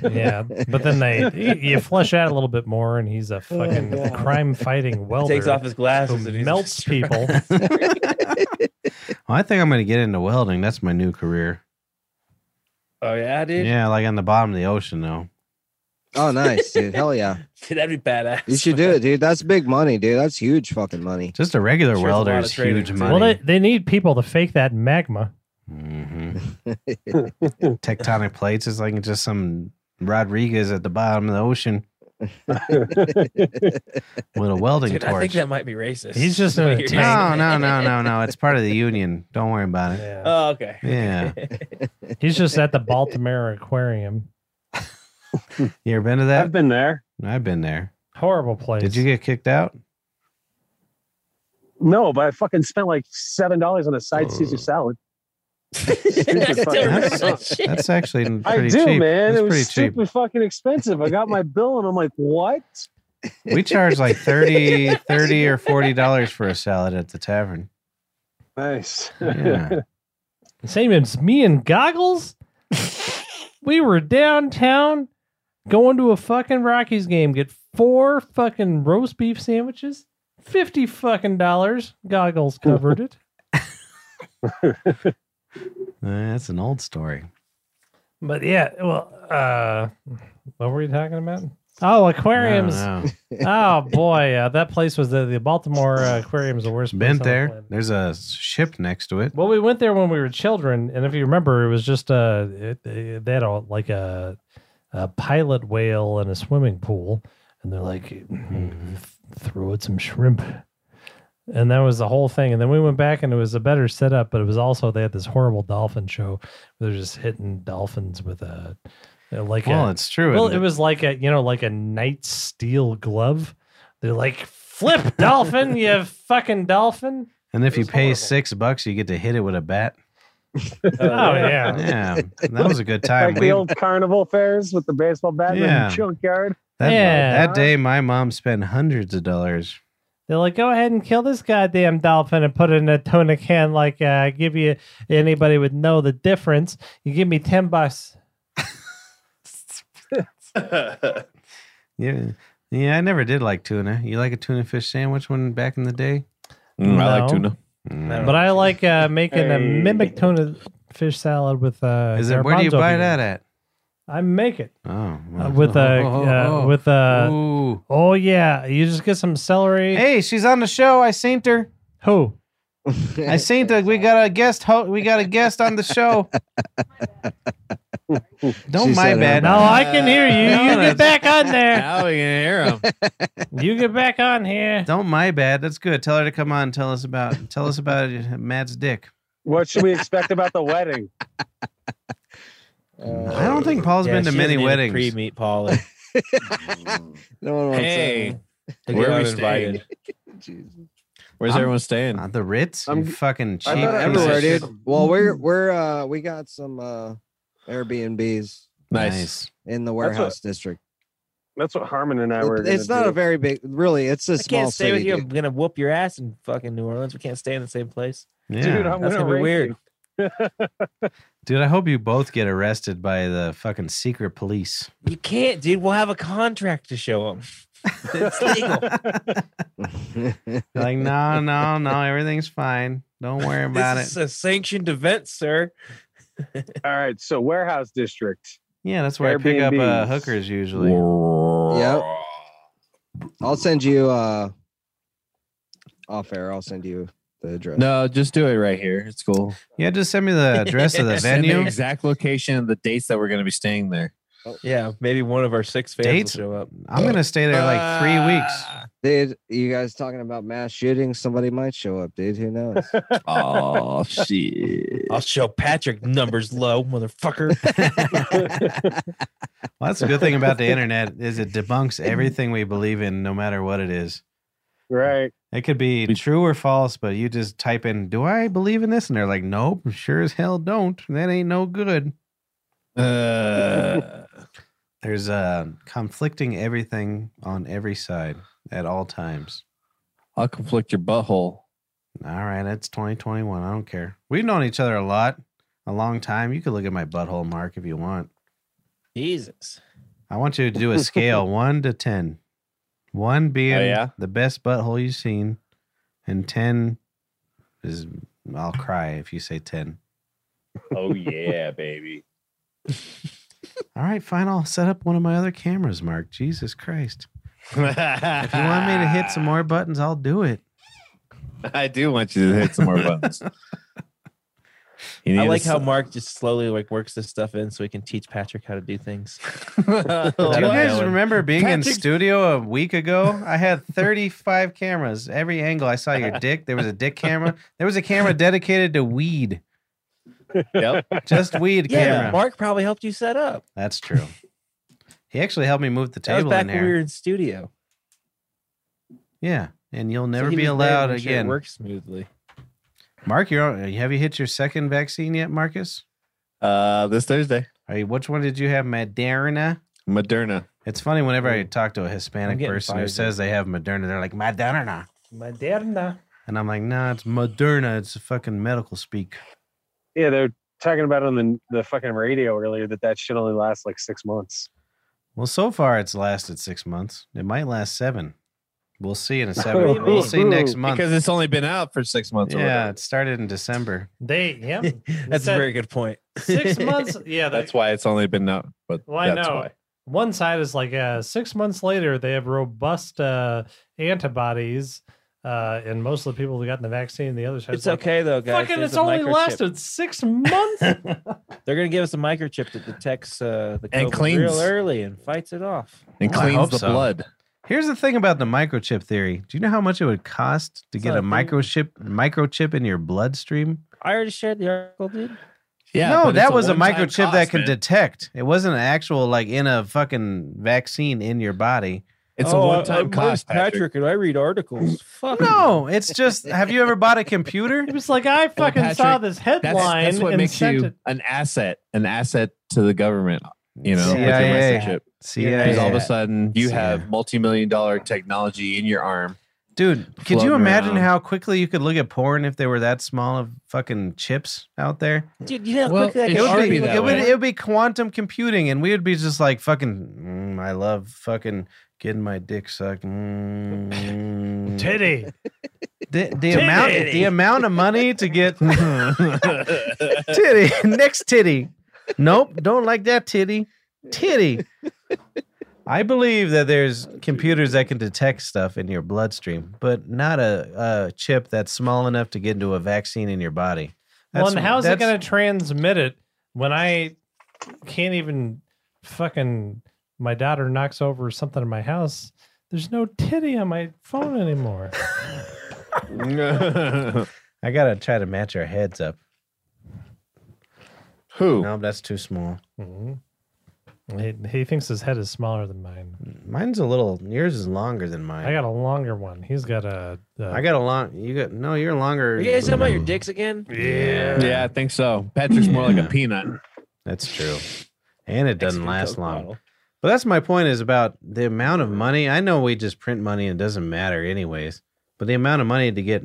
yeah, but then they you- you flush out a little bit more, and he's a fucking crime fighting welder.
takes off his glasses
who
and he's
melts people.
Well, I think I'm going to get into welding. That's my new career.
Oh yeah, dude.
Yeah, like on the bottom of the ocean, though.
Oh nice, dude. Hell yeah.
Dude, that'd be badass.
You should do it, dude. That's big money, dude. That's huge fucking money.
Just a regular
Sure, it's a lot
welder
of
is
training,
huge
too.
money.
well, they, they need people to fake that magma.
Mhm. Tectonic plates is like just some Rodriguez at the bottom of the ocean with a welding
Dude, I
torch.
think that might be racist.
He's just in a
What you're
tank.
no,
saying.
no, no, no, no. It's part of the union. Don't worry about it.
Yeah.
Oh, okay.
Yeah.
He's just at the Baltimore Aquarium.
You ever been to that?
I've been there.
I've been there.
Horrible place.
Did you get kicked out?
No, but I fucking spent like seven dollars on a
Oh.
side Caesar salad.
I
fucking-
don't remember
That's,
that shit.
that's actually pretty
I do,
cheap.
man.
That's
it
pretty
was
cheap.
super fucking expensive. I got my bill and I'm like, what?
We charge like 30, 30 or forty dollars for a salad at the tavern.
Nice.
Yeah. Eh,
Same as me and goggles. we were downtown going to a fucking Rockies game, get four fucking roast beef sandwiches, 50 fucking dollars. Goggles covered it.
That's an old story.
But yeah, well, uh, what were you talking about? Oh, aquariums.
I don't know.
Oh boy, uh, that place was the, the Baltimore uh, aquarium is the worst. place
Been
on the
there.
planet.
There's a ship next to it.
Well, we went there when we were children, and if you remember, it was just uh, it, it- they had a, like a, a pilot whale and a swimming pool, and they're like, "Mm, throw it some shrimp, and that was the whole thing. And then we went back, and it was a better setup, but it was also they had this horrible dolphin show. Where they're just hitting dolphins with a like a,
Well, it's true.
well,
And
it was like a you know like a night steel glove. They're like flip dolphin, you fucking dolphin.
And if
It
you
was
pay
horrible.
six bucks, you get to hit it with a bat.
Oh yeah.
Yeah, that was a good
like
time. We-
the old carnival fairs with the baseball bat
Yeah.
and the junkyard.
that,
Yeah.
that day, my mom spent hundreds of dollars.
They're like, go ahead and kill this goddamn dolphin and put it in a tuna can. Like, uh, give you anybody would know the difference. You give me ten bucks.
Yeah, yeah, I never did like tuna. You like a tuna fish sandwich when back in the day?
Mm, I like
No.
tuna.
Mm.
But I like uh, making a
Hey.
mimic tuna fish salad with. Uh,
Is it where do you
garbanzo
buy
beans.
that at?
I make it
Oh,
uh, with a uh, with a.
Ooh.
Oh yeah, you just get some celery.
Hey, she's on the show. I seen her.
Who?
I seen her. We got a guest. Ho- we got a guest on the show. Don't
She
my
said her
bad.
No, I can hear you. You
no,
get back on there.
Now we can hear him.
You get back on here.
Don't my bad. That's good. Tell her to come on. and Tell us about. Tell us about Matt's dick.
What should we expect about the wedding?
I don't think Paul's
Yeah,
been to
she
many
doesn't
weddings.
even Pre-meet Paul. and
No one wants
hey,
they
Where
get
are we
uninvited.
staying?
that. Jesus.
where's
I'm-
everyone staying?
Uh, the Ritz. You
I'm-
fucking cheap.
I'm not
piece of
everywhere,
shit.
dude. Well, we're we're uh we got some uh Airbnbs
Nice.
in the warehouse district.
That's what Harmon and I were.
It- it's
gonna
not a
do.
very big, really. It's a
I
small
can't stay with
city.
you.
dude.
I'm gonna whoop your ass in fucking New Orleans. We can't stay in the same place.
Yeah.
Dude,
Dude,
I'm
That's
gonna,
gonna
rape
be weird.
you.
I hope you both get arrested by the fucking secret police.
You can't, dude. We'll have a contract to show them. it's legal.
They're like, no, no, no, everything's fine. Don't worry about
this
it.
is a sanctioned event, sir.
All right, so warehouse district.
Yeah, that's where I pick up uh,
Airbnbs.
hookers usually.
yep. I'll send you uh off air. I'll send you the address.
No, just do it right here. It's cool.
Yeah, just send me the address of the
Send the
venue.
exact location, and the dates that we're going to be staying there.
Yeah, maybe one of our six fans
Dates?
will show up.
I'm gonna stay there like
Ah.
three weeks.
Dude, you guys talking about mass shootings? Somebody might show up, dude. Who knows?
Oh shit!
I'll show Patrick numbers low, motherfucker.
Well, that's a good thing about the internet is it debunks everything we believe in, no matter what it is.
Right.
It could be
We-
true or false, but you just type in, "Do I believe in this?" and they're like, "Nope, sure as hell don't. That ain't no good."
Uh,
There's uh, conflicting everything on every side at all times.
I'll conflict your butthole.
All right, it's 2021. I don't care. We've known each other a lot, a long time. You could look at my butthole mark if you want.
Jesus.
I want you to do a scale one to 10. One being
Oh,
yeah?
the best butthole you've seen, and 10 is I'll cry if you say 10.
Oh yeah, baby.
All right, fine. I'll set up one of my other cameras, Mark. Jesus Christ.
if you
If you want me to hit some more buttons, I'll do it.
I do want you to hit some more buttons. You
I
need
like
to
how
s-
Mark just slowly like works this stuff in so he can teach Patrick how to do things.
Do you
Let him
guys
know.
remember being in
Patrick's-
studio a week ago? I had 35 cameras. Every angle I saw your dick. There was a dick camera. There was a camera dedicated to weed.
Yep.
Just weed
Yeah,
camera.
Mark probably helped you set up.
That's true. He actually helped me move the
That was
table
back
in
when we were
here.
in studio.
Yeah. And you'll
So
never
he
be
was there to
allowed
make sure
again.
It works smoothly.
Mark, you're on, have you hit your second vaccine yet, Marcus?
Uh, this Thursday,
Are you, which one did you have? Moderna?
Moderna.
It's funny whenever I talk to a Hispanic
I'm getting
person who
Pfizer.
says they have Moderna, they're like, Moderna.
Moderna.
And I'm like, nah, it's Moderna. It's a fucking medical speak.
Yeah, they're talking about on the the fucking radio earlier that that shit only lasts like six months.
Well, so far it's lasted six months. It might last seven. We'll see in a
What do
seven.
you
We'll see
mean?
next month.
Because it's only been out for six months. or
yeah,
whatever.
it started in December.
They yeah.
That's a
said
very good point.
six months. Yeah,
that's
that's
why it's only been out. But
Well, I
that's
know.
why.
one side is like uh, six months later they have robust uh, antibodies, uh, and most of the people who got the vaccine, the other side.
It's okay though, guys.
Fucking,
There's
it's
a
only
microchip.
lasted six months.
They're gonna give us a microchip that detects uh, the
And
COVID
cleans.
real early and fights it off.
And
Well, I
cleans
hope
the
so.
blood.
Here's the thing about the microchip theory. Do you know how much it would cost to
It's
get
not
a
a thing.
microchip microchip in your bloodstream?
I already shared the article, dude.
Yeah.
no,
but it's
that was a
one-time
microchip that
cost,
can
man.
detect. It wasn't an actual like in a fucking vaccine in your body.
It's
Oh,
a
I-
one-time
uh,
I'm
cost,
Patrick,
Patrick.
and I read articles. Fuck.
No, it's just. Have you ever bought a computer?
It was like I fucking saw
Patrick,
this
That's,
headline
that's what
and
makes
sent
you
it.
an asset, an asset to the government. You know, with your
CIA.
microchip.
CIA.
because all of a sudden you
Yeah.
have multi-million dollar technology in your arm.
Dude, could
floating
you imagine
around.
how quickly you could look at porn if there were that small of fucking chips out there?
Dude, you know how
Well,
quickly I
it
could
would
argue
be
that
it would
way.
it would be quantum computing, and we would be just like fucking. mm, I love fucking getting my dick sucked. Mm.
Titty.
the, the amount the amount of money to get titty next titty. Nope, don't like that titty. Titty. I believe that there's computers that can detect stuff in your bloodstream, but not a, a chip that's small enough to get into a vaccine in your body.
well, and how's it
that's-
going to transmit it when I can't even fucking my daughter knocks over something in my house? There's no titty on my phone anymore.
I gotta try to match our heads up.
Who?
No, that's too small.
Mhm. he, he thinks his head is smaller than
Mm-hmm.
mine.
Mine's a little. Yours is longer than mine.
I got a longer one. He's got a. a
I got a long. You got no. You're longer.
Are you guys talking about your dicks again?
Yeah. yeah, I think so. Patrick's more like a peanut.
That's true. And it doesn't last
Mexican Coke
long.
bottle.
But that's my point is about the amount of money. I know we just print money and it doesn't matter anyways. But the amount of money to get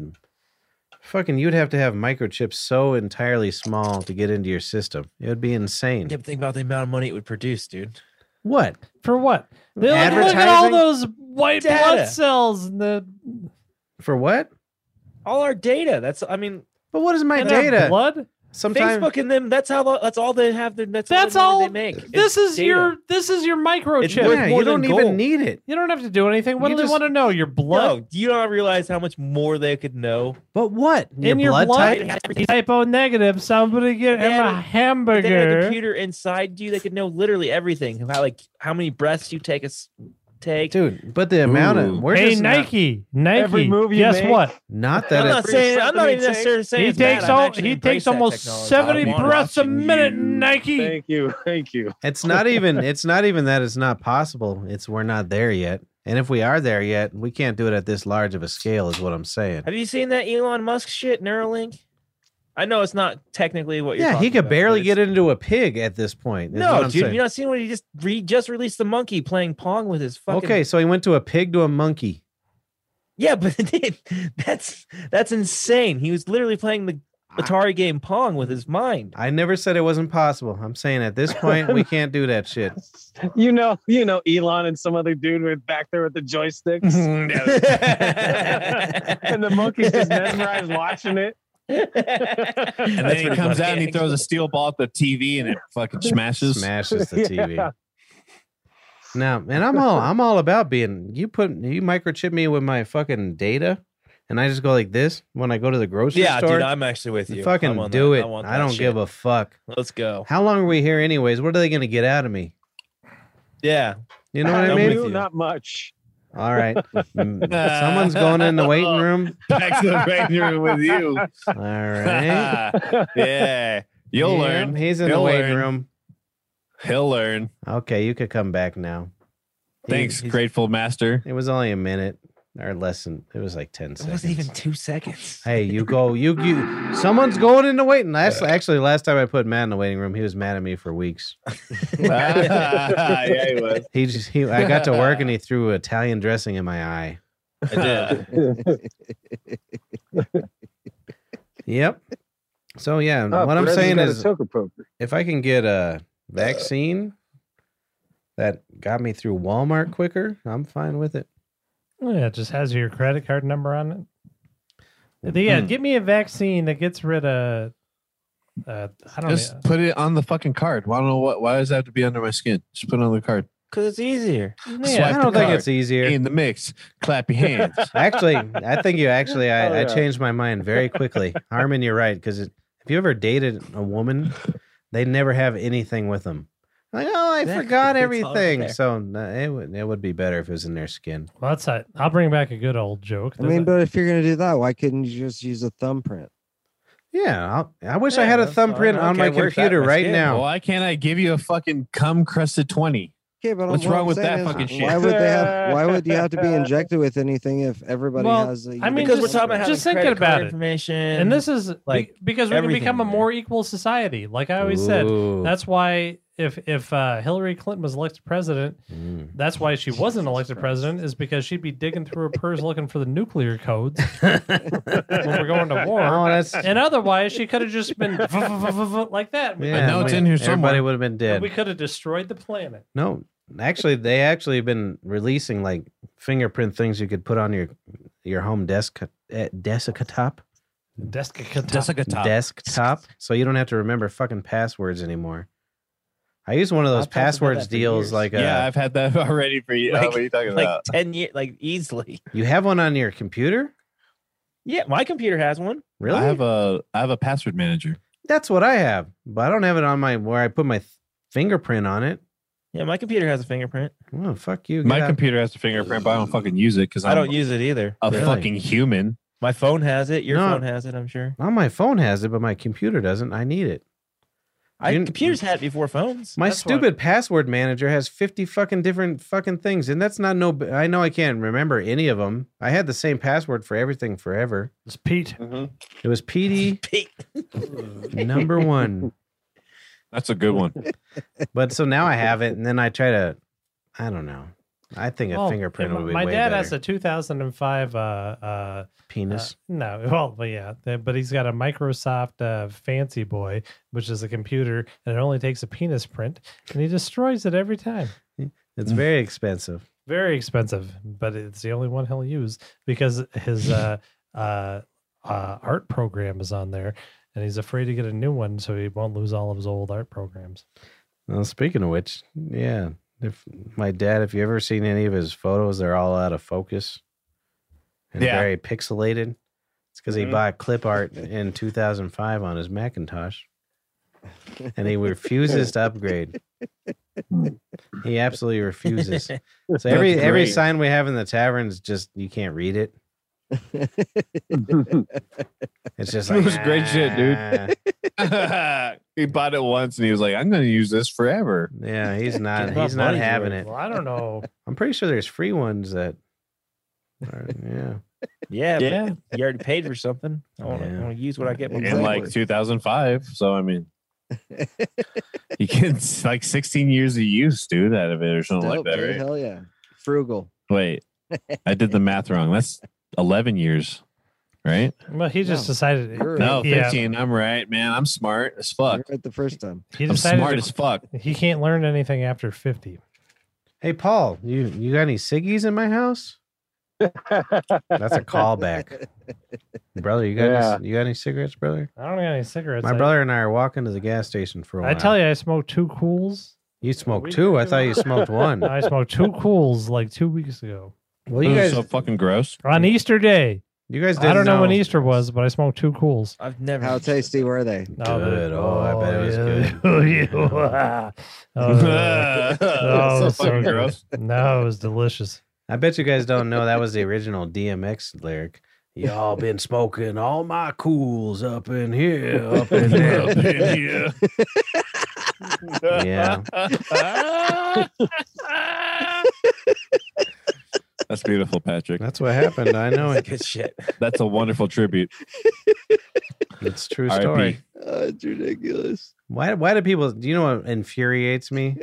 fucking you'd have to have microchips so entirely small to get into your system. It would be insane.
Yeah, but think about the amount of money it would produce, dude.
What?
for what? They look, look at all
Advertising?
those white
Data.
blood cells and the
For what?
All our data. That's I mean,
But what is my
and our
data?
blood.
Sometimes
Facebook and them. That's how. That's all they have. That's,
That's
the money
all.
they make.
This
It's
is
data.
your this is your microchip.
worth
yeah,
more
you don't
than
even
gold.
need it.
You don't have to do anything. What
You
do they
just-
want to know? Your blood,
No, you don't realize how much more they could know.
But what?
in your blood, typo negative. Somebody get
They
him
had
a
a- If they had a
hamburger.
computer inside you, they could know literally everything. How like how many breaths you take a s- take.
Dude, but the amount
Ooh.
of we're
hey
just
Nike, Nike.
Every move you
guess
make-
what?
not, not
I'm
that
not
it's
saying. I'm not
Something
even
takes-
necessarily saying
He
it's
takes
bad. I'm
al-
actually
he
embrace
takes
that
almost
technology.
seventy
I wanna
breaths a
watch you.
minute. Nike.
Thank you, thank you.
It's not even it's not even that it's not possible. It's we're not there yet. And if we are there yet, we can't do it at this large of a scale is what I'm saying.
Have you seen that Elon Musk shit, Neuralink? I know it's not technically what you're.
Yeah, he
talking
could
about,
barely
but
get
it's-
into a pig at this point. is what
No,
I'm
dude,
saying.
you not seen what he just re- just released the monkey playing pong with his fucking.
okay, so he went to a pig to a monkey.
Yeah, but dude, that's that's insane. He was literally playing the Atari game Pong with his mind.
I never said it wasn't possible. I'm saying at this point we can't do that shit.
You know, you know, Elon and some other dude were back there with the joysticks,
Mm-hmm.
and
and the monkey's just mesmerized watching it.
And then he comes out and he throws a steel ball at the TV and it fucking smashes.
Smashes the TV.
Yeah.
No, and I'm all I'm all about being you put you microchip me with my fucking data and I just go like this when I go to the grocery
Yeah,
store.
dude, I'm actually with you. I'm
Fucking
on
do
that.
it.
want
I,
that
don't
shit.
give a fuck.
Let's go.
How long are we here anyways? What are they gonna get out of me?
Yeah,
You know what I
I'm
mean?
with you.
Not much.
All right. Mm, Someone's going in the waiting room.
Back to the waiting room with you.
All right.
yeah, you'll
Yeah,
learn.
He's in
He'll
the waiting
learn.
room.
He'll learn.
Okay, you could come back now.
Thanks,
he's-
grateful master.
It was only a minute or less than it was like ten
it
seconds.
wasn't even two seconds.
Hey, you go. You you. Someone's going in the waiting. Last actually, last time I put Matt in the waiting room, he was mad at me for weeks.
yeah, he was.
He just he. I got to work and he threw Italian dressing in my eye.
Uh,
Yep. So yeah,
Oh,
what I'm saying is,
Toker poker.
if I can get a vaccine that got me through Walmart quicker, I'm fine with it.
Yeah, it just has your credit card number on it. Yeah, give me a vaccine that gets rid of. Uh, I don't
Oh, Just
know.
put it on the fucking card. Well, I don't know what. Why does that have to be under my skin? Just put it on the card.
Because it's easier.
I
Swipe
don't
the
think
card.
it's easier.
In the mix, clap your hands.
actually, I think you actually I,
Oh,
I
yeah.
changed my mind very quickly. Harmon, you're right because if you ever dated a woman, they never have anything with them. Like, oh, I
Exactly.
forgot
It's all
everything.
there.
So no, it would it would be better if it was in their skin.
Well, that's i I'll bring back a good old joke.
I mean, but if you're gonna do that, why couldn't you just use a thumbprint?
Yeah, I'll, I wish I
Yeah,
had a
that's fine.
thumbprint
I
on my
can't work that
computer
much
right
in.
now.
Why can't I give you a fucking cum crusted twenty?
Okay, but
What's
what
wrong
I'm
with that
saying is,
fucking shit?
Why would they have? Why would you have to be injected with anything if everybody
Well,
has? A
I mean,
universal
because we're talking about
credit?
having
just think
credit
about
card
it.
information,
and this is like
like,
because we can
everything
become a
in
more equal society. Like I always said, that's why if if uh, Hillary Clinton was elected president,
Mm.
that's why she wasn't elected president is because she'd be digging through her purse looking for the nuclear codes when we're going to war.
Oh, that's
And otherwise, she could have just been like that.
yeah.
know it's in
man.
here
Everybody
somewhere.
would have been
And
dead.
We could have destroyed the planet.
No, actually, they actually been releasing like fingerprint things you could put on your your home desk eh, desktop
Desktop.
Jessica Top.
desktop, so you don't have to remember fucking passwords anymore. I used one of those
I've talked about
passwords
that for
deals
years.
like uh,
yeah, I've had that already for you.
Like-
what are you talking
like
about?
ten years, like easily.
you have one on your computer.
Yeah, my computer has one.
Really?
I have a I have a password manager.
That's what I have, but I don't have it on my where I put my th- fingerprint on it.
Yeah, my computer has a fingerprint.
Oh fuck you!
My
get out.
computer has to fingerprint, but I don't fucking use it because
I don't use it either.
a
Really?
fucking human.
My phone has it. Your
No.
phone has it. I'm sure.
Well, my phone has it, but my computer doesn't. I need it.
I
You-
computers had it before phones.
My
That's why-
stupid password manager has 50 fucking different fucking things. And that's not no, I know I can't remember any of them. I had the same password for everything forever.
It's Pete.
It was PD
Pete.
number one.
That's a good one.
But so now I have it. And then I try to, I don't know. I think a
Oh,
fingerprint
and
would be
My
way
dad
better.
has a 2005 uh, uh, Uh,
penis.
no, well, but yeah, th- but he's got a Microsoft uh, Fancy Boy, which is a computer, and it only takes a penis print, and he destroys it every time.
it's very expensive.
Very expensive, but it's the only one he'll use because his uh, uh, uh, art program is on there, and he's afraid to get a new one so he won't lose all of his old art programs.
Well, speaking of which, yeah. If my dad, if you ever seen any of his photos, they're all out of focus and
Yeah. Mm-hmm.
very pixelated. It's because
Mhm.
he bought clip art in 2005 on his Macintosh, and he refuses to upgrade. He absolutely refuses. So every every
great.
sign we have in the tavern is just you can't read it. It's just like
It was great shit, dude.
"Ah."
he bought it once and he was like, "I'm going to use this forever."
Yeah, he's not
Give up
he's not
money,
having it.
Well, I don't know.
I'm pretty sure there's free ones that. Are, yeah.
Yeah, yeah.
Yeah.
you already paid for something. I want to
Yeah.
use what I get.
And
in like
Exactly.
2005. So I mean, you get like 16 years of use, dude, out of it or something
Dope,
like that,
dude.
right?
Hell yeah, frugal.
Wait, I did the math wrong. That's 11 years, right?
Well, he just
No,
decided.
you're-
No,
Yeah.
15. I'm right, man. I'm smart as
You
fuck.
were right the first time.
He
I'm
decided
smart
to-
as fuck.
he can't learn anything after fifty.
Hey Paul, you you got any ciggies in my house? That's a callback, brother. You got any, you got any cigarettes, brother?
I don't got any cigarettes.
My
I-
brother and I are walking to the gas station for a while.
I tell you, I smoked two cools.
you
we
smoked two. I
do-
thought you smoked one.
I smoked two cools like two weeks ago
Well, you
This
guys,
is so fucking gross.
on Easter Day.
you guys didn't
I don't know when
know.
Easter was, but I smoked two cools.
I've never.
How tasty were they?
Good. Oh, I bet it was good.
Oh, yeah. Oh, it
That's so
was so
fucking
good.
gross.
no, it was delicious.
I bet you guys don't know that was the original DMX lyric. Y'all been smoking all my cools up in here, up in there.
Yeah.
Yeah.
That's beautiful, Patrick.
That's what happened. I know it.
Good shit.
That's a wonderful tribute.
It's a true
R.I.P.
story.
Oh, it's ridiculous.
Why? Why do people? Do you know what infuriates me?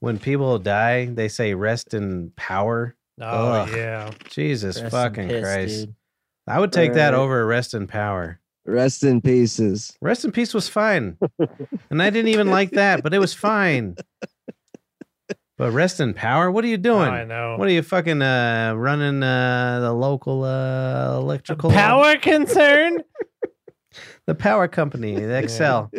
when people die, they say "rest in power."
Oh
Ugh.
yeah,
Jesus
Rest in
fucking
piss,
Christ!
dude.
I would take that
Right.
over "rest in power."
Rest in pieces.
Rest in peace was fine, and I didn't even like that, but it was fine. But rest in power. What are you
Oh,
doing?
I know.
What are you fucking uh, running uh, the local uh, electrical
Power concern?
The power company, the Excel.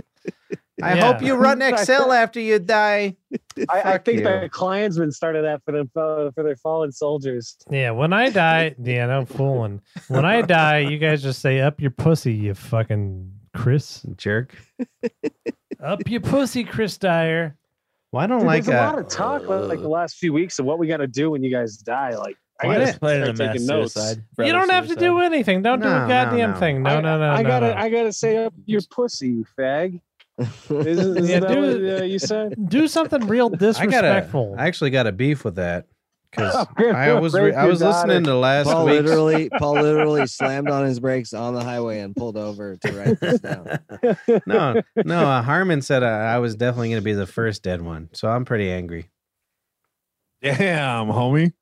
Yeah.
I hope you run Excel after you die.
I, I
Fuck
think
you.
the Klansmen started that for them uh, for their fallen soldiers.
yeah. When I die, yeah, no fooling. When I die, you guys just say up your pussy, you fucking Chris.
Jerk.
Up your pussy, Chris Dyer.
Well, I don't
Dude,
like
there's a
uh,
lot of talk about, like the last few weeks of what we got to do when you guys die. Like I
Why
gotta
just planning a
start
mass
taking notes.
suicide?
you don't have to do anything. Don't do
No,
a
no,
goddamn
no.
thing. No,
I,
no, no.
I
no,
gotta,
no.
I gotta say up your pussy, you fag. Is, is
Yeah,
that
dude.
what uh, you said?
Do something real
I got a,
disrespectful.
I actually got a beef with that
Oh,
because I was re- I was listening to last
Paul
week's
literally, Paul literally slammed on his brakes on the highway and pulled over to write this down.
no, no. Uh, Harmon said uh, I was definitely going to be the first dead one, so I'm pretty angry.
Damn, homie.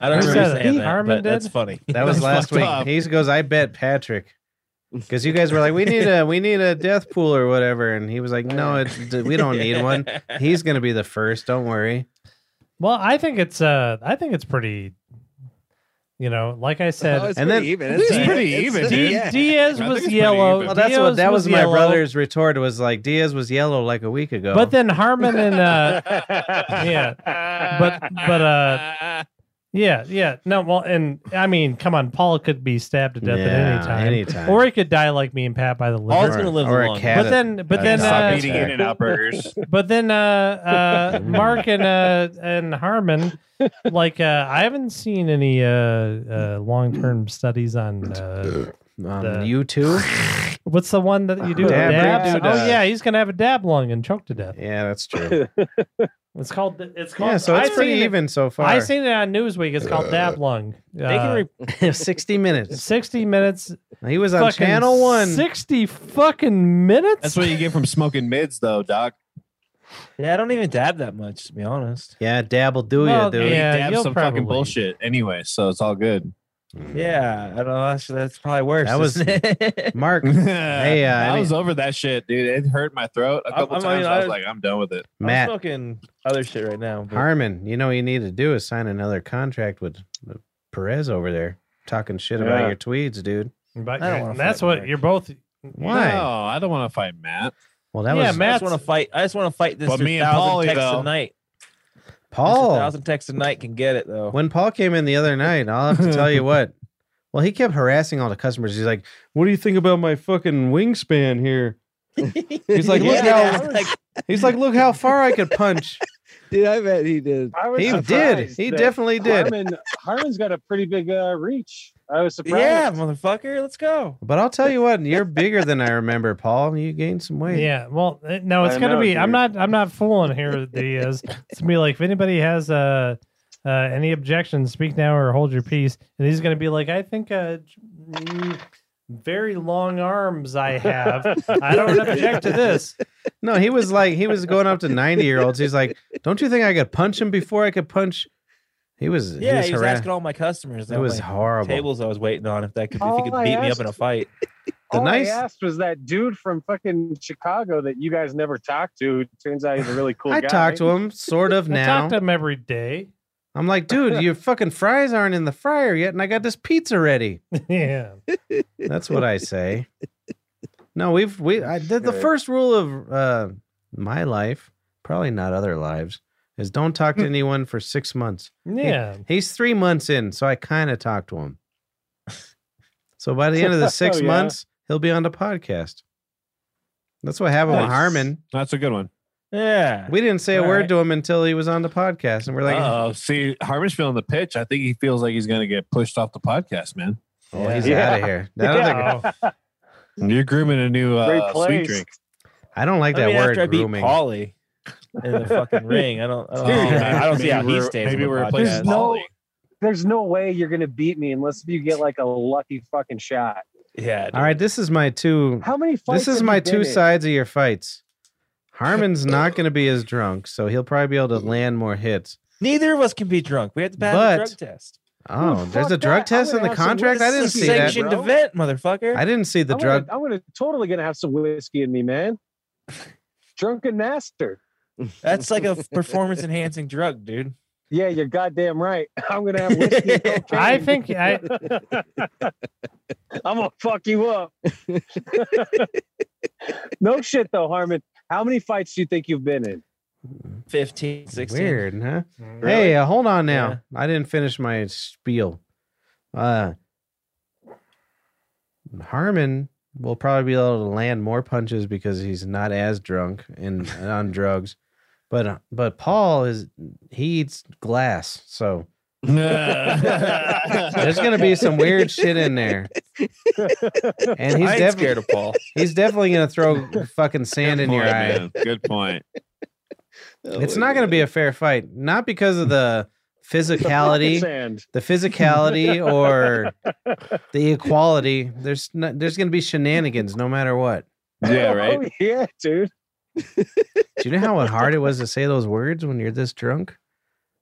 I don't
Who
remember
said it?
saying
Pete
that,
Harmon
but that's
did?
funny.
That was
That's
last
fucked
week.
up.
He goes, I bet Patrick, because you guys were like, we need a we need a death pool or whatever, and he was like, no, it's, we don't need one. He's going to be the first. Don't worry.
well, I think it's uh, I think it's pretty. You know, like I said,
Oh, it's
and
pretty
then-
even.
It's pretty even,
it's-
dude.
D-
yeah.
Diaz
I think
was
it's pretty
yellow.
even.
Well, that's what
Diaz
that was, my
yellow,
brother's retort was like. Diaz was yellow like a week ago.
But then Harmon and uh, yeah, but but uh, yeah, yeah. No, well, and I mean, come on, Paul could be stabbed to death
Yeah,
at any time,
anytime.
or he could die like me and Pat by the
Paul's
liver.
Or-
gonna live
or a
long.
cat.
But then, but
Uh,
then,
Stop
uh,
eating In and Out burgers.
but then, uh, uh, Mark and uh, and Harmon, like, uh, I haven't seen any uh, uh, long term studies on uh,
um, you too.
what's the one that you do
Dab
dabs?
dude, uh,
Oh yeah, he's gonna have a dab lung and choke to death.
Yeah, that's true.
It's called. It's called.
Yeah, so it's
I've
pretty
seen it-
even so far.
I seen it on Newsweek. It's called Dab Lung.
They can
Uh,
re-
sixty minutes.
sixty minutes.
He was on
fucking
Channel One.
Sixty fucking minutes.
That's what you get from smoking mids, though, Doc.
yeah, I don't even dab that much, to be honest.
Yeah, dabble do ya,
Well,
dude.
yeah.
Dab
you'll
some
probably-
fucking bullshit anyway, so it's all good.
Yeah, I don't know. That's, that's probably worse.
Hmm. That was-
isn't it?
Mark,
hey,
uh,
I
any-
was over that shit, dude. It hurt my throat a
I-
couple
I mean,
times. I was
I-
like, I'm done with it.
I'm
Matt,
smoking other shit right now. but-
Harmon, you know what you need to do is sign another contract with uh, Perez over there, talking shit
Yeah.
about your tweeds, dude.
But
I don't wanna
that's
fight
what
Mark.
you're both.
Why?
No, I don't want to fight Matt.
Well, that
Yeah,
was
Matt-
I just want to fight. I just want to fight this.
But me and
thousand
Paulie,
texts
though.
a night. This
Paul.
thousand texts a night can get it though.
When Paul came in the other night, I'll have to tell you what. Well, he kept harassing all the customers. He's like, "What do you think about my fucking wingspan here?" He's like, "Look
Yeah,
how."
like,
He's like, "Look how far I could punch."
Dude, I bet he did.
I was
He did.
surprised
He
that
definitely did.
Harmon, Harmon's got a pretty big uh, reach. I was surprised.
yeah, motherfucker, let's go.
But I'll tell you what, you're bigger than I remember, Paul. You gained some weight.
Yeah. Well, uh, no, it's
I
gonna
know,
be. I'm
dude.
not. I'm not fooling here. Diaz. It's gonna be like if anybody has uh, uh, any objections, speak now or hold your peace. And he's gonna be like, I think uh, j- mm, very long arms I have. I don't object to this.
No, he was like he was going up to 90 year olds. He's like, Don't you think I could punch him before I could punch? He was
Yeah, he was
harass-
asking all my customers.
It
all
was
my
horrible.
tables I was waiting on if that could if
All
he could
I
beat me up
asked-
in a fight.
The
All
nice-
I asked was that dude from fucking Chicago that you guys never talked to. Who turns out he's a really cool
I
guy.
talked to him, sort of
I talk
now.
to him every day.
I'm like, dude, your fucking fries aren't in the fryer yet, and I got this pizza ready.
yeah.
That's what I say. No, we've we I did the
Shit.
first rule of uh my life, probably not other lives, is don't talk to anyone for six months.
Yeah.
He's three months in, so I kind of talked to him. So by the end of the six
Oh, yeah.
months, he'll be on the podcast. That's what happened with
Nice.
Harmon.
That's a good one.
Yeah.
We didn't say a
All
word
right.
to him until he was on the podcast, and we're like,
Oh, see, Harmon's feeling the pitch. I think he feels like he's gonna get pushed off the podcast, man.
"Oh, he's
Yeah.
out of here." I don't, think-
Yeah.
You're grooming a new
Great
uh, sweet
place.
drink.
I don't like
I
that
mean,
word
after I beat
grooming.
Paulie in the fucking ring, I don't. I don't,
Dude,
know, man. I don't see
Oh, maybe
how he
we're-
stays.
Maybe
on the
we're
podcast.
replacing
There's no-
Paulie.
There's no way you're gonna beat me unless you get like a lucky fucking shot.
Yeah. dude.
All right, this is my two.
How many? Fights
This is
have
my
you been
two
in?
sides of your fights. Harmon's not going to be as drunk, so he'll probably be able to land more hits.
Neither of us can be drunk. We had to pass
But-
the drug test.
Oh,
Ooh,
there's
fuck
a drug
that. I
test in
wanna
the
have some
contract. I
whiskey.
didn't
This is
see that.
sanctioned
bro.
event, motherfucker.
I didn't see the
I'm
drug.
Gonna, I'm gonna totally gonna have some whiskey in me, man. Drunken master.
That's like a performance enhancing drug, dude.
Yeah, you're goddamn right. I'm gonna have whiskey. and cocaine.
I think I
I'm gonna fuck you up. no shit though, Harmon. How many fights do you think you've been in?
15, 16.
Weird, huh?
Really?
Hey, uh, hold on now. I didn't finish my spiel. Uh, Harmon will probably be able to land more punches because he's not as drunk and uh, on drugs. But but Paul is he eats glass, so There's gonna be some weird shit in there, and he's
I ain't
definitely
scared of Paul.
he's definitely gonna throw fucking sand in your
Point,
eye.
man. Good point.
It's not going to be a fair fight, not because of the physicality,
Sand.
the physicality or the equality. There's not, there's going to be shenanigans no matter what.
Yeah, right.
Oh, yeah, dude.
Do you know how hard it was to say those words when you're this drunk?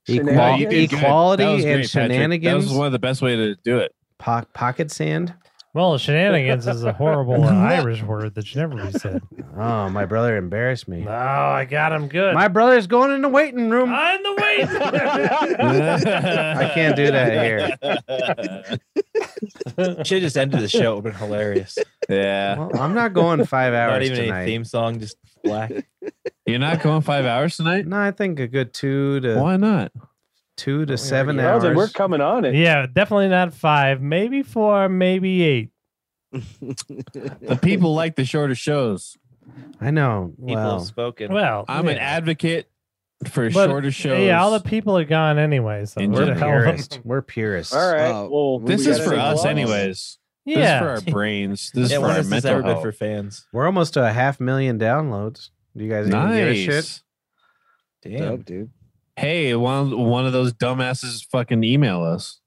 Equal,
No, you did good.
equality
That was
and
great, Patrick.
shenanigans,
That was one of the best way to do it.
po- pocket sand.
Well, shenanigans is a horrible Irish word that should never be said.
Oh, my brother embarrassed me.
No, I got him good.
My brother's going in the waiting room.
I'm the way.
I
I
can't do that here.
Should just ended the show. It would have been hilarious.
yeah.
Well, I'm not going five hours
Not even
tonight.
a theme song, just black.
You're not going five hours tonight?
No, I think a good two to
Why not?
two to seven
Well,
hours.
then we're coming on it.
yeah, definitely not five, maybe four, maybe eight.
The people like the shorter shows.
I know.
People
Well,
have spoken.
Well,
I'm an
yeah.
advocate for
But,
shorter shows.
Yeah, all the people are gone anyway, so
In
what the
we're
general.
hell-
purists. We're purists.
All right.
Oh,
well,
this
we
is
gotta
for
take
us,
calls.
anyways.
Yeah,
This is for our brains. This
Yeah,
is for
when
our
has this
mental
ever been
health.
for fans?
We're almost to a half million downloads. Do you guys even give a shit?
nice.
Damn.
Dope, dude.
Hey, one one of those dumbasses fucking email us.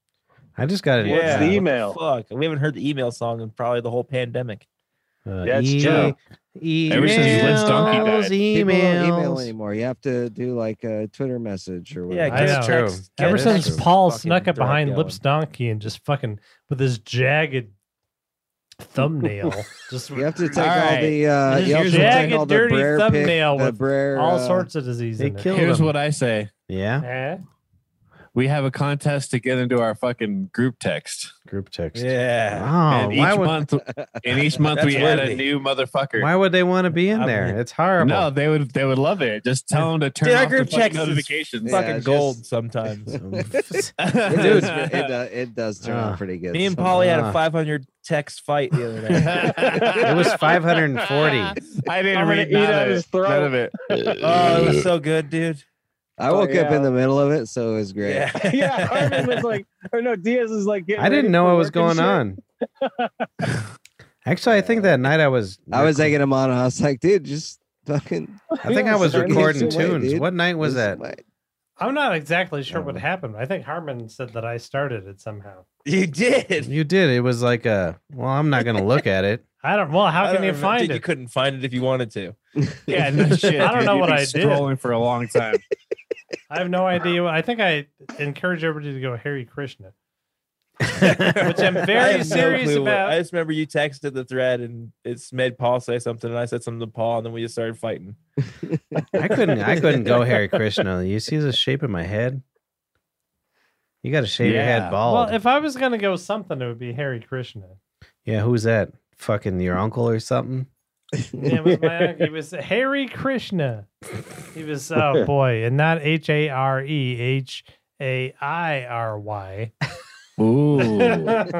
I just got an
What's
Yeah.
the
email.
email?
Fuck. We haven't heard the email song in probably the whole pandemic.
Uh,
That's
e-
true.
Ever since Liz Donkey died.
emails,
People don't email
emails.
anymore. You have to do like a Twitter message or
Yeah,
whatever.
I
get
know.
a text- get
Ever
a
since
text
Paul
fucking
snuck up
throw
behind
yelling.
Lips Donkey and just fucking with his jagged thumbnail, just
You have to take
All
all,
right.
the uh,
This
you have
is
to take
jagged,
all the
dirty
Brer pic,
thumbnail
the
with
Brer,
all
uh,
sorts of disease.
they
in it.
killed
Here's
them.
what I say.
Yeah,
Eh?
We have a contest to get into our fucking group text.
group text.
Yeah.
Wow,
and each
why would
month and each month we
That's
add
worthy.
a new motherfucker.
why would they want to be in
I
there?
mean-
It's horrible.
No, they would they would love it. Just tell them to turn
Dude, our
off the
group
fucking
text is
notifications.
Yeah,
Fucking
just-
gold sometimes.
It does,
Dude.
it, does, it does turn
Uh,
out pretty good.
Me and
sometimes.
Polly had
Ah.
a 500 text fight the other night.
it was 540.
I didn't
I'm gonna
read
eat
none
out
of,
his
it.
throat.
none of it.
oh, it was so good, dude.
I woke up
yeah.
in the middle of it, so it was great.
Yeah.
yeah, Harmon was like, or no, Diaz is like, getting
I
ready
didn't know
for
what was
work and
going on. Actually, I think that night I was.
I was egging him on. and I was like, dude, just fucking.
I think I was
Sorry.
recording
Wait,
tunes.
dude.
What night was
this
that?
way.
I'm not exactly sure
Um,
what happened. I think Harmon said that I started it somehow.
You did.
You did. It was like a. Well, I'm not gonna look at it.
I don't. Well, how
I
can
don't
you
remember-
find
dude, You
it?
couldn't find it if you wanted to.
Yeah, no shit.
I don't
dude.
know
You'd
what
be
I did.
Scrolling for a long time.
I have no idea. I think I encourage everybody to go Harry Krishna, which I'm
I
very
have no
serious
clue what-
about.
I just remember you texted the thread and it's made Paul say something and I said something to Paul and then we just started fighting.
I couldn't. I couldn't go Harry Krishna. You see the shape of my head. You got to shave your
Yeah.
head bald.
Well, if I was gonna go something, it would be Harry Krishna.
yeah, who's that? Fucking your uncle or something?
Yeah, it was my uncle. He was Harry Krishna. He was oh boy, and not H A R E H A I R Y.
Ooh,
But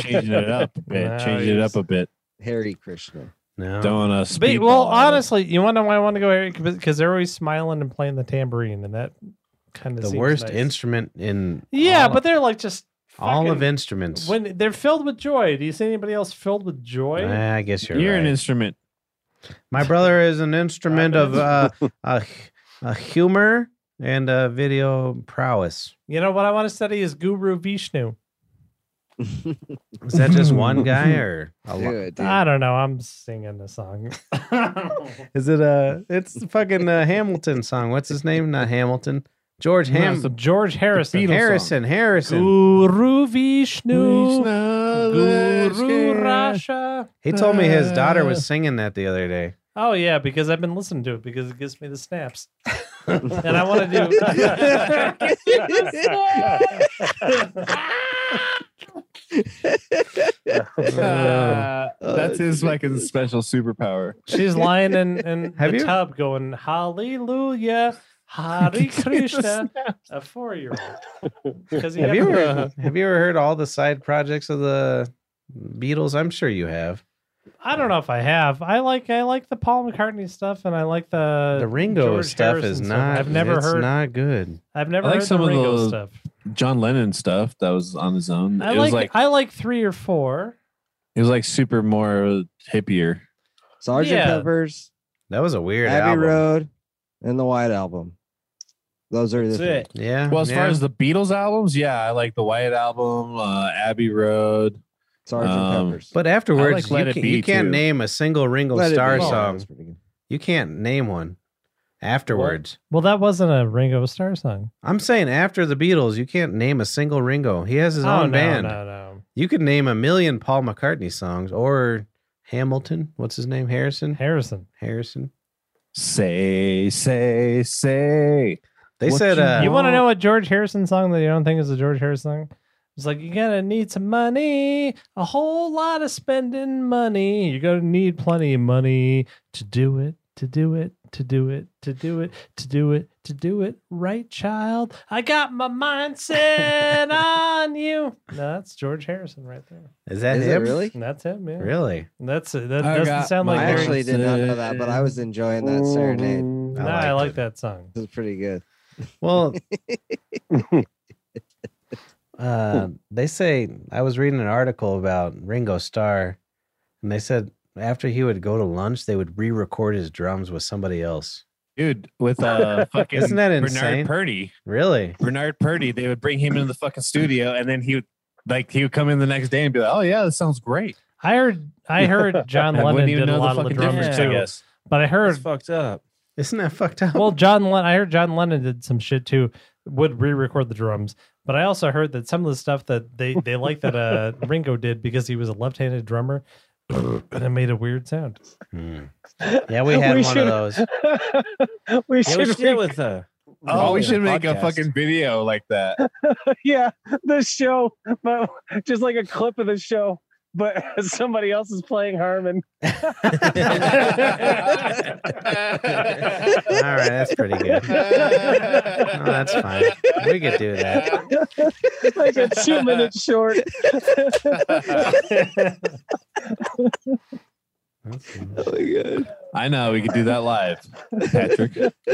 changing it up a bit.
Now
changing it up
he's-
a bit.
Harry Krishna.
No.
Don't uh, speed
well,
ball on it.
honestly, you want to know why I want to go Harry because they're always smiling and playing the tambourine, and that kind of
the worst
nice.
instrument in
Yeah,
all,
but they're like just
all of
fucking-
instruments.
When they're filled with joy, do you see anybody else filled with joy?
Ah, I guess you're,
You're, an
right.
instrument.
my brother is an instrument of uh, a, a humor and a video prowess.
You know what I want to study is Guru Vishnu.
Is that just one guy or a
Do
lot?
it, dude.
I don't know. I'm singing the song.
Is it uh It's the fucking uh, Hamilton song. What's his name? Not Hamilton. George
No,
Ham.
it's the
George Harrison.
Beatles.
Harrison. Harrison.
Guru Vishnu. Guru
Guru
Rasha.
He told me his daughter was singing that the other day.
Oh yeah, because I've been listening to it because it gives me the snaps, and I want to do.
Uh,
Oh,
that's his fucking special superpower.
She's lying in in
Have
the
you-
tub going Hallelujah, Hare Krishna, a four year old. Because
Have you uh, ever have you ever heard all the side projects of the Beatles? I'm sure you have.
I don't know if I have. I like I like the Paul McCartney stuff, and I like the
Uh,
The Ringo
George
stuff
Harrison
is
stuff.
not.
I've never
it's
heard.
Not good.
I've never
I like
heard
some
the
of
Ringo
those-
stuff.
John Lennon stuff that was on his own.
I
it
like,
was like
I like three or four.
it was like super more hippier.
Sergeant
Yeah.
Pepper's,
That was a weird
Abbey
album.
Road, and the White Album. Those are the
That's
three.
it.
Yeah.
Well, as
yeah.
far as the Beatles albums, yeah, I like the White album, uh, Abbey Road.
Sergeant
Um,
Pepper's.
but afterwards,
like Let
you,
It
can,
Be,
you can't
too.
name a single Ringo
Let It Be.
Starr
Oh,
song.
that's pretty good.
You can't name one. Afterwards,
Well, that wasn't a Ringo Starr song.
I'm saying after the Beatles, you can't name a single Ringo. He has his
oh,
own
no,
band.
no, no.
You could name a million Paul McCartney songs or Hamilton. What's his name? Harrison.
Harrison.
Harrison.
Say, say, say.
They
What
said,
you
uh,
You want to know a George Harrison song that you don't think is a George Harrison song? It's like you're gonna need some money, a whole lot of spending money. You're gonna need plenty of money to do it, to do it, to do it, to do it, to do it, to do it. Right, child. I got my mindset on you. No, that's George Harrison right there.
"Is that
Is it
him?
really?
And that's him, man.
Really?
That's it. That
I
doesn't
got
sound like
my-
I
Harrison.
actually did not know that, but I was enjoying that serenade.
No, I,
liked
like
it.
that song.
This is pretty good.
Well, uh, they say I was reading an article about Ringo Starr, and they said after he would go to lunch, they would re-record his drums with somebody else.
Dude, with uh, fucking
Isn't that insane?
Bernard Purdy.
Really?
Bernard Purdy, they would bring him into the fucking studio and then he would like he would come in the next day and be like, Oh yeah, that sounds great.
I heard I heard John
I
Lennon
wouldn't even
did a
know
lot
the
of the
fucking
drummers
difference,
too.
I guess.
But I
It's
heard
fucked up.
Isn't that fucked up?
well John Lennon I heard John Lennon did some shit too, would re-record the drums. But I also heard that some of the stuff that they they like that uh Ringo did because he was a left-handed drummer and it made a weird sound.
Hmm. Yeah, we had
We
one of
should-
those.
we
Yeah, we
should,
should do it with uh,
Oh, we
Yeah.
should make a
Podcast.
fucking video like that.
yeah, the show, but just like a clip of the show, but somebody else is playing Harmon.
All right, that's pretty good. No, that's fine. We could do that.
like a two minute short.
I know we could do that live, Patrick. oh,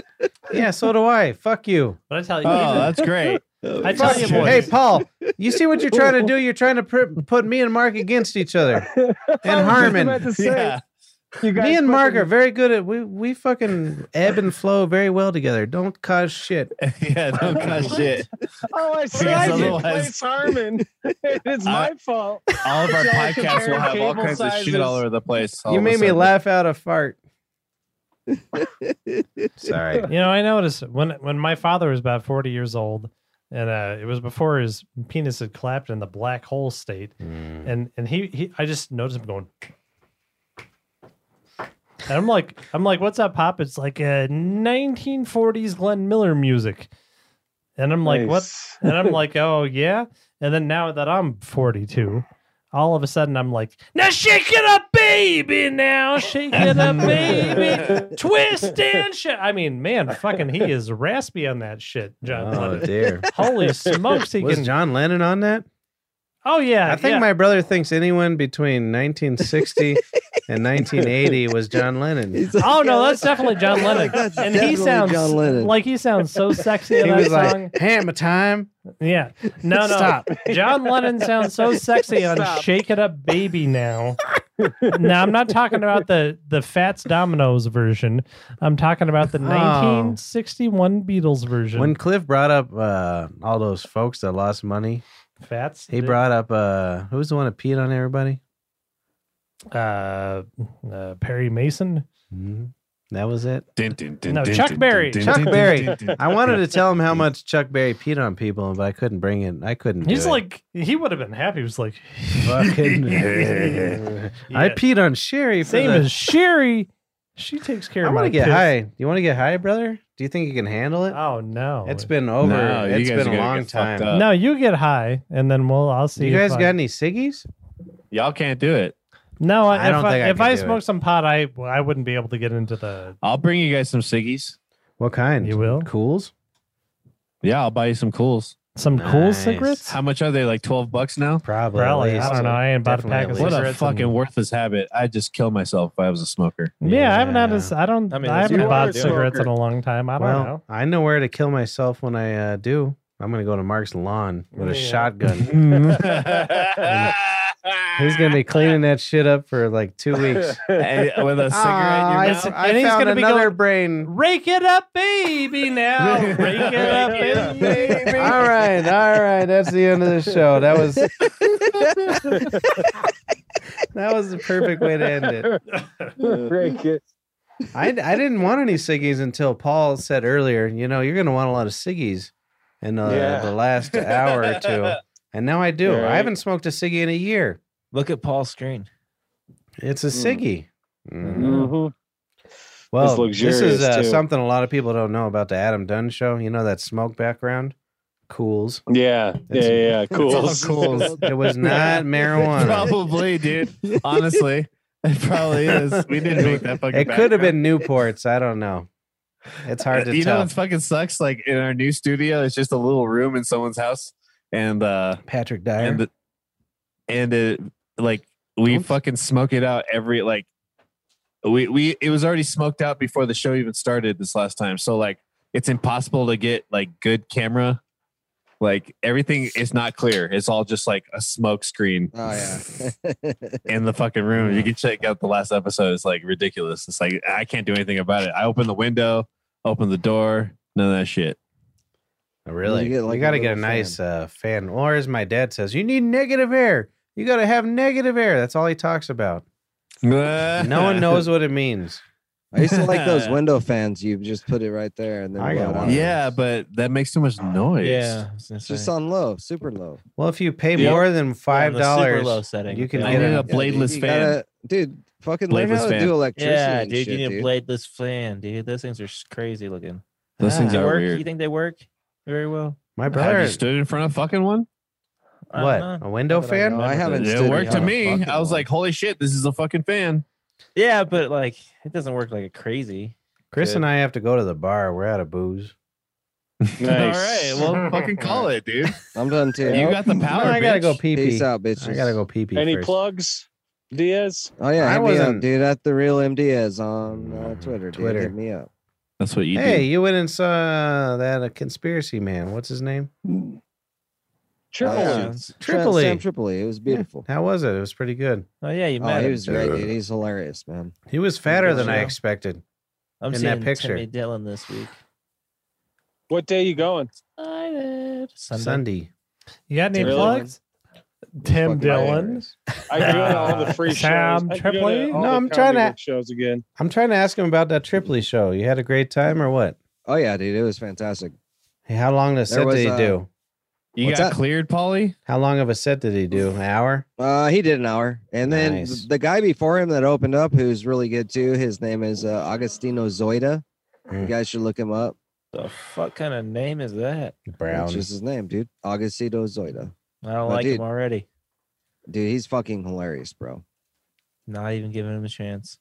Yeah, so do I. Fuck you.
But I tell you,
that's great.
I tell you
Fuck.
boys,
Hey, Paul, you see what you're trying to do? You're trying to pr- put me and Mark against each other and
about
Harmon.
to say, you guys
Me and
fucking-
Mark are very good at we we fucking ebb and flow very well together. Don't cause shit.
yeah, don't cut shit.
Oh, I
Because
said I didn't
otherwise-
place Harmon. it's my fault.
All of our
Y'all are
podcasts will
comparing
have all
cable
kinds of
sizes.
shit all over the place. all
You
of a
made me
sudden.
laugh out a fart. Sorry.
You know, I noticed when when my father was about forty years old, and uh, it was before his penis had collapsed in the black hole state, and and he, he I just noticed him going. And I'm like, I'm like, what's up, Pop? It's like a 1940s Glenn Miller music, and I'm like, what?
Nice.
And I'm like, oh yeah. And then now that I'm 42, all of a sudden I'm like, now shake it up, baby. Now shake it up, baby. Twist and shit. I mean, man, fucking, he is raspy on that shit, John.
Oh
Lennon.
dear.
Holy smokes, he
Was
can.
John Lennon on that?
oh yeah,
I think
yeah.
my brother thinks anyone between 1960 and 1980 was John Lennon.
He's like,
Oh no,
yeah,
that's definitely John Lennon,
That's
and he
definitely
sounds
John Lennon.
like he sounds so sexy in
He
that
was
song.
like, "Hammer time."
Yeah, no, no,
Stop.
John Lennon sounds so sexy on
Stop.
"Shake It Up, Baby." Now, now I'm not talking about the the Fats Domino's version. I'm talking about the 1961 Beatles version.
Oh. When Cliff brought up uh, all those folks that lost money,
Fats,
he
did-
brought up uh, who was the one that peed on everybody?
uh, uh, Perry Mason. Mm-hmm.
That was it.
Dun, dun, dun,
No,
dun,
Chuck
dun,
Berry.
dun,
Chuck
dun, dun,
Berry.
dun, dun.
I wanted to tell him how much Chuck Berry peed on people, but I couldn't bring it. I couldn't.
He's
do it.
like he would have been happy. He was like,
Fucking- I
Yeah.
peed on Sherry. For
same
the-
as Sherry. She takes care
I
of.
want
my
to get
piss.
high. You want to get high, brother? Do you think you can handle it?
Oh no,
It's been over.
No, you
it's
guys
been
are
a
gonna
long
get fucked
time.
up.
no. You get high, and then we'll. I'll see.
You
if
guys
I-
got any ciggies?
Y'all can't do it.
No, I,
I
if
don't
I,
think I
if
could
I
do
smoked some pot, I I wouldn't be able to get into the.
I'll bring you guys some ciggies.
What kind?
You will
Cools?
Yeah, I'll buy you some cools.
some cool
Nice.
cigarotes.
How much are they? Like twelve bucks now?
Probably. at
Probably, I
least.
don't know. I ain't bought a
Definitely
pack
at
of
least.
What a
cigarettes. in-
fucking worthless habit. I'd just kill myself if I was a smoker.
yeah, I haven't had a. I don't. I,
I mean,
haven't
you are
bought
a
cigarettes in
smoker.
a long time. I don't
well,
know.
I know where to kill myself when I uh, do. I'm gonna go to Mark's lawn with a shotgun. He's gonna be cleaning that shit up for like two weeks.
And with a cigarette in your
Aw, I,
mouth?
s-
And
I
he's
found
gonna be
another
going-
brain.
Rake it up, baby. Now rake it up,
All right, all right. That's the end of the show. That was that was the perfect way to end it.
Break it.
I I didn't want any ciggies until Paul said earlier. You know, you're gonna want a lot of ciggies in the,
Yeah.
the last hour or two, and now I do.
Right.
I haven't smoked a ciggy in a year.
Look at Paul's screen.
It's a ciggy. Mm-hmm.
Mhm.
Well,
It's
this, is
Mm-hmm. luxurious,
uh,
too.
something a lot of people don't know about the Adam Dunn show. You know that smoke background? Cools.
Yeah, yeah,
It's-
yeah.
it's
Cool.
all Cools. It was not marijuana.
Probably, dude. Honestly, it probably is. We didn't make that fucking.
It could have been Newports. I don't know. It's hard to
Uh, you know
tell.
what fucking sucks? Like in our new studio, it's just a little room in someone's house, and uh
Patrick Dyer.
and the, and it like we fucking smoke it out every like we we it was already smoked out before the show even started this last time. So like it's impossible to get like good camera. Like everything is not clear. It's all just like a smoke screen
Oh yeah.
in the fucking room. You can check out the last episode. It's like ridiculous. It's like I can't do anything about it. I open the window, open the door, none of that shit.
Oh, really?
You
You,
get, like, a
got to get a
little fan.
nice uh, fan. Or as my dad says, you need negative air. You got to have negative air. That's all he talks about. No
no
one knows what it means.
I used to like those window fans. You just put it right there and then
I
blow
got
it
one.
out.
Yeah, but that makes too much noise.
Yeah. I was gonna
It's just
say.
on low, super low.
Well, if you pay
Yeah.
more than
Yeah,
five
the super low
dollars,
setting.
you can
I
get
need
a
a bladeless
you
fan.
gotta- dude. Fucking learn
Bladeless
how to
fan.
do electricity.
Yeah,
and
dude,
shit,
you need
dude.
a bladeless fan, dude. Those things are s- crazy looking.
Those
Ah,
things
They
are
work?
weird.
You think they work very well?
my
Have
brother.
you stood in front of fucking one?
I don't
What?
know.
A window
Not that I
fan?
No, I haven't.
It
stood
worked to
in a
me.
fucking
I was
one.
like, holy shit, this is a fucking fan.
Yeah, but like it doesn't work like a crazy.
Chris and I have to go to the bar. We're out of booze.
Nice.
All right, well, fucking call it, dude.
I'm done too.
You got the
No,
power.
I gotta
bitch.
go pee pee.
Peace out, bitches.
I gotta go pee pee.
Any
first.
plugs, Diaz?
Oh yeah,
I
hit me up,
wasn't-
dude. At the real MDS on uh, Twitter.
Twitter.
Dude, hit me up.
That's what you
Hey, you went and saw that a conspiracy man. What's his name?
Triple.
Oh,
E.
yeah.
Jones.
Tripoli.
Sam Tripoli. It was beautiful.
How was it? It was pretty good.
Oh yeah, you
Oh,
met
he
him.
was great, dude. He's hilarious, man.
He was fatter than I
show.
expected.
I'm
in
seeing
that picture.
Timmy Dillon this week.
What day you going?
Excited.
Sunday.
You got any
Really?
plugs? Tim
Fucking
Dillon.
hilarious.
I can go to all the free
Sam
shows. I can go to
Tripoli?
all
No,
the
I'm trying
comedy
to-
book shows again.
I'm trying to ask him about that Tripoli show. You had a great time or what?
Oh yeah, dude. It was fantastic.
Hey, How long of a set
was,
did he
uh,
do?
You
What's
got
that?
cleared, Polly?
How long of a set did he do? An hour?
Uh, he did an hour, and then th-
Nice.
the guy before him that opened up, who's really good too. His name is uh, Agostino Zoida. You
Mm.
guys should look him up.
The fuck kind of name is that?
Brown.
That's just his name, dude. Agostino Zoida.
I don't
My
like
dude.
him already.
Dude, he's fucking hilarious, bro.
Not even giving him a chance.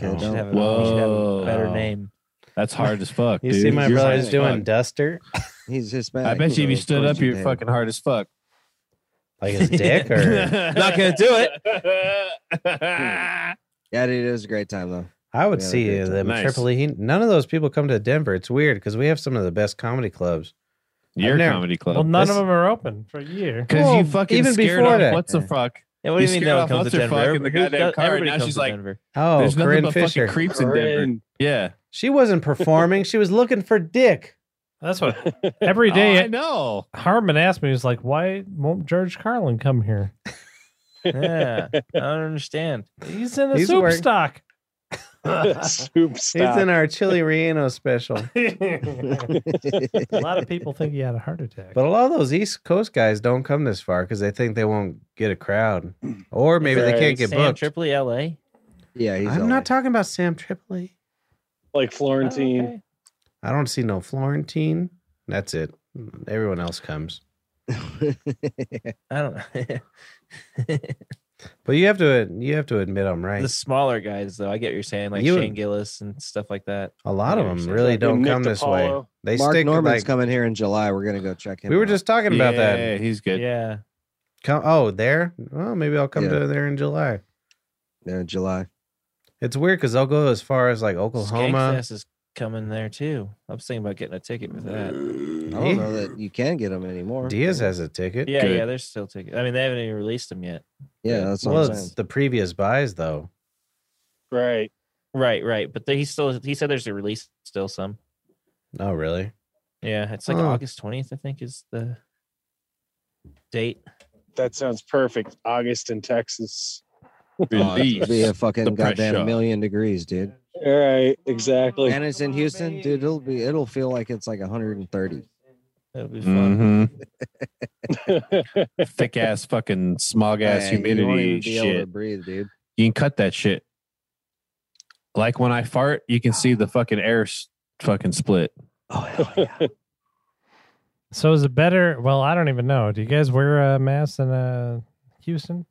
Okay,
Oh.
We should
don't-
have a, we should have a better
Whoa.
name.
That's hard as fuck.
you
dude.
see my
You're hard
brother's
as
doing
fuck.
duster?
he's Hispanic.
I bet you if you
so of
stood
course
up,
you
you're
did.
fucking hard as fuck.
Like his dick or
Not gonna do it.
Hmm.
Yeah, dude, it was a great time though.
I would
We had a
see
great
uh,
time.
them
Nice.
Tripoli. He, none of those people come to Denver. It's weird because we have some of the best comedy clubs.
Your
I've never-
comedy
Well,
club.
none
This-
of them are open for a year.
Because
Well,
you fucking
even
even scared
before
off
that.
What the fuck?
Yeah, what do
You
you mean
scared
no one
off
comes to
What's Her
Denver?
Fuck in the
Everybody-
goddamn car, and
everybody
now
comes
she's
to
like,
Denver.
Oh,
There's nothing
Corinne
but
Fisher.
fucking creeps in Denver.
Corinne.
Yeah.
She wasn't performing. she was looking for dick.
That's what every
Oh, I
day.
know.
Harmon asked me, he's like, why won't George Carlin come here?
yeah, I don't understand.
He's in a
He's
soup
working.
stock.
Soup
He's in
stock.
our Chili Reno special.
a lot of people think he had a heart attack.
But a lot of those East Coast guys don't come this far because they think they won't get a crowd, or maybe they
Right.
can't get
Sam
booked.
Tripoli, L.A.
Yeah, he's.
I'm
LA.
not talking about Sam Tripoli.
Like Florentine.
Oh, okay.
I don't see no Florentine. That's it. Everyone else comes,
I don't.
but you have to you have to admit I'm right.
the smaller guys, though, I get what you're saying, like
You-
Shane Gillis and stuff like that.
a lot of
Yeah,
them
so
really
like
don't
Nick
come this way.
DiPaolo.
They
Mark
stick
Norman's
like
coming here in July. We're gonna go check him.
we were
out.
just talking about that.
Yeah, he's good.
Yeah,
Come, oh, there. Well, maybe I'll come
Yeah.
to there in July.
there in July.
It's weird because they'll go as far as like
Skank's
Oklahoma.
ass is coming there too. I was thinking about getting a ticket with that.
I don't know that you can get them anymore.
Diaz has a ticket.
Yeah, yeah, there's still tickets. I mean, they haven't even released them yet.
Yeah, that's what
well,
I'm
it's the previous buys though.
Right.
Right, right. But he still he said there's a release still some.
No, Oh, really.
Yeah, it's like
Huh.
August 20th, I think, is the date.
That sounds perfect. August in Texas.
Oh, it's gonna be a fucking
pressure.
goddamn million degrees, dude.
All right, exactly.
and it's in Houston, dude. It'll be it'll feel like it's like 130.
That'll be
Mm-hmm.
fun. Thick ass fucking smog ass
Hey,
humidity
You won't even be
shit.
able to breathe, dude.
you can cut that shit. Like when I fart, you can see the fucking air s- fucking split.
So is it better? Well, I don't even know. Do you guys wear uh, masks in uh, Houston?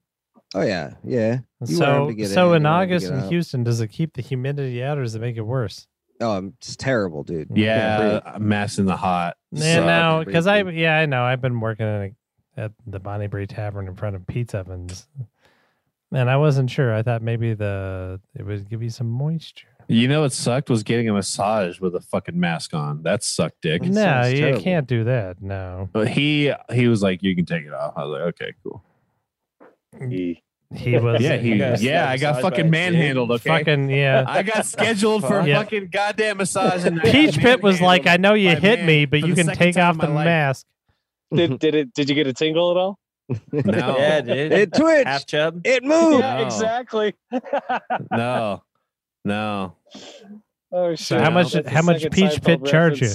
Oh yeah, yeah. You want 'em
so
to get
so
you want 'em
in,
to
August
get
in
out.
Houston, does it keep the humidity out or does it make it worse?
Oh, it's terrible, dude. You
Yeah,
can't
I'm mass in the hot.
Yeah,
Suck.
no, because I yeah I know I've been working at, a, at the Bonnie Brie Tavern in front of Pete's Evans, and I wasn't sure. I thought maybe the it would give you some moisture.
You know what sucked was getting a massage with a fucking mask on. That sucked, dick.
no, you can't do that. No,
But he he was like, "You can take it off." I was like, "Okay, cool."
He
he was.
yeah he
I got
yeah I got
massaged by a
fucking
dude.
manhandled. Okay,
Fucking yeah.
I got scheduled for a
Yeah.
fucking goddamn massage. And I got
Peach Pit was like, I know you
by
hit
man
me, but
for
you
the
can
second
take
time
off
in my
the
life."
mask. Mm-hmm.
Did did it? Did you get a tingle at all?
No.
Yeah, dude.
It twitched.
Half chub.
It moved.
Yeah,
No.
exactly.
no, no.
Oh shit!
how much?
That's the
How much
second
Peach Pit
Seinfeld
charge you?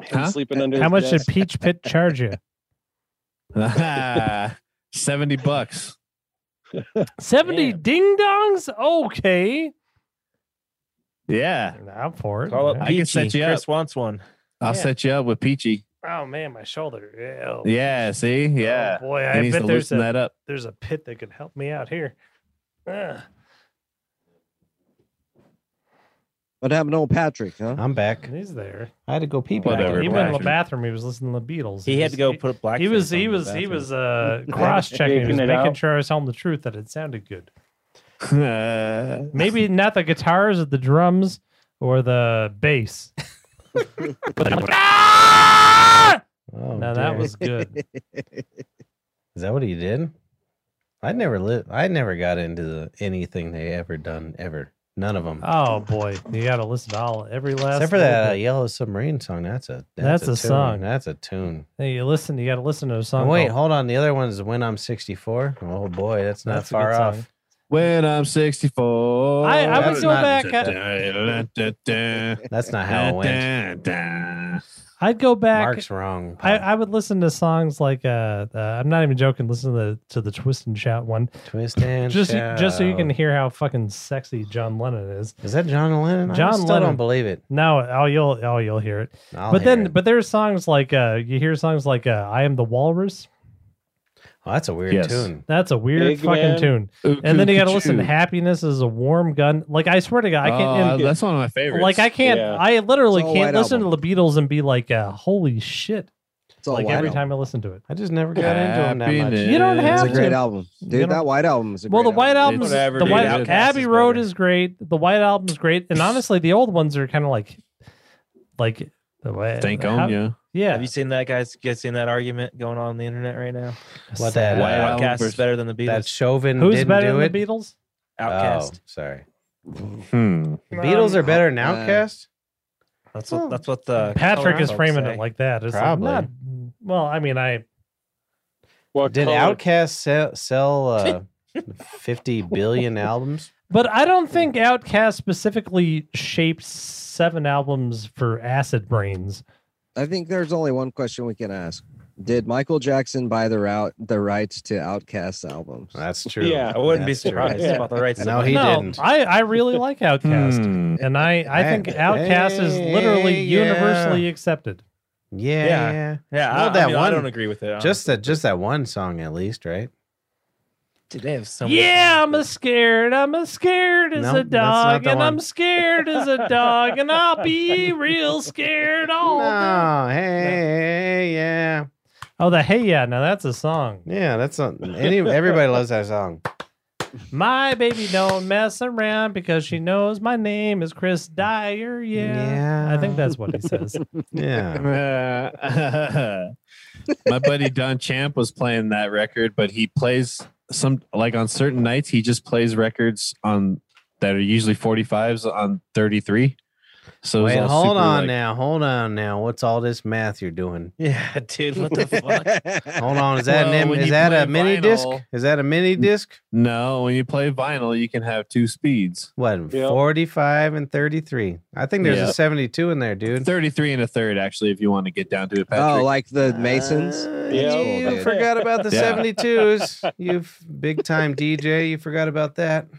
reference. Him
Huh?
Sleeping under
How
his
much did
desk.
Peach Pit charge you?
Seventy bucks.
Seventy ding dongs. Okay,
Yeah,
I'm for it.
Call up
Yeah.
I
Peachy.
can set you
Chris
up.
wants one.
I'll
Yeah.
set you up with Peachy.
Oh man, my shoulder. Ew.
Yeah, see, yeah.
Oh, boy,
He
I
needs
bet
to
there's
loosen
a-
that up.
There's a pit that could help me out here. Ugh.
What happened to old Patrick? Huh?
I'm back.
He's there.
I had to go pee. back.
Whatever.
Even in the
Patrick.
bathroom, he was listening to the Beatles.
He had to
was-
go put a black.
He was he was he was uh cross checking. He was
Taking it
making
out.
sure I was telling the truth that it sounded good.
Uh,
Maybe not the guitars or the drums or the bass.
Oh,
now
dear.
that was good.
Is that what he did? I never lit. I never got into the, anything they ever done ever. None of them.
Oh boy, you got to listen to all every last.
Except for that uh,
little bit.
Yellow Submarine song. That's a
That's a
tune.
song.
That's a tune.
Hey, you listen. You got to listen to a
And
song.
wait,
called-
hold on. The other one is When I'm 64. Oh boy, that's not
That's a good
far
song.
off.
when I'm 64,
I, I would
that's
go
not-
back. I,
That's not how it went.
I'd go back.
Mark's wrong.
I, I would listen to songs like uh, uh I'm not even joking. Listen to the to the twist and shout one,
Twist and
just just so you
shout.
can hear how fucking sexy John Lennon is.
Is that John Lennon? I
John
still
Lennon.
don't believe it.
No, oh you'll oh you'll hear it.
I'll
but
hear
then,
it.
but there's songs like uh you hear songs like uh I am the Walrus.
oh, that's a weird
Yes.
tune.
That's a weird
Big
fucking
Man.
tune. And then you got to listen. to Happiness is a warm gun. Like I swear to God, I
Oh,
can't. and-
that's one of my favorites.
like I can't.
Yeah.
I literally
It's all
can't
white
listen to the Beatles and be like, uh, "Holy shit!"
It's all
like
white
every
album.
time I listen to it.
I just never got into him that much.
Happiness.
You don't
It's
have
a
to.
great album,
You
dude.
don't-
That white album is a
Well, the
great
white
album.
album's
Whatever,
the
dude.
white
Outcast
Abbey
is
Road
better.
is great. The white album's great, and honestly, the old ones are kind of like, like the way.
Thank
how-
on you.
Yeah,
Have you seen that guys? Get seen that argument going on, on the internet right now?
What that?
Why
uh,
album
Outcast is
versus-
better than the
that
Beatles.
Chauvin
who's
didn't
better
do
than
it.
the Beatles?
Outcast.
Oh, sorry.
Hmm.
The Beatles are better than
uh,
Outcast.
That's what. That's what the
Patrick is
folks
framing
say.
it like that. It's
Probably.
Like not, well, I mean, I
What
Did
color?
Outcast sell, sell uh, fifty billion albums?
but I don't think Outcast specifically shaped seven albums for Acid Brains.
I think there's only one question we can ask. Did Michael Jackson buy the route the rights to Outcast albums?
That's true.
Yeah.
I wouldn't be
That's true.
surprised about the rights.
No, he
no,
didn't.
I I really like Outcast,
Hmm.
and I I think
Hey,
Outcast is literally
yeah.
universally accepted.
Yeah.
Yeah. Yeah,
Well,
I,
that
I, mean, I
one-
don't agree with it.
Just that, just that one song at least, right?
Did they have so many
Yeah, I'm
songs
a scared. I'm a scared as
No,
a
that's not
dog,
the
and I'm
one.
scared as a dog, and I'll be real scared all. day.
No, hey, yeah,
Oh, the hey yeah. Now that's a song.
yeah. That's a, any. Everybody loves that song.
My baby don't mess around because she knows my name is Chris Dyer. Yeah. I think that's what he says.
Yeah. My buddy Don Champ was playing that record, but he plays some like on certain nights he just plays records on that are usually 45s on 33. So it was
Wait,
all
hold
super,
on
like-
now, hold on now. What's all this math you're doing?
Yeah, dude, what the fuck?
Hold on, is that
Well,
an,
when
is
you
that a
play
mini disc?
vinyl-
Is that a mini disc?
No, when you play vinyl, you can have two speeds.
What? 45 and 33. I think there's
Yeah.
a 72 in there, dude.
33 and a third, actually, if you want to get down to it, Patrick.
Oh, like the
Uh,
Masons?
Uh, yeah.
you
dude.
forgot about the
Yeah.
72s. You f- big time DJ. You forgot about that.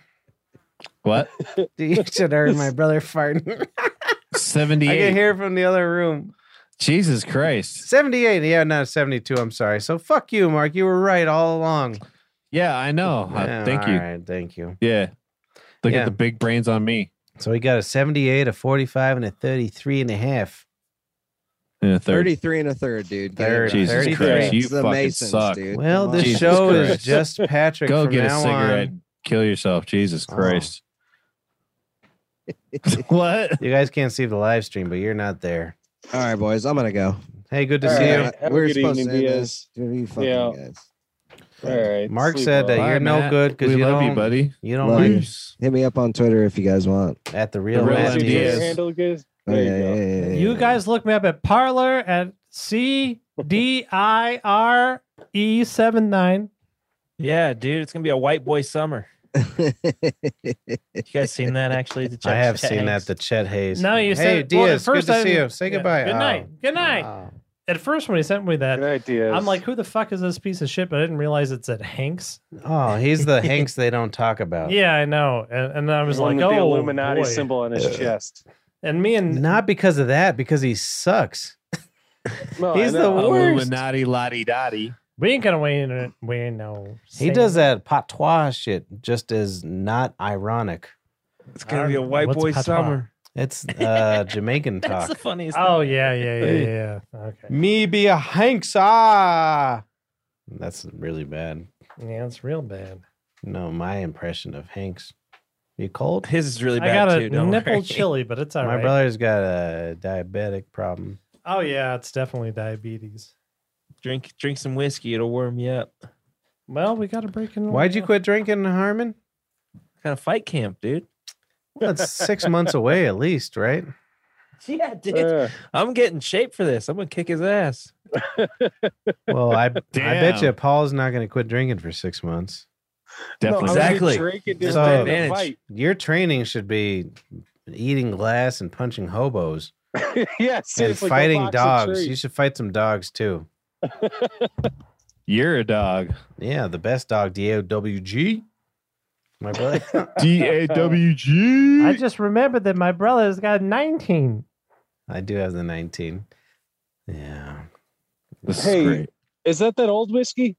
What?
You should heard my brother farting. I
78.
can hear from the other room.
Jesus Christ.
78. Yeah, not 72. I'm sorry. So fuck you, Mark. You were right all along.
Yeah, I know. Uh,
Yeah,
thank
all
you.
right, thank you.
Yeah. Look
Yeah.
at the big brains on me
So we got a 78, a 45, and a 33 and a half.
in a third.
33 and a third, dude. Get it
Third-
right.
Jesus
33.
Christ. You
It's the
fucking
Masons,
suck.
dude.
Well,
Come
this
on.
Jesus
show is
Christ.
just Patrick.
Go
from
get a
now
cigarette.
On.
and Kill yourself. Jesus
Oh.
Christ. what?
You guys can't see the live stream, but you're not there.
All right, boys. I'm going to go.
Hey, good to
All
see
right.
you.
Have a
We're
good
supposed
evening,
to end
Diaz.
this. Dude, you fucking
Yeah.
guys.
All right.
Mark
Sleep
said that
well.
you're
Bye,
no
Matt.
good because
We
you
love
don't
you, buddy.
you don't
Love
like
you. Hit me up on Twitter if you guys want.
at the real
The real
Matt
What's your Twitter
Diaz.
Diaz.
handle, guys?
Oh,
There you
yeah,
go.
yeah, yeah, yeah,
You
yeah.
guys look me up at parlor at C D I R E 7 9.
Yeah, dude, it's gonna be a white boy summer. You guys seen that actually? The
I have
Jack-
seen that. The Chet Hayes.
No, you
hey,
said
Diaz.
well, at first
good to
I-
see you. Say
yeah,
goodbye.
Good
Oh,
night. Good night.
oh.
At first, when he sent me that,
Good ideas.
I'm like, who the fuck is this piece of shit? But I didn't realize it said Hanks.
Oh, he's the Hanks they don't talk about.
Yeah, I know. And, and I was like,
with
oh,
the Illuminati
boy.
symbol on his chest.
And me and
Not because of that, because he sucks.
No,
He's
Oh, I know.
the worst.
Illuminati lottie dottie.
we ain't gonna win it. We know.
He does that patois shit just as not ironic.
It's
I
gonna
don't
be a
know.
white
What's
boy
patois?
summer.
It's uh, Jamaican
That's the
talk.
funniest.
Oh yeah, yeah, yeah, yeah. yeah. Okay.
Me be a Hanks ah. That's really bad.
Yeah, it's real bad.
No, my impression of Hanks. You cold?
his is really
I
bad
got a
too. Don't
nipple
worry.
chilly, but it's all
my
right.
brother's got a diabetic problem.
Oh yeah, it's definitely diabetes.
Drink, drink some whiskey. It'll warm you up.
Well, we got to break in.
Why'd you quit drinking, Harmon?
Kind of fight camp, dude.
That's six months away at least, right?
Yeah, dude.
Yeah.
Uh, I'm getting in shape for this. I'm gonna kick his ass.
Well, I I bet
Damn.
you Paul's not going to quit drinking for six months.
Definitely.
No, I was
Exactly.
drinking
Just
just to
advantage.
fight.
Your training should be eating glass and punching hobos
yeah,
and
seriously, go
fighting
box a
dogs.
tree.
You should fight some dogs too.
You're a dog.
Yeah, the best dog, D O W G. My brother.
D A W G.
I just remembered that my brother's got 19.
I do have the 19. Yeah.
This is
Hey.
great.
Is that that old whiskey?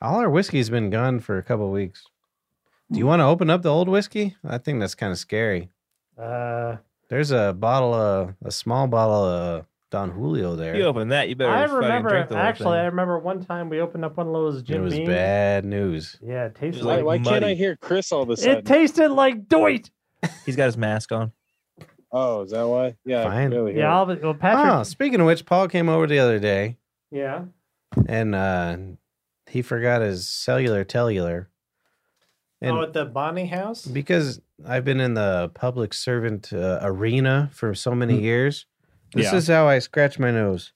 All our whiskey's been gone for a couple weeks. Do you want to open up the old whiskey? I think that's kind of scary.
Uh,
There's a bottle of a small bottle of Don Julio there.
You open that, you better.
I
fucking
remember
drink the whole
actually.
thing.
I remember one time we opened up one of those
It
Jim
was
Beam.
bad news.
Yeah, it tasted
It's
Why,
like,
like
why can't
muddy.
I hear Chris all of a sudden?
it tasted like Doit.
He's got his mask on.
oh, is that why? Yeah, I
Fine.
can barely hear
Yeah,
it.
all of it- well, Patrick.
Oh, speaking of which, Paul came over the other day
Yeah,
and uh, he forgot his cellular tellular. And
oh, at the Bonnie House.
because I've been in the public servant uh, arena for so many years, this
Yeah.
is how I scratch my nose.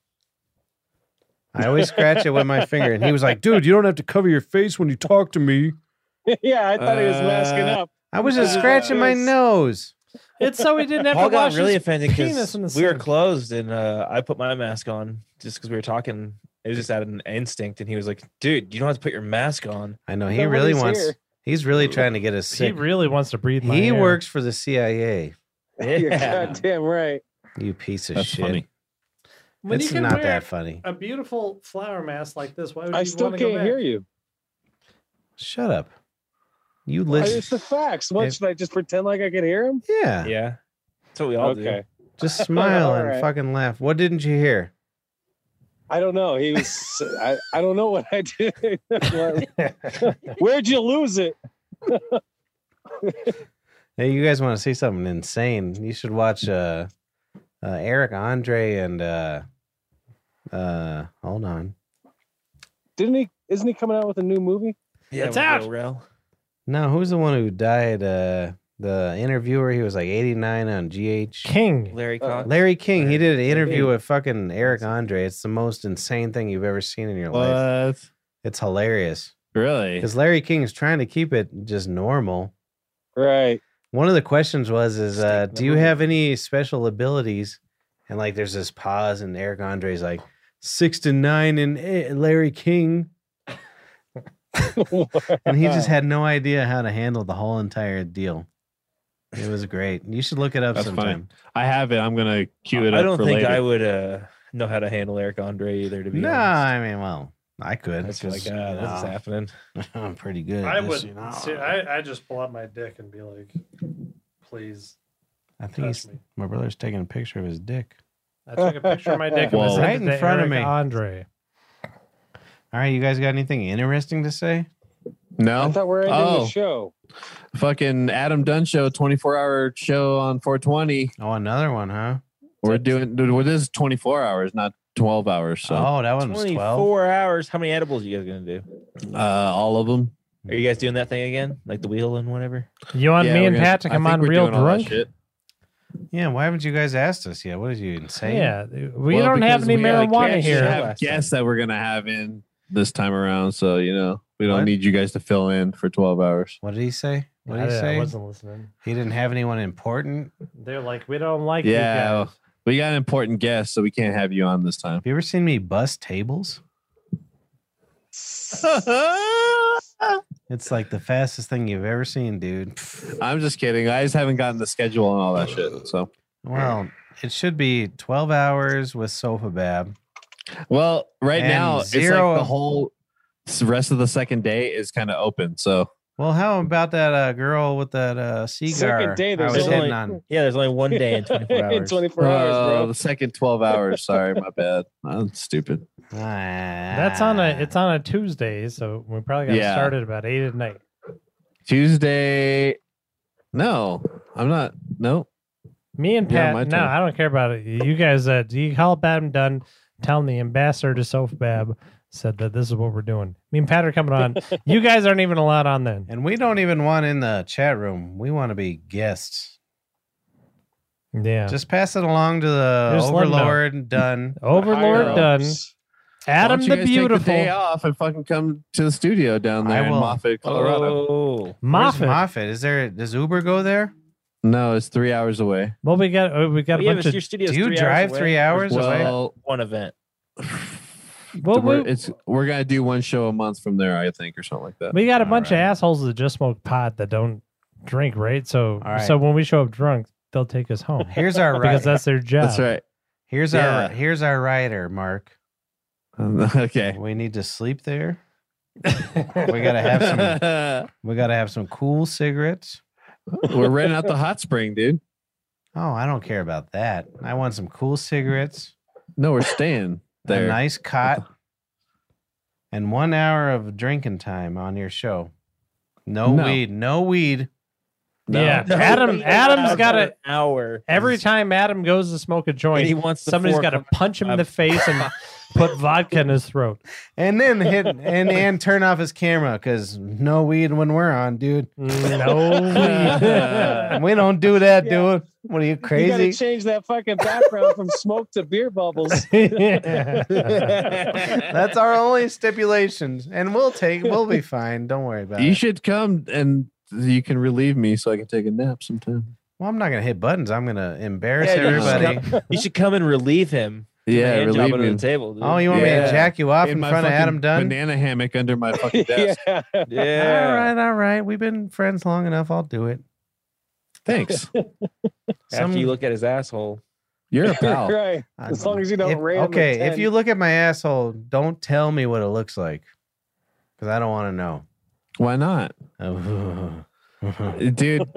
I always scratch it with my finger. And he was like, dude, you don't have to cover your face when you talk to me.
yeah, I thought he was masking
Uh,
up.
I was just
Yeah.
scratching my nose.
It's so he didn't have
Paul
to wash
got really
his
offended
penis in the
because we were
sink.
closed and uh, I put my mask on just because we were talking. It was just out of an instinct, and he was like, "Dude, you don't have to put your mask on."
I know he
Nobody's
really wants,
here.
he's really trying to get us
He
sick.
really wants to breathe. my
He
air.
works for the CIA,
You're
Yeah.
goddamn right.
you piece of
That's
shit.
funny.
When you
it's
can
not
wear
that funny.
A beautiful flower mask like this. Why would
I
you
still
want to go
can't
back?
hear you.
Shut up. You
I-
listen.
It's the facts. What
If-
should I just pretend like I can hear him?
Yeah.
Yeah, that's what we all
Okay.
Just smile and
Alright.
fucking laugh. What didn't you hear?
I don't know. He was. I, I don't know what I did. Where'd you lose it?
Hey, you guys want to see something insane? You should watch uh, uh Eric Andre and uh uh hold on.
Didn't he? Isn't he coming out with a new movie?
Yeah,
It's
with
out!
Go-Rel.
No, who's the one who died? Uh the interviewer, he was like 89 on GH.
King.
Larry
Oh.
Cox.
Larry King, he did an interview
King.
with fucking Eric Andre. It's the most insane thing you've ever seen in your life. It's hilarious.
Really?
Because Larry King is trying to keep it just normal.
Right.
One of the questions was is uh, do you have any special abilities? And like there's this pause and Eric Andre's like six to nine and eh, Larry King. and he just had no idea how to handle the whole entire deal. It was great. You should look it up
That's funny.
sometime.
I have it. I'm gonna cue it up.
I don't
for
think
later.
I would uh, know how to handle Eric Andre either. To be
No,
honest,
I mean, well, I could.
I just feel like
'cause,
ah,
you
this is
know,
happening.
I'm pretty good.
I
at this,
would.
you know.
See, I I just pull out my dick and be like, please.
I think he's,
touch me.
my brother's taking a picture of his dick.
I took a picture of my dick and I
Whoa.
sent
Right
it
in
to
front of
Eric
me.
Andre.
All right, you guys got anything interesting to say?
I
No.
thought we're ending
Oh.
the show.
Fucking Adam Dunn show, 24 hour show on 420.
Oh, another one, huh?
We're doing. dude, Well, this is 24 hours, not 12 hours. So
oh, that one was 12.
Twenty-four hours. How many edibles you guys gonna do?
Oh.
uh, all of them.
Are you guys doing that thing again, like the wheel and whatever?
You want
Yeah,
me
we're
and
gonna-
Pat to
I
come
think
on
we're
real
doing all that
drunk?
shit.
Yeah, why haven't you guys asked us yet? What are you insane?
Yeah, we
Well,
don't have
because
any
we, uh,
marijuana
can't
here.
Have guests that we're gonna have in this time around. So you know we don't
What?
need you guys to fill in for 12 hours.
What did he say? What
I,
did he
I
say?
wasn't listening.
He didn't have anyone important. Have
They're like, we don't like
Yeah,
you guys.
We got an important guest, so we can't have you on this time.
you ever seen me bust tables? It's like the fastest thing you've ever seen, dude.
I'm just kidding. I just haven't gotten the schedule and all that shit. So
Well, it should be 12 hours with Sofa Bab.
well, right
And
now it's
zero-
like the whole s- rest of the second day is kind of open. So
Well, how about that uh, girl with that uh, cigar
day,
I
there's
was
only-
hitting on?
Yeah, there's only one day in 24
in
hours.
24 hours,
Oh,
bro.
the second 12 hours. Sorry, my bad. I'm stupid.
Ah.
That's on a it's on a Tuesday, so we probably got
Ah. Yeah.
started about eight at night.
Tuesday. No, I'm not. No.
Me and
Yeah,
Pat.
my
no,
turn.
I don't care about it. You guys, uh, do you call Bab and Dunn? Tell them the ambassador to Sofbab said that this is what we're doing. Me and Pat are coming on. you guys aren't even allowed on then.
And we don't even want in the chat room. We want to be guests.
Yeah.
Just pass it along to the
Just let 'em know.
overlord and done.
Overlord
Higher
Dunn,
ups. Why
Adam
don't you
the
guys take
Beautiful,
day off and fucking come to the studio down
I
there in
will.
Moffat, Colorado.
Oh,
Moffat.
Moffat.
Moffat. Is there? Does Uber go there?
No, it's three hours away.
Well, we got uh, we got
Well, yeah,
a
but
bunch
your
of.
studio's
Do you
three
drive
hours
three
away.
hours
There's
away?
Well,
One event.
Well,
we're,
we,
it's we're gonna do one show a month from there, I think, or something like that.
we got a
All
bunch
right.
of assholes that just smoke pot that don't drink, right? So
All right.
so when we show up drunk, they'll take us home
Here's our
because
right.
that's their job.
That's right.
Here's
Yeah.
our here's our rider, Mark.
okay.
We need to sleep there. we gotta have some. We gotta have some cool cigarettes.
we're renting out the hot spring, dude.
Oh, I don't care about that. I want some cool cigarettes,
No, we're staying
a
there.
nice cot, and one hour of drinking time on your show. No,
No.
weed. No weed.
No.
Yeah, Adam. Adam's got a.
an hour.
Every time Adam goes to smoke a
And
joint,
he wants the
somebody's
four
got to punch him in the face and put vodka in his throat.
And then hit and and turn off his camera because no weed when we're on, dude.
No.
We don't do that,
Yeah.
dude. What are you
You gotta
crazy?
change that fucking background from smoke to beer bubbles.
That's our only stipulations, and we'll take. We'll be fine. Don't worry about
You
it.
should come and you can relieve me so I can take a nap sometime.
well, I'm not gonna hit buttons. I'm gonna embarrass
Yeah, you just
everybody.
you should come and relieve him.
Yeah,
hand job
relieve
under
me.
the table. Dude.
Oh, you want me
Yeah.
to jack you off
In
in,
my
front of
fucking
Adam Dunn?
Banana hammock under my fucking
yeah.
desk.
All
Yeah.
right, all right. We've been friends long enough. I'll do it.
Thanks.
After
Some-
you look at his asshole.
You're a pal.
Right.
I-
As long as you don't
if-
rate 'em a
okay, if
10.
you look at my asshole, don't tell me what it looks like, because I don't want to know.
Why not, dude?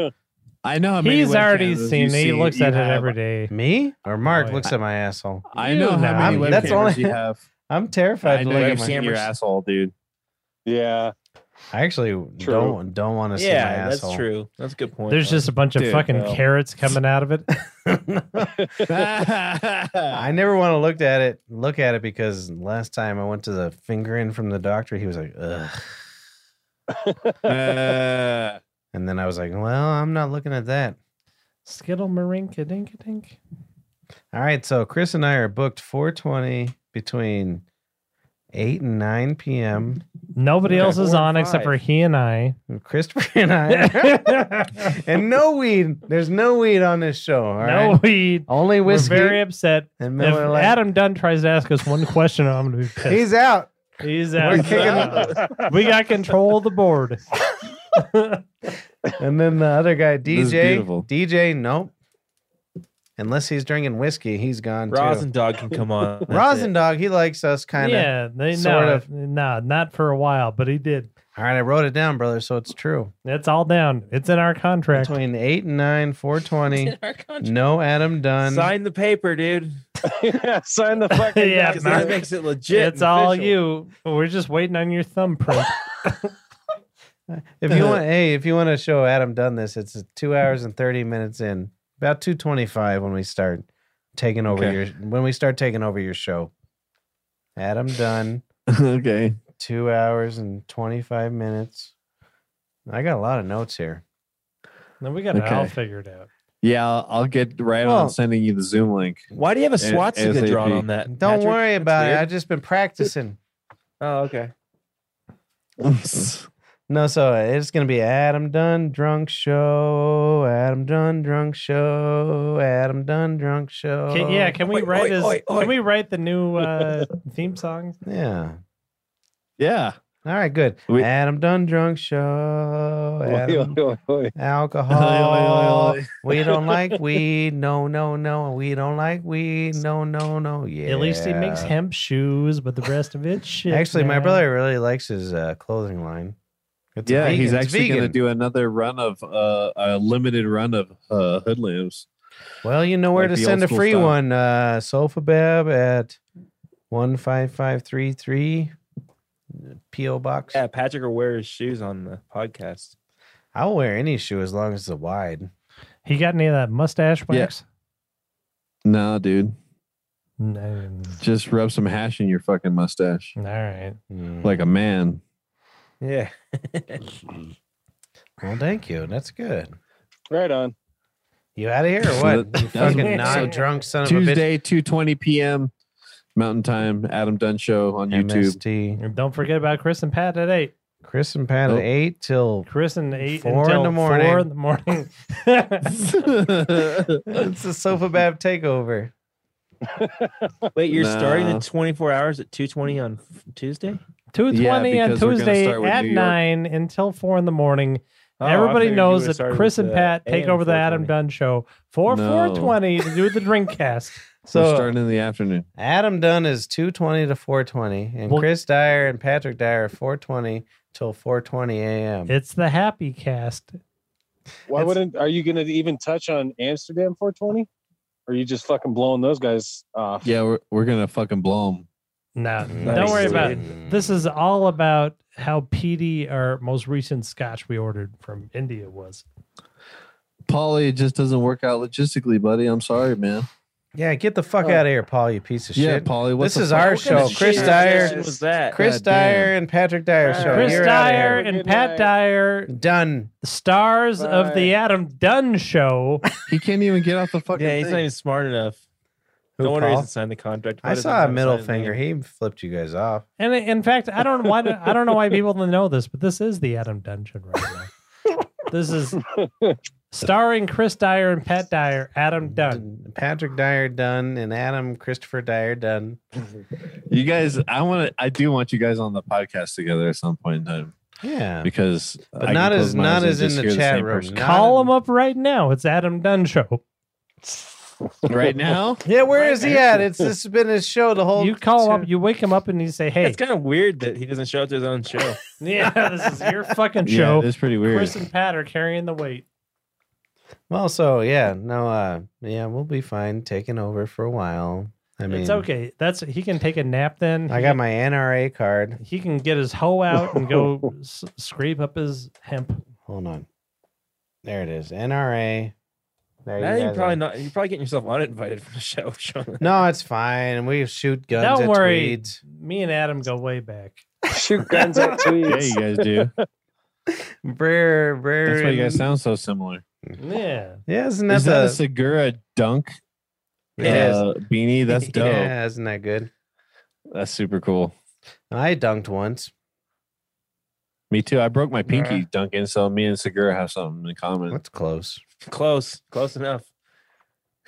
I know. How many
He's
webcams
already
you've
seen it. He looks
you
at it
have.
every day.
Me or Mark
Oh, yeah.
looks at my asshole.
I
You
know how
know.
many
I'm-
webcams
that's
that's
only-
you have.
I'm terrified
I
to
know
look
you've
at my
seen your asshole, dude.
Yeah.
I actually don't don't want to see
Yeah,
my
that's
asshole.
true. That's a good point.
There's just a bunch of
Dude,
fucking
no.
carrots coming out of it.
I never want to look at it. Look at it because last time I went to the fingering from the doctor, he was like, "Ugh,"
Uh,
and then I was like, "Well, I'm not looking at that."
Skittle marinka dinka dink.
All right, so Chris and I are booked 4:20 between eight and nine p.m.
Nobody
Okay.
else is
Four
on
and
except for
five.
he and I.
Christopher and I, and no weed. There's no weed on this show. All
no
right?
weed.
only
We're
whiskey.
very upset.
and
If
Miller Lite.
Adam Dunn tries to ask us one question, I'm going to be pissed.
He's out.
He's
We're
out.
kicking-
we got control of the board.
And then the other guy,
This is
DJ,
beautiful.
DJ, nope. Unless he's drinking whiskey, he's gone
Rosin
too.
Dog can come on. That's
Rosin Dog, he likes us kind of.
yeah, they,
sort
no,
of.
no, not for a while, but he did.
All right, I wrote it down, brother, so it's true.
It's all down. It's in our contract.
Between 8 and 9, 420.
it. Our contract.
no Adam Dunn.
Sign the paper, dude.
Sign the fucking
Yeah,
Because
Mark.
that makes it legit. and
It's all
official.
you. We're just waiting on your thumbprint.
If you want, hey, if you want to show Adam Dunn this, it's two hours and 30 minutes in, about 225 when we start taking over
Okay.
your, when we start taking over your show. Adam Dunn,
okay.
two hours and 25 minutes. I got a lot of notes here.
then we got it
Okay.
all figured out.
Yeah, I'll, I'll get right
Well-
on sending you the Zoom link.
Why do you have a
And-
swastika
ASAP.
drawn on that?
Don't
Patrick?
worry
That's
about it.
weird.
I've just been practicing.
Oh, okay.
No, so it's gonna be Adam Dunn drunk show. Adam Dunn drunk show. Adam Dunn drunk show.
Can, yeah, can we
Oi,
write
oi,
his,
oi, oi.
Can we write the new uh, theme song?
yeah.
yeah.
All right, good.
We-
Adam Dunn drunk show. Adam,
Oi, oi, oi, oi.
alcohol. we don't like weed. No, no, no. We don't like weed. No, no, no. Yeah.
At least he makes hemp shoes, but the rest of it shit.
Actually, my
man.
brother really likes his uh, clothing line. It's
yeah, he's
vegan- it's
actually going to
vegan.
do another run of uh, a limited run of uh, hood lamps.
Well, you know where
Like
to
the
send
old
a
school
free
style.
one. Uh, Sofabab at 15533 P.O. Box.
Yeah, Patrick will wear his shoes on the podcast.
I'll wear any shoe as long as it's a wide.
He got any of that mustache
Yeah.
wax?
Nah, dude,
No.
just rub some hash in your fucking mustache
All right.
Mm.
like a man.
Yeah.
Mm-hmm.
Well, thank you. That's good.
Right on.
You out of here or what? You
That was-
fucking
so
non drunk son of
Tuesday, two twenty p.m. Mountain Time. Adam Dunn show on
a bitch.
YouTube.
MST.
And don't forget about Chris and Pat at eight.
Chris and Pat
Oh.
at 8 till.
Chris and eight
Four in
until
the morning.
Four in the morning.
it's the Sofa Bab takeover.
Wait, you're
Nah.
starting in 24 hours at 2:20 on f- Tuesday.
Two twenty on
because we're gonna
Tuesday
start with
at
New York.
nine until four in the morning.
Oh, I
Everybody
figured you
knows
would've
that
started
Chris
with,
and
uh,
Pat take
AM
over the Adam
420.
Dunn show for
No.
four twenty to do the drink cast.
So
So
starting in the afternoon.
Adam Dunn is 220 to 420, and
Well-
Chris Dyer and Patrick Dyer are 420 till 420 a.m.
It's the happy cast.
Why
It's-
wouldn't? Are you going to even touch on Amsterdam 420? Or are you just fucking blowing those guys off?
Yeah, we're we're gonna fucking blow him.
No,
Nice,
don't worry about
dude.
it. This is all about how PD, our most recent scotch we ordered from India, was.
Polly it just doesn't work out logistically, buddy. I'm sorry, man.
Yeah, get the fuck
Oh.
out of here, Paul, you piece of
Yeah,
shit.
Polly. What
This
the
is
fuck?
our
What kind
show.
of
Chris
shit
Dyer,
was that?
Chris
God damn.
Dyer, and Patrick Dyer show.
Chris
You're outta
Dyer
here.
and
Good
Pat
night.
Dyer,
Done.
stars of
Bye.
the Adam Dunn show.
He can't even get off the fucking.
yeah, he's
thing.
not even smart enough.
Who,
no wonder he
Paul?
hasn't signed the contract. Why
I
doesn't
saw a
have
middle
signed the
finger.
name?
He flipped you guys off.
And in fact, I don't why I don't know why people don't know this, but this is the Adam Dungeon right now. this is starring Chris Dyer and Pat Dyer, Adam Dunn.
Patrick Dyer done and Adam Christopher Dyer done.
You guys, I want to. I do want you guys on the podcast together at some point in time
Yeah.
because,
But not as not as in the chat room. Not
Call
in-
him up right now. It's Adam Dunn show.
right now.
Yeah, where is he at? It's this has been his show the whole
You call him up, you wake him up, and you say, "Hey,
It's kind of weird that he doesn't show up to his own show.
yeah, this is your fucking
Yeah,
show."
it's pretty weird.
Chris and Pat are carrying the weight.
Well, so yeah, no, uh, yeah, we'll be fine taking over for a while. I mean,
it's okay. That's he can take a nap then.
I got my NRA card.
He can get his hoe out and go s- scrape up his hemp.
Hold on. There it is. NRA. There
I think
you
you're
guys
probably
are.
not. You're probably getting yourself uninvited from the show, Sean.
No, it's fine. We shoot guns
Don't
at
worry.
tweeds.
Me and Adam go way back.
Shoot guns at
yeah,
tweets.
you guys do.
Brer, brer.
That's why you guys
and-
sound so similar.
Mm.
Yeah.
Yeah, isn't that
Is that
the...
a Segura dunk
It is.
uh, beanie? That's dope.
Yeah, isn't that good?
That's super cool.
I dunked once.
Me too. I broke my pinky dunking, so me and Segura have something in common.
That's close.
Close, close enough.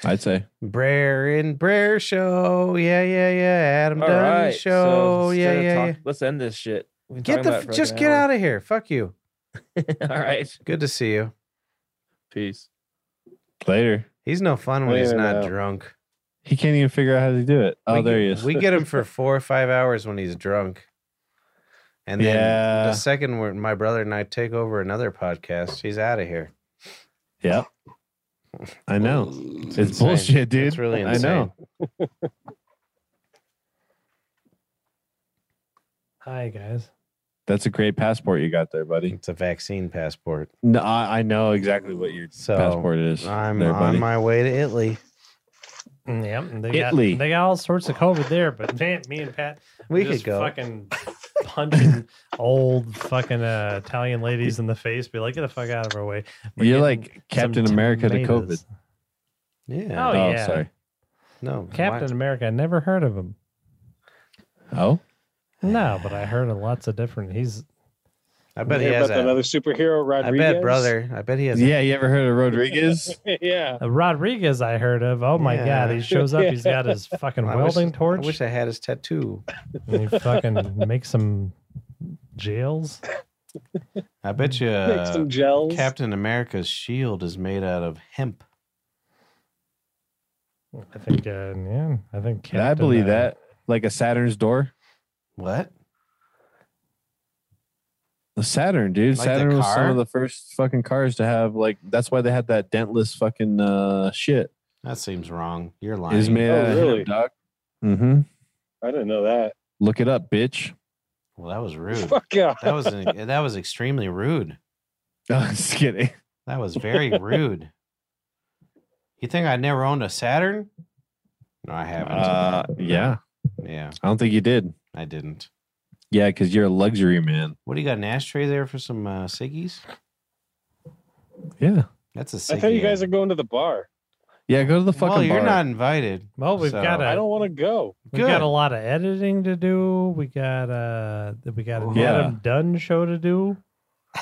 I'd say.
Brer and Brer show. Yeah, yeah, yeah. Adam
All
Dunn
right,
show.
so
yeah,
instead of
yeah,
talk- Let's end this shit.
yeah. Get the f- just get out of here. Fuck you.
of. All right,
Good to see you.
peace.
Later.
He's no fun when he's
Later
not
now.
drunk.
He can't even figure out how to do it. Oh,
We
there he
get-
is.
We get him for four or five hours when he's drunk. And then
Yeah.
the second where my brother and I take over another podcast, he's out of here.
yeah. I know. It's,
insane.
bullshit, dude.
It's really
I know.
Hi guys.
That's a great passport you got there, buddy.
It's a vaccine passport.
No, I, I know exactly what your
So
passport is.
I'm
there,
on
buddy.
my way to Italy.
Mm, Yep. and They
Italy.
got they got all sorts of COVID there, but man, me and Pat
We
just
could go.
fucking punching old fucking uh, Italian ladies in the face. Be like, get the fuck out of our way. We're
You're
getting
like Captain
some
America to COVID.
tomatoes.
Yeah.
Oh,
oh,
yeah.
sorry.
No.
Captain
why-
America. I never heard of him.
Oh,
No, but I heard of lots of different. He's
I bet he
Hear
has
about that
a,
other superhero,
I
Rodriguez.
bet brother. I bet he has a
yeah. You ever heard of Rodriguez?
yeah.
uh, Rodriguez. I heard of. Oh my
Yeah.
god, he shows up. He's got his fucking
I wish-
welding torch.
I wish I had his tattoo.
and he fucking makes some jails.
I bet you
Make
uh,
some gels.
Captain America's shield is made out of hemp.
I think. Uh, yeah, I think.
Can I
Captain,
believe
uh,
that? Like a Saturn's door.
What?
The Saturn, dude.
Like the
Saturn was some
car?
of the first fucking cars to have like. That's why they had that dentless fucking uh, shit.
That seems wrong. You're lying.
Is made
Oh,
out of hemp,
really?
dog. Mm-hmm.
I didn't know that.
Look it up, bitch.
well, that was rude.
Fuck yeah.
That was an, that was extremely rude.
just kidding.
That was very rude. You think I never owned a Saturn? No, I haven't.
Uh, yeah,
yeah,
I don't think you did.
I didn't.
Yeah, because you're a luxury man.
What do you got? An ashtray there for some uh, ciggies?
Yeah.
That's a
I
ciggy.
thought you guys are
end.
going to the bar.
Yeah, go to the fucking
Well, you're
bar.
not invited.
Well, we've
So-
got a.
I don't want to go.
We got
Good.
a lot of editing to do. We got uh we got
Oh,
an
Yeah.
Adam Dunn show to do.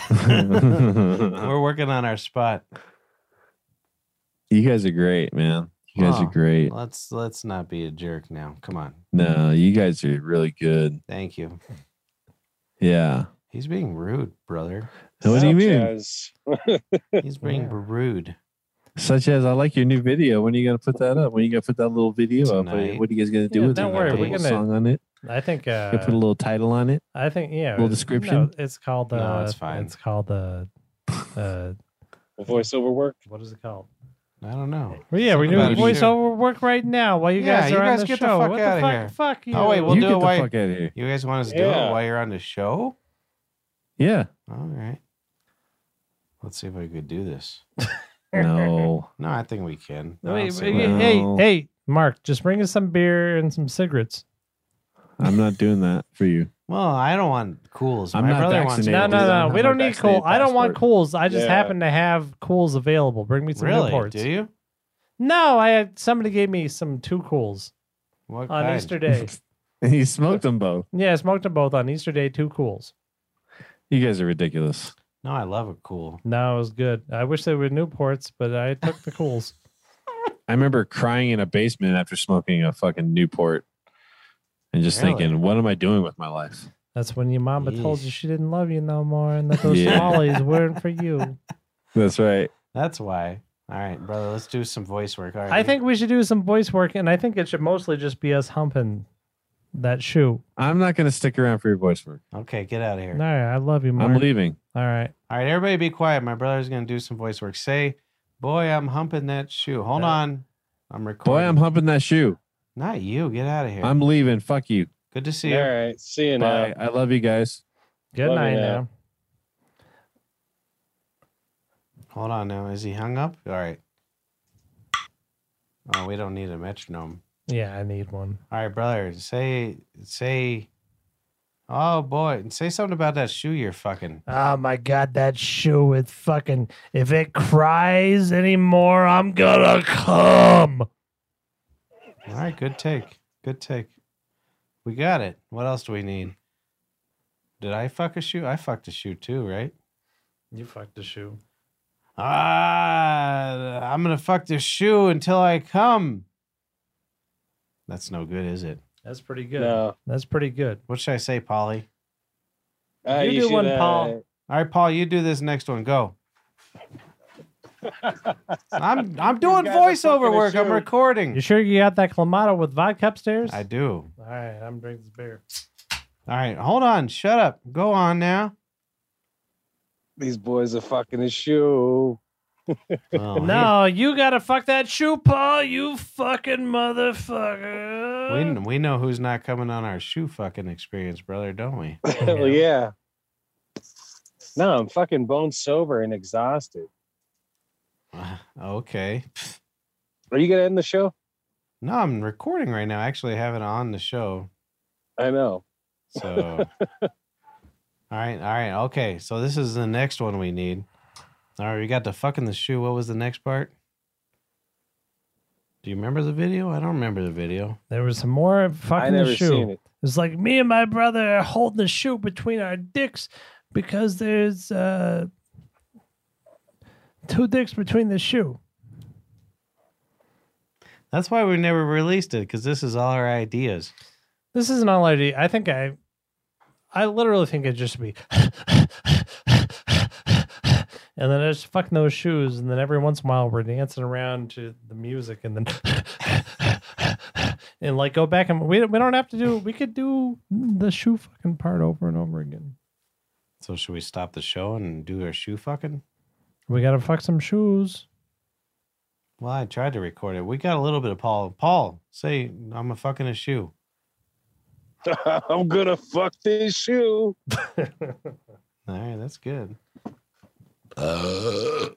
We're working on our spot.
you guys are great, man. You guys
Huh.
are great.
Let's let's not be a jerk now. Come on.
No, you guys are really good.
Thank you.
Yeah.
He's being rude, brother.
What do you mean?
Sanchez.
He's being rude.
Such as I like your new video. When are you gonna put that up? When are you gonna put that little video up? What-
Tonight.
What are you guys gonna do
Yeah,
with
don't
it?
worry,
put a
we're
little
gonna-
song on it.
I think uh
You put a little title on it.
I think yeah.
little
no,
description?
it's called uh
No, it's fine.
it's called uh uh
Voiceover work.
what is it called?
I don't know.
Well, yeah, we're
Somebody
doing voiceover work right now while you
Yeah,
guys are
you
on
guys
the
get the
show.
fuck
what
outta
the fuck?
here.
Fuck you.
Oh, wait, we'll
you
do
get the
it while
fuck out of here.
you guys want us to do
Yeah.
it while you're on the show.
Yeah.
All right. Let's see if I could do this.
No.
No, I think we can. I
Wait,
don't
wait,
see why not.
hey,
Well-
hey, Mark, just bring us some beer and some cigarettes.
I'm not doing that for you.
Well, I don't want cools.
I'm
My
not
brother wants
vaccinated.
No,
Yeah,
no,
dude, I
no.
don't
We
have
don't
my
need cool. I don't want
vaccinated
cools. I just
Yeah.
happen to have cools available. Bring me some
Really?
imports.
Do you?
No, I had somebody gave me some two cools.
What
on
kind?
Easter Day.
you smoked them both.
yeah, I smoked them both on Easter Day. Two cools.
You guys are ridiculous.
No, I love a cool.
No, it was good. I wish they were Newports, but I took the cools.
I remember crying in a basement after smoking a fucking Newport and just
Really?
thinking, what am I doing with my life?
That's when your mama told you
Yeesh.
she didn't love you no more, and that those
Yeah.
lollies weren't for you.
That's right.
That's why. All right, brother. Let's do some voice work. All right.
I think we should do some voice work, and I think it should mostly just be us humping that shoe.
I'm not going to stick around for your voice work.
Okay, get out of here.
All right, I love you,
I'm
Mark.
leaving.
All right,
All right, everybody be quiet. My brother's going to do some voice work. Say, boy, I'm humping that shoe. Hold
Uh,
on. I'm recording.
Boy, I'm humping that shoe.
Not you. Get out of here.
I'm leaving. Fuck you.
Good to see
All
you.
right. See you now.
Bye. I love you guys.
Good
Love you
night
now.
now.
Hold on now. Is he hung up? All right. Oh, we don't need a metronome.
Yeah, I need one.
All right, brother. Say, say, oh boy, and say something about that shoe you're fucking.
Oh my god, that shoe with fucking if it cries anymore, I'm gonna come.
All right, good take. Good take. We got it. What else do we need? Did I fuck a shoe? I fucked a shoe too, right?
You fucked the shoe.
Ah, I'm gonna fuck this shoe until I come. That's no good, is it?
That's pretty good.
No.
That's pretty good.
What should I say, Polly?
Uh,
You do one,
should,
Paul.
uh,
All right, Paul, you do this next one. Go. I'm I'm doing
guys are fucking a
voiceover work. I'm
shoe.
You
recording.
sure you got that clamato with vodka upstairs?
I do.
All right, I'm drinking this beer.
All right, hold on. Shut up. Go on now.
These boys are fucking his shoe.
Oh,
No, you gotta fuck that shoe, Paul. You fucking motherfucker.
We, we know who's not coming on our shoe fucking experience, brother, don't we?
Hell yeah. No, I'm fucking bone sober and exhausted.
Uh, okay.
Are you gonna end the show?
No, I'm recording right now. I actually have it on the show.
I know.
So, all right, all right, okay. So this is the next one we need. All right, we got the fucking the shoe. What was the next part? Do you remember the video? I don't remember the video.
There was some more
I
fucking
never
the shoe.
seen it.
It's like me and my brother are holding the shoe between our dicks because there's uh, two dicks between the shoe.
That's why we never released it because this is all our ideas.
This isn't all I do. I think I, I literally think it just be, and then I just fuck those shoes, and then every once in a while we're dancing around to the music, and then and like go back and we we don't have to do. We could do the shoe fucking part over and over again.
So should we stop the show and do our shoe fucking?
We gotta fuck some shoes.
Well, I tried to record it. We got a little bit of Paul. Paul, say I'm a fucking a shoe.
I'm gonna fuck this shoe.
All right, that's good. Well,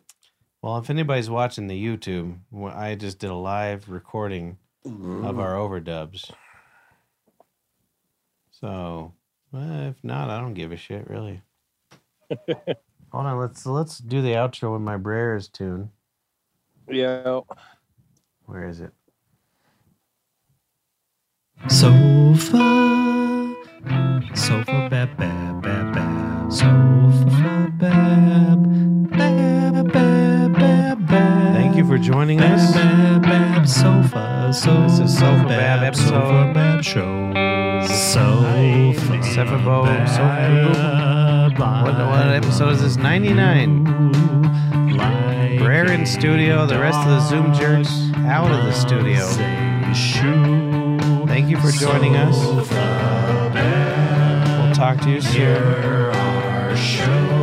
if anybody's watching the YouTube, wh- I just did a live recording of our overdubs. So, well, if not, I don't give a shit really. Hold on, let's let's do the outro with my Brera's tune.
Yeah.
Where is it?
Sofa, sofa, bab, bab, bab, bab, sofa, bab, bab, bab, bab, bab.
Thank you for joining us.
Bab, bab, sofa, sofa.
This is Sofa Bab episode-
Sofa Bab show. Sofa.
Sofa Bab, Sofa
Bab.
What, what episode is this? 99.
Like
Brer in studio, the rest of the Zoom jerks out of the studio.
Say shoe.
Thank you for joining us.
Sofa Bab.
We'll talk to you soon.
Here are shoes.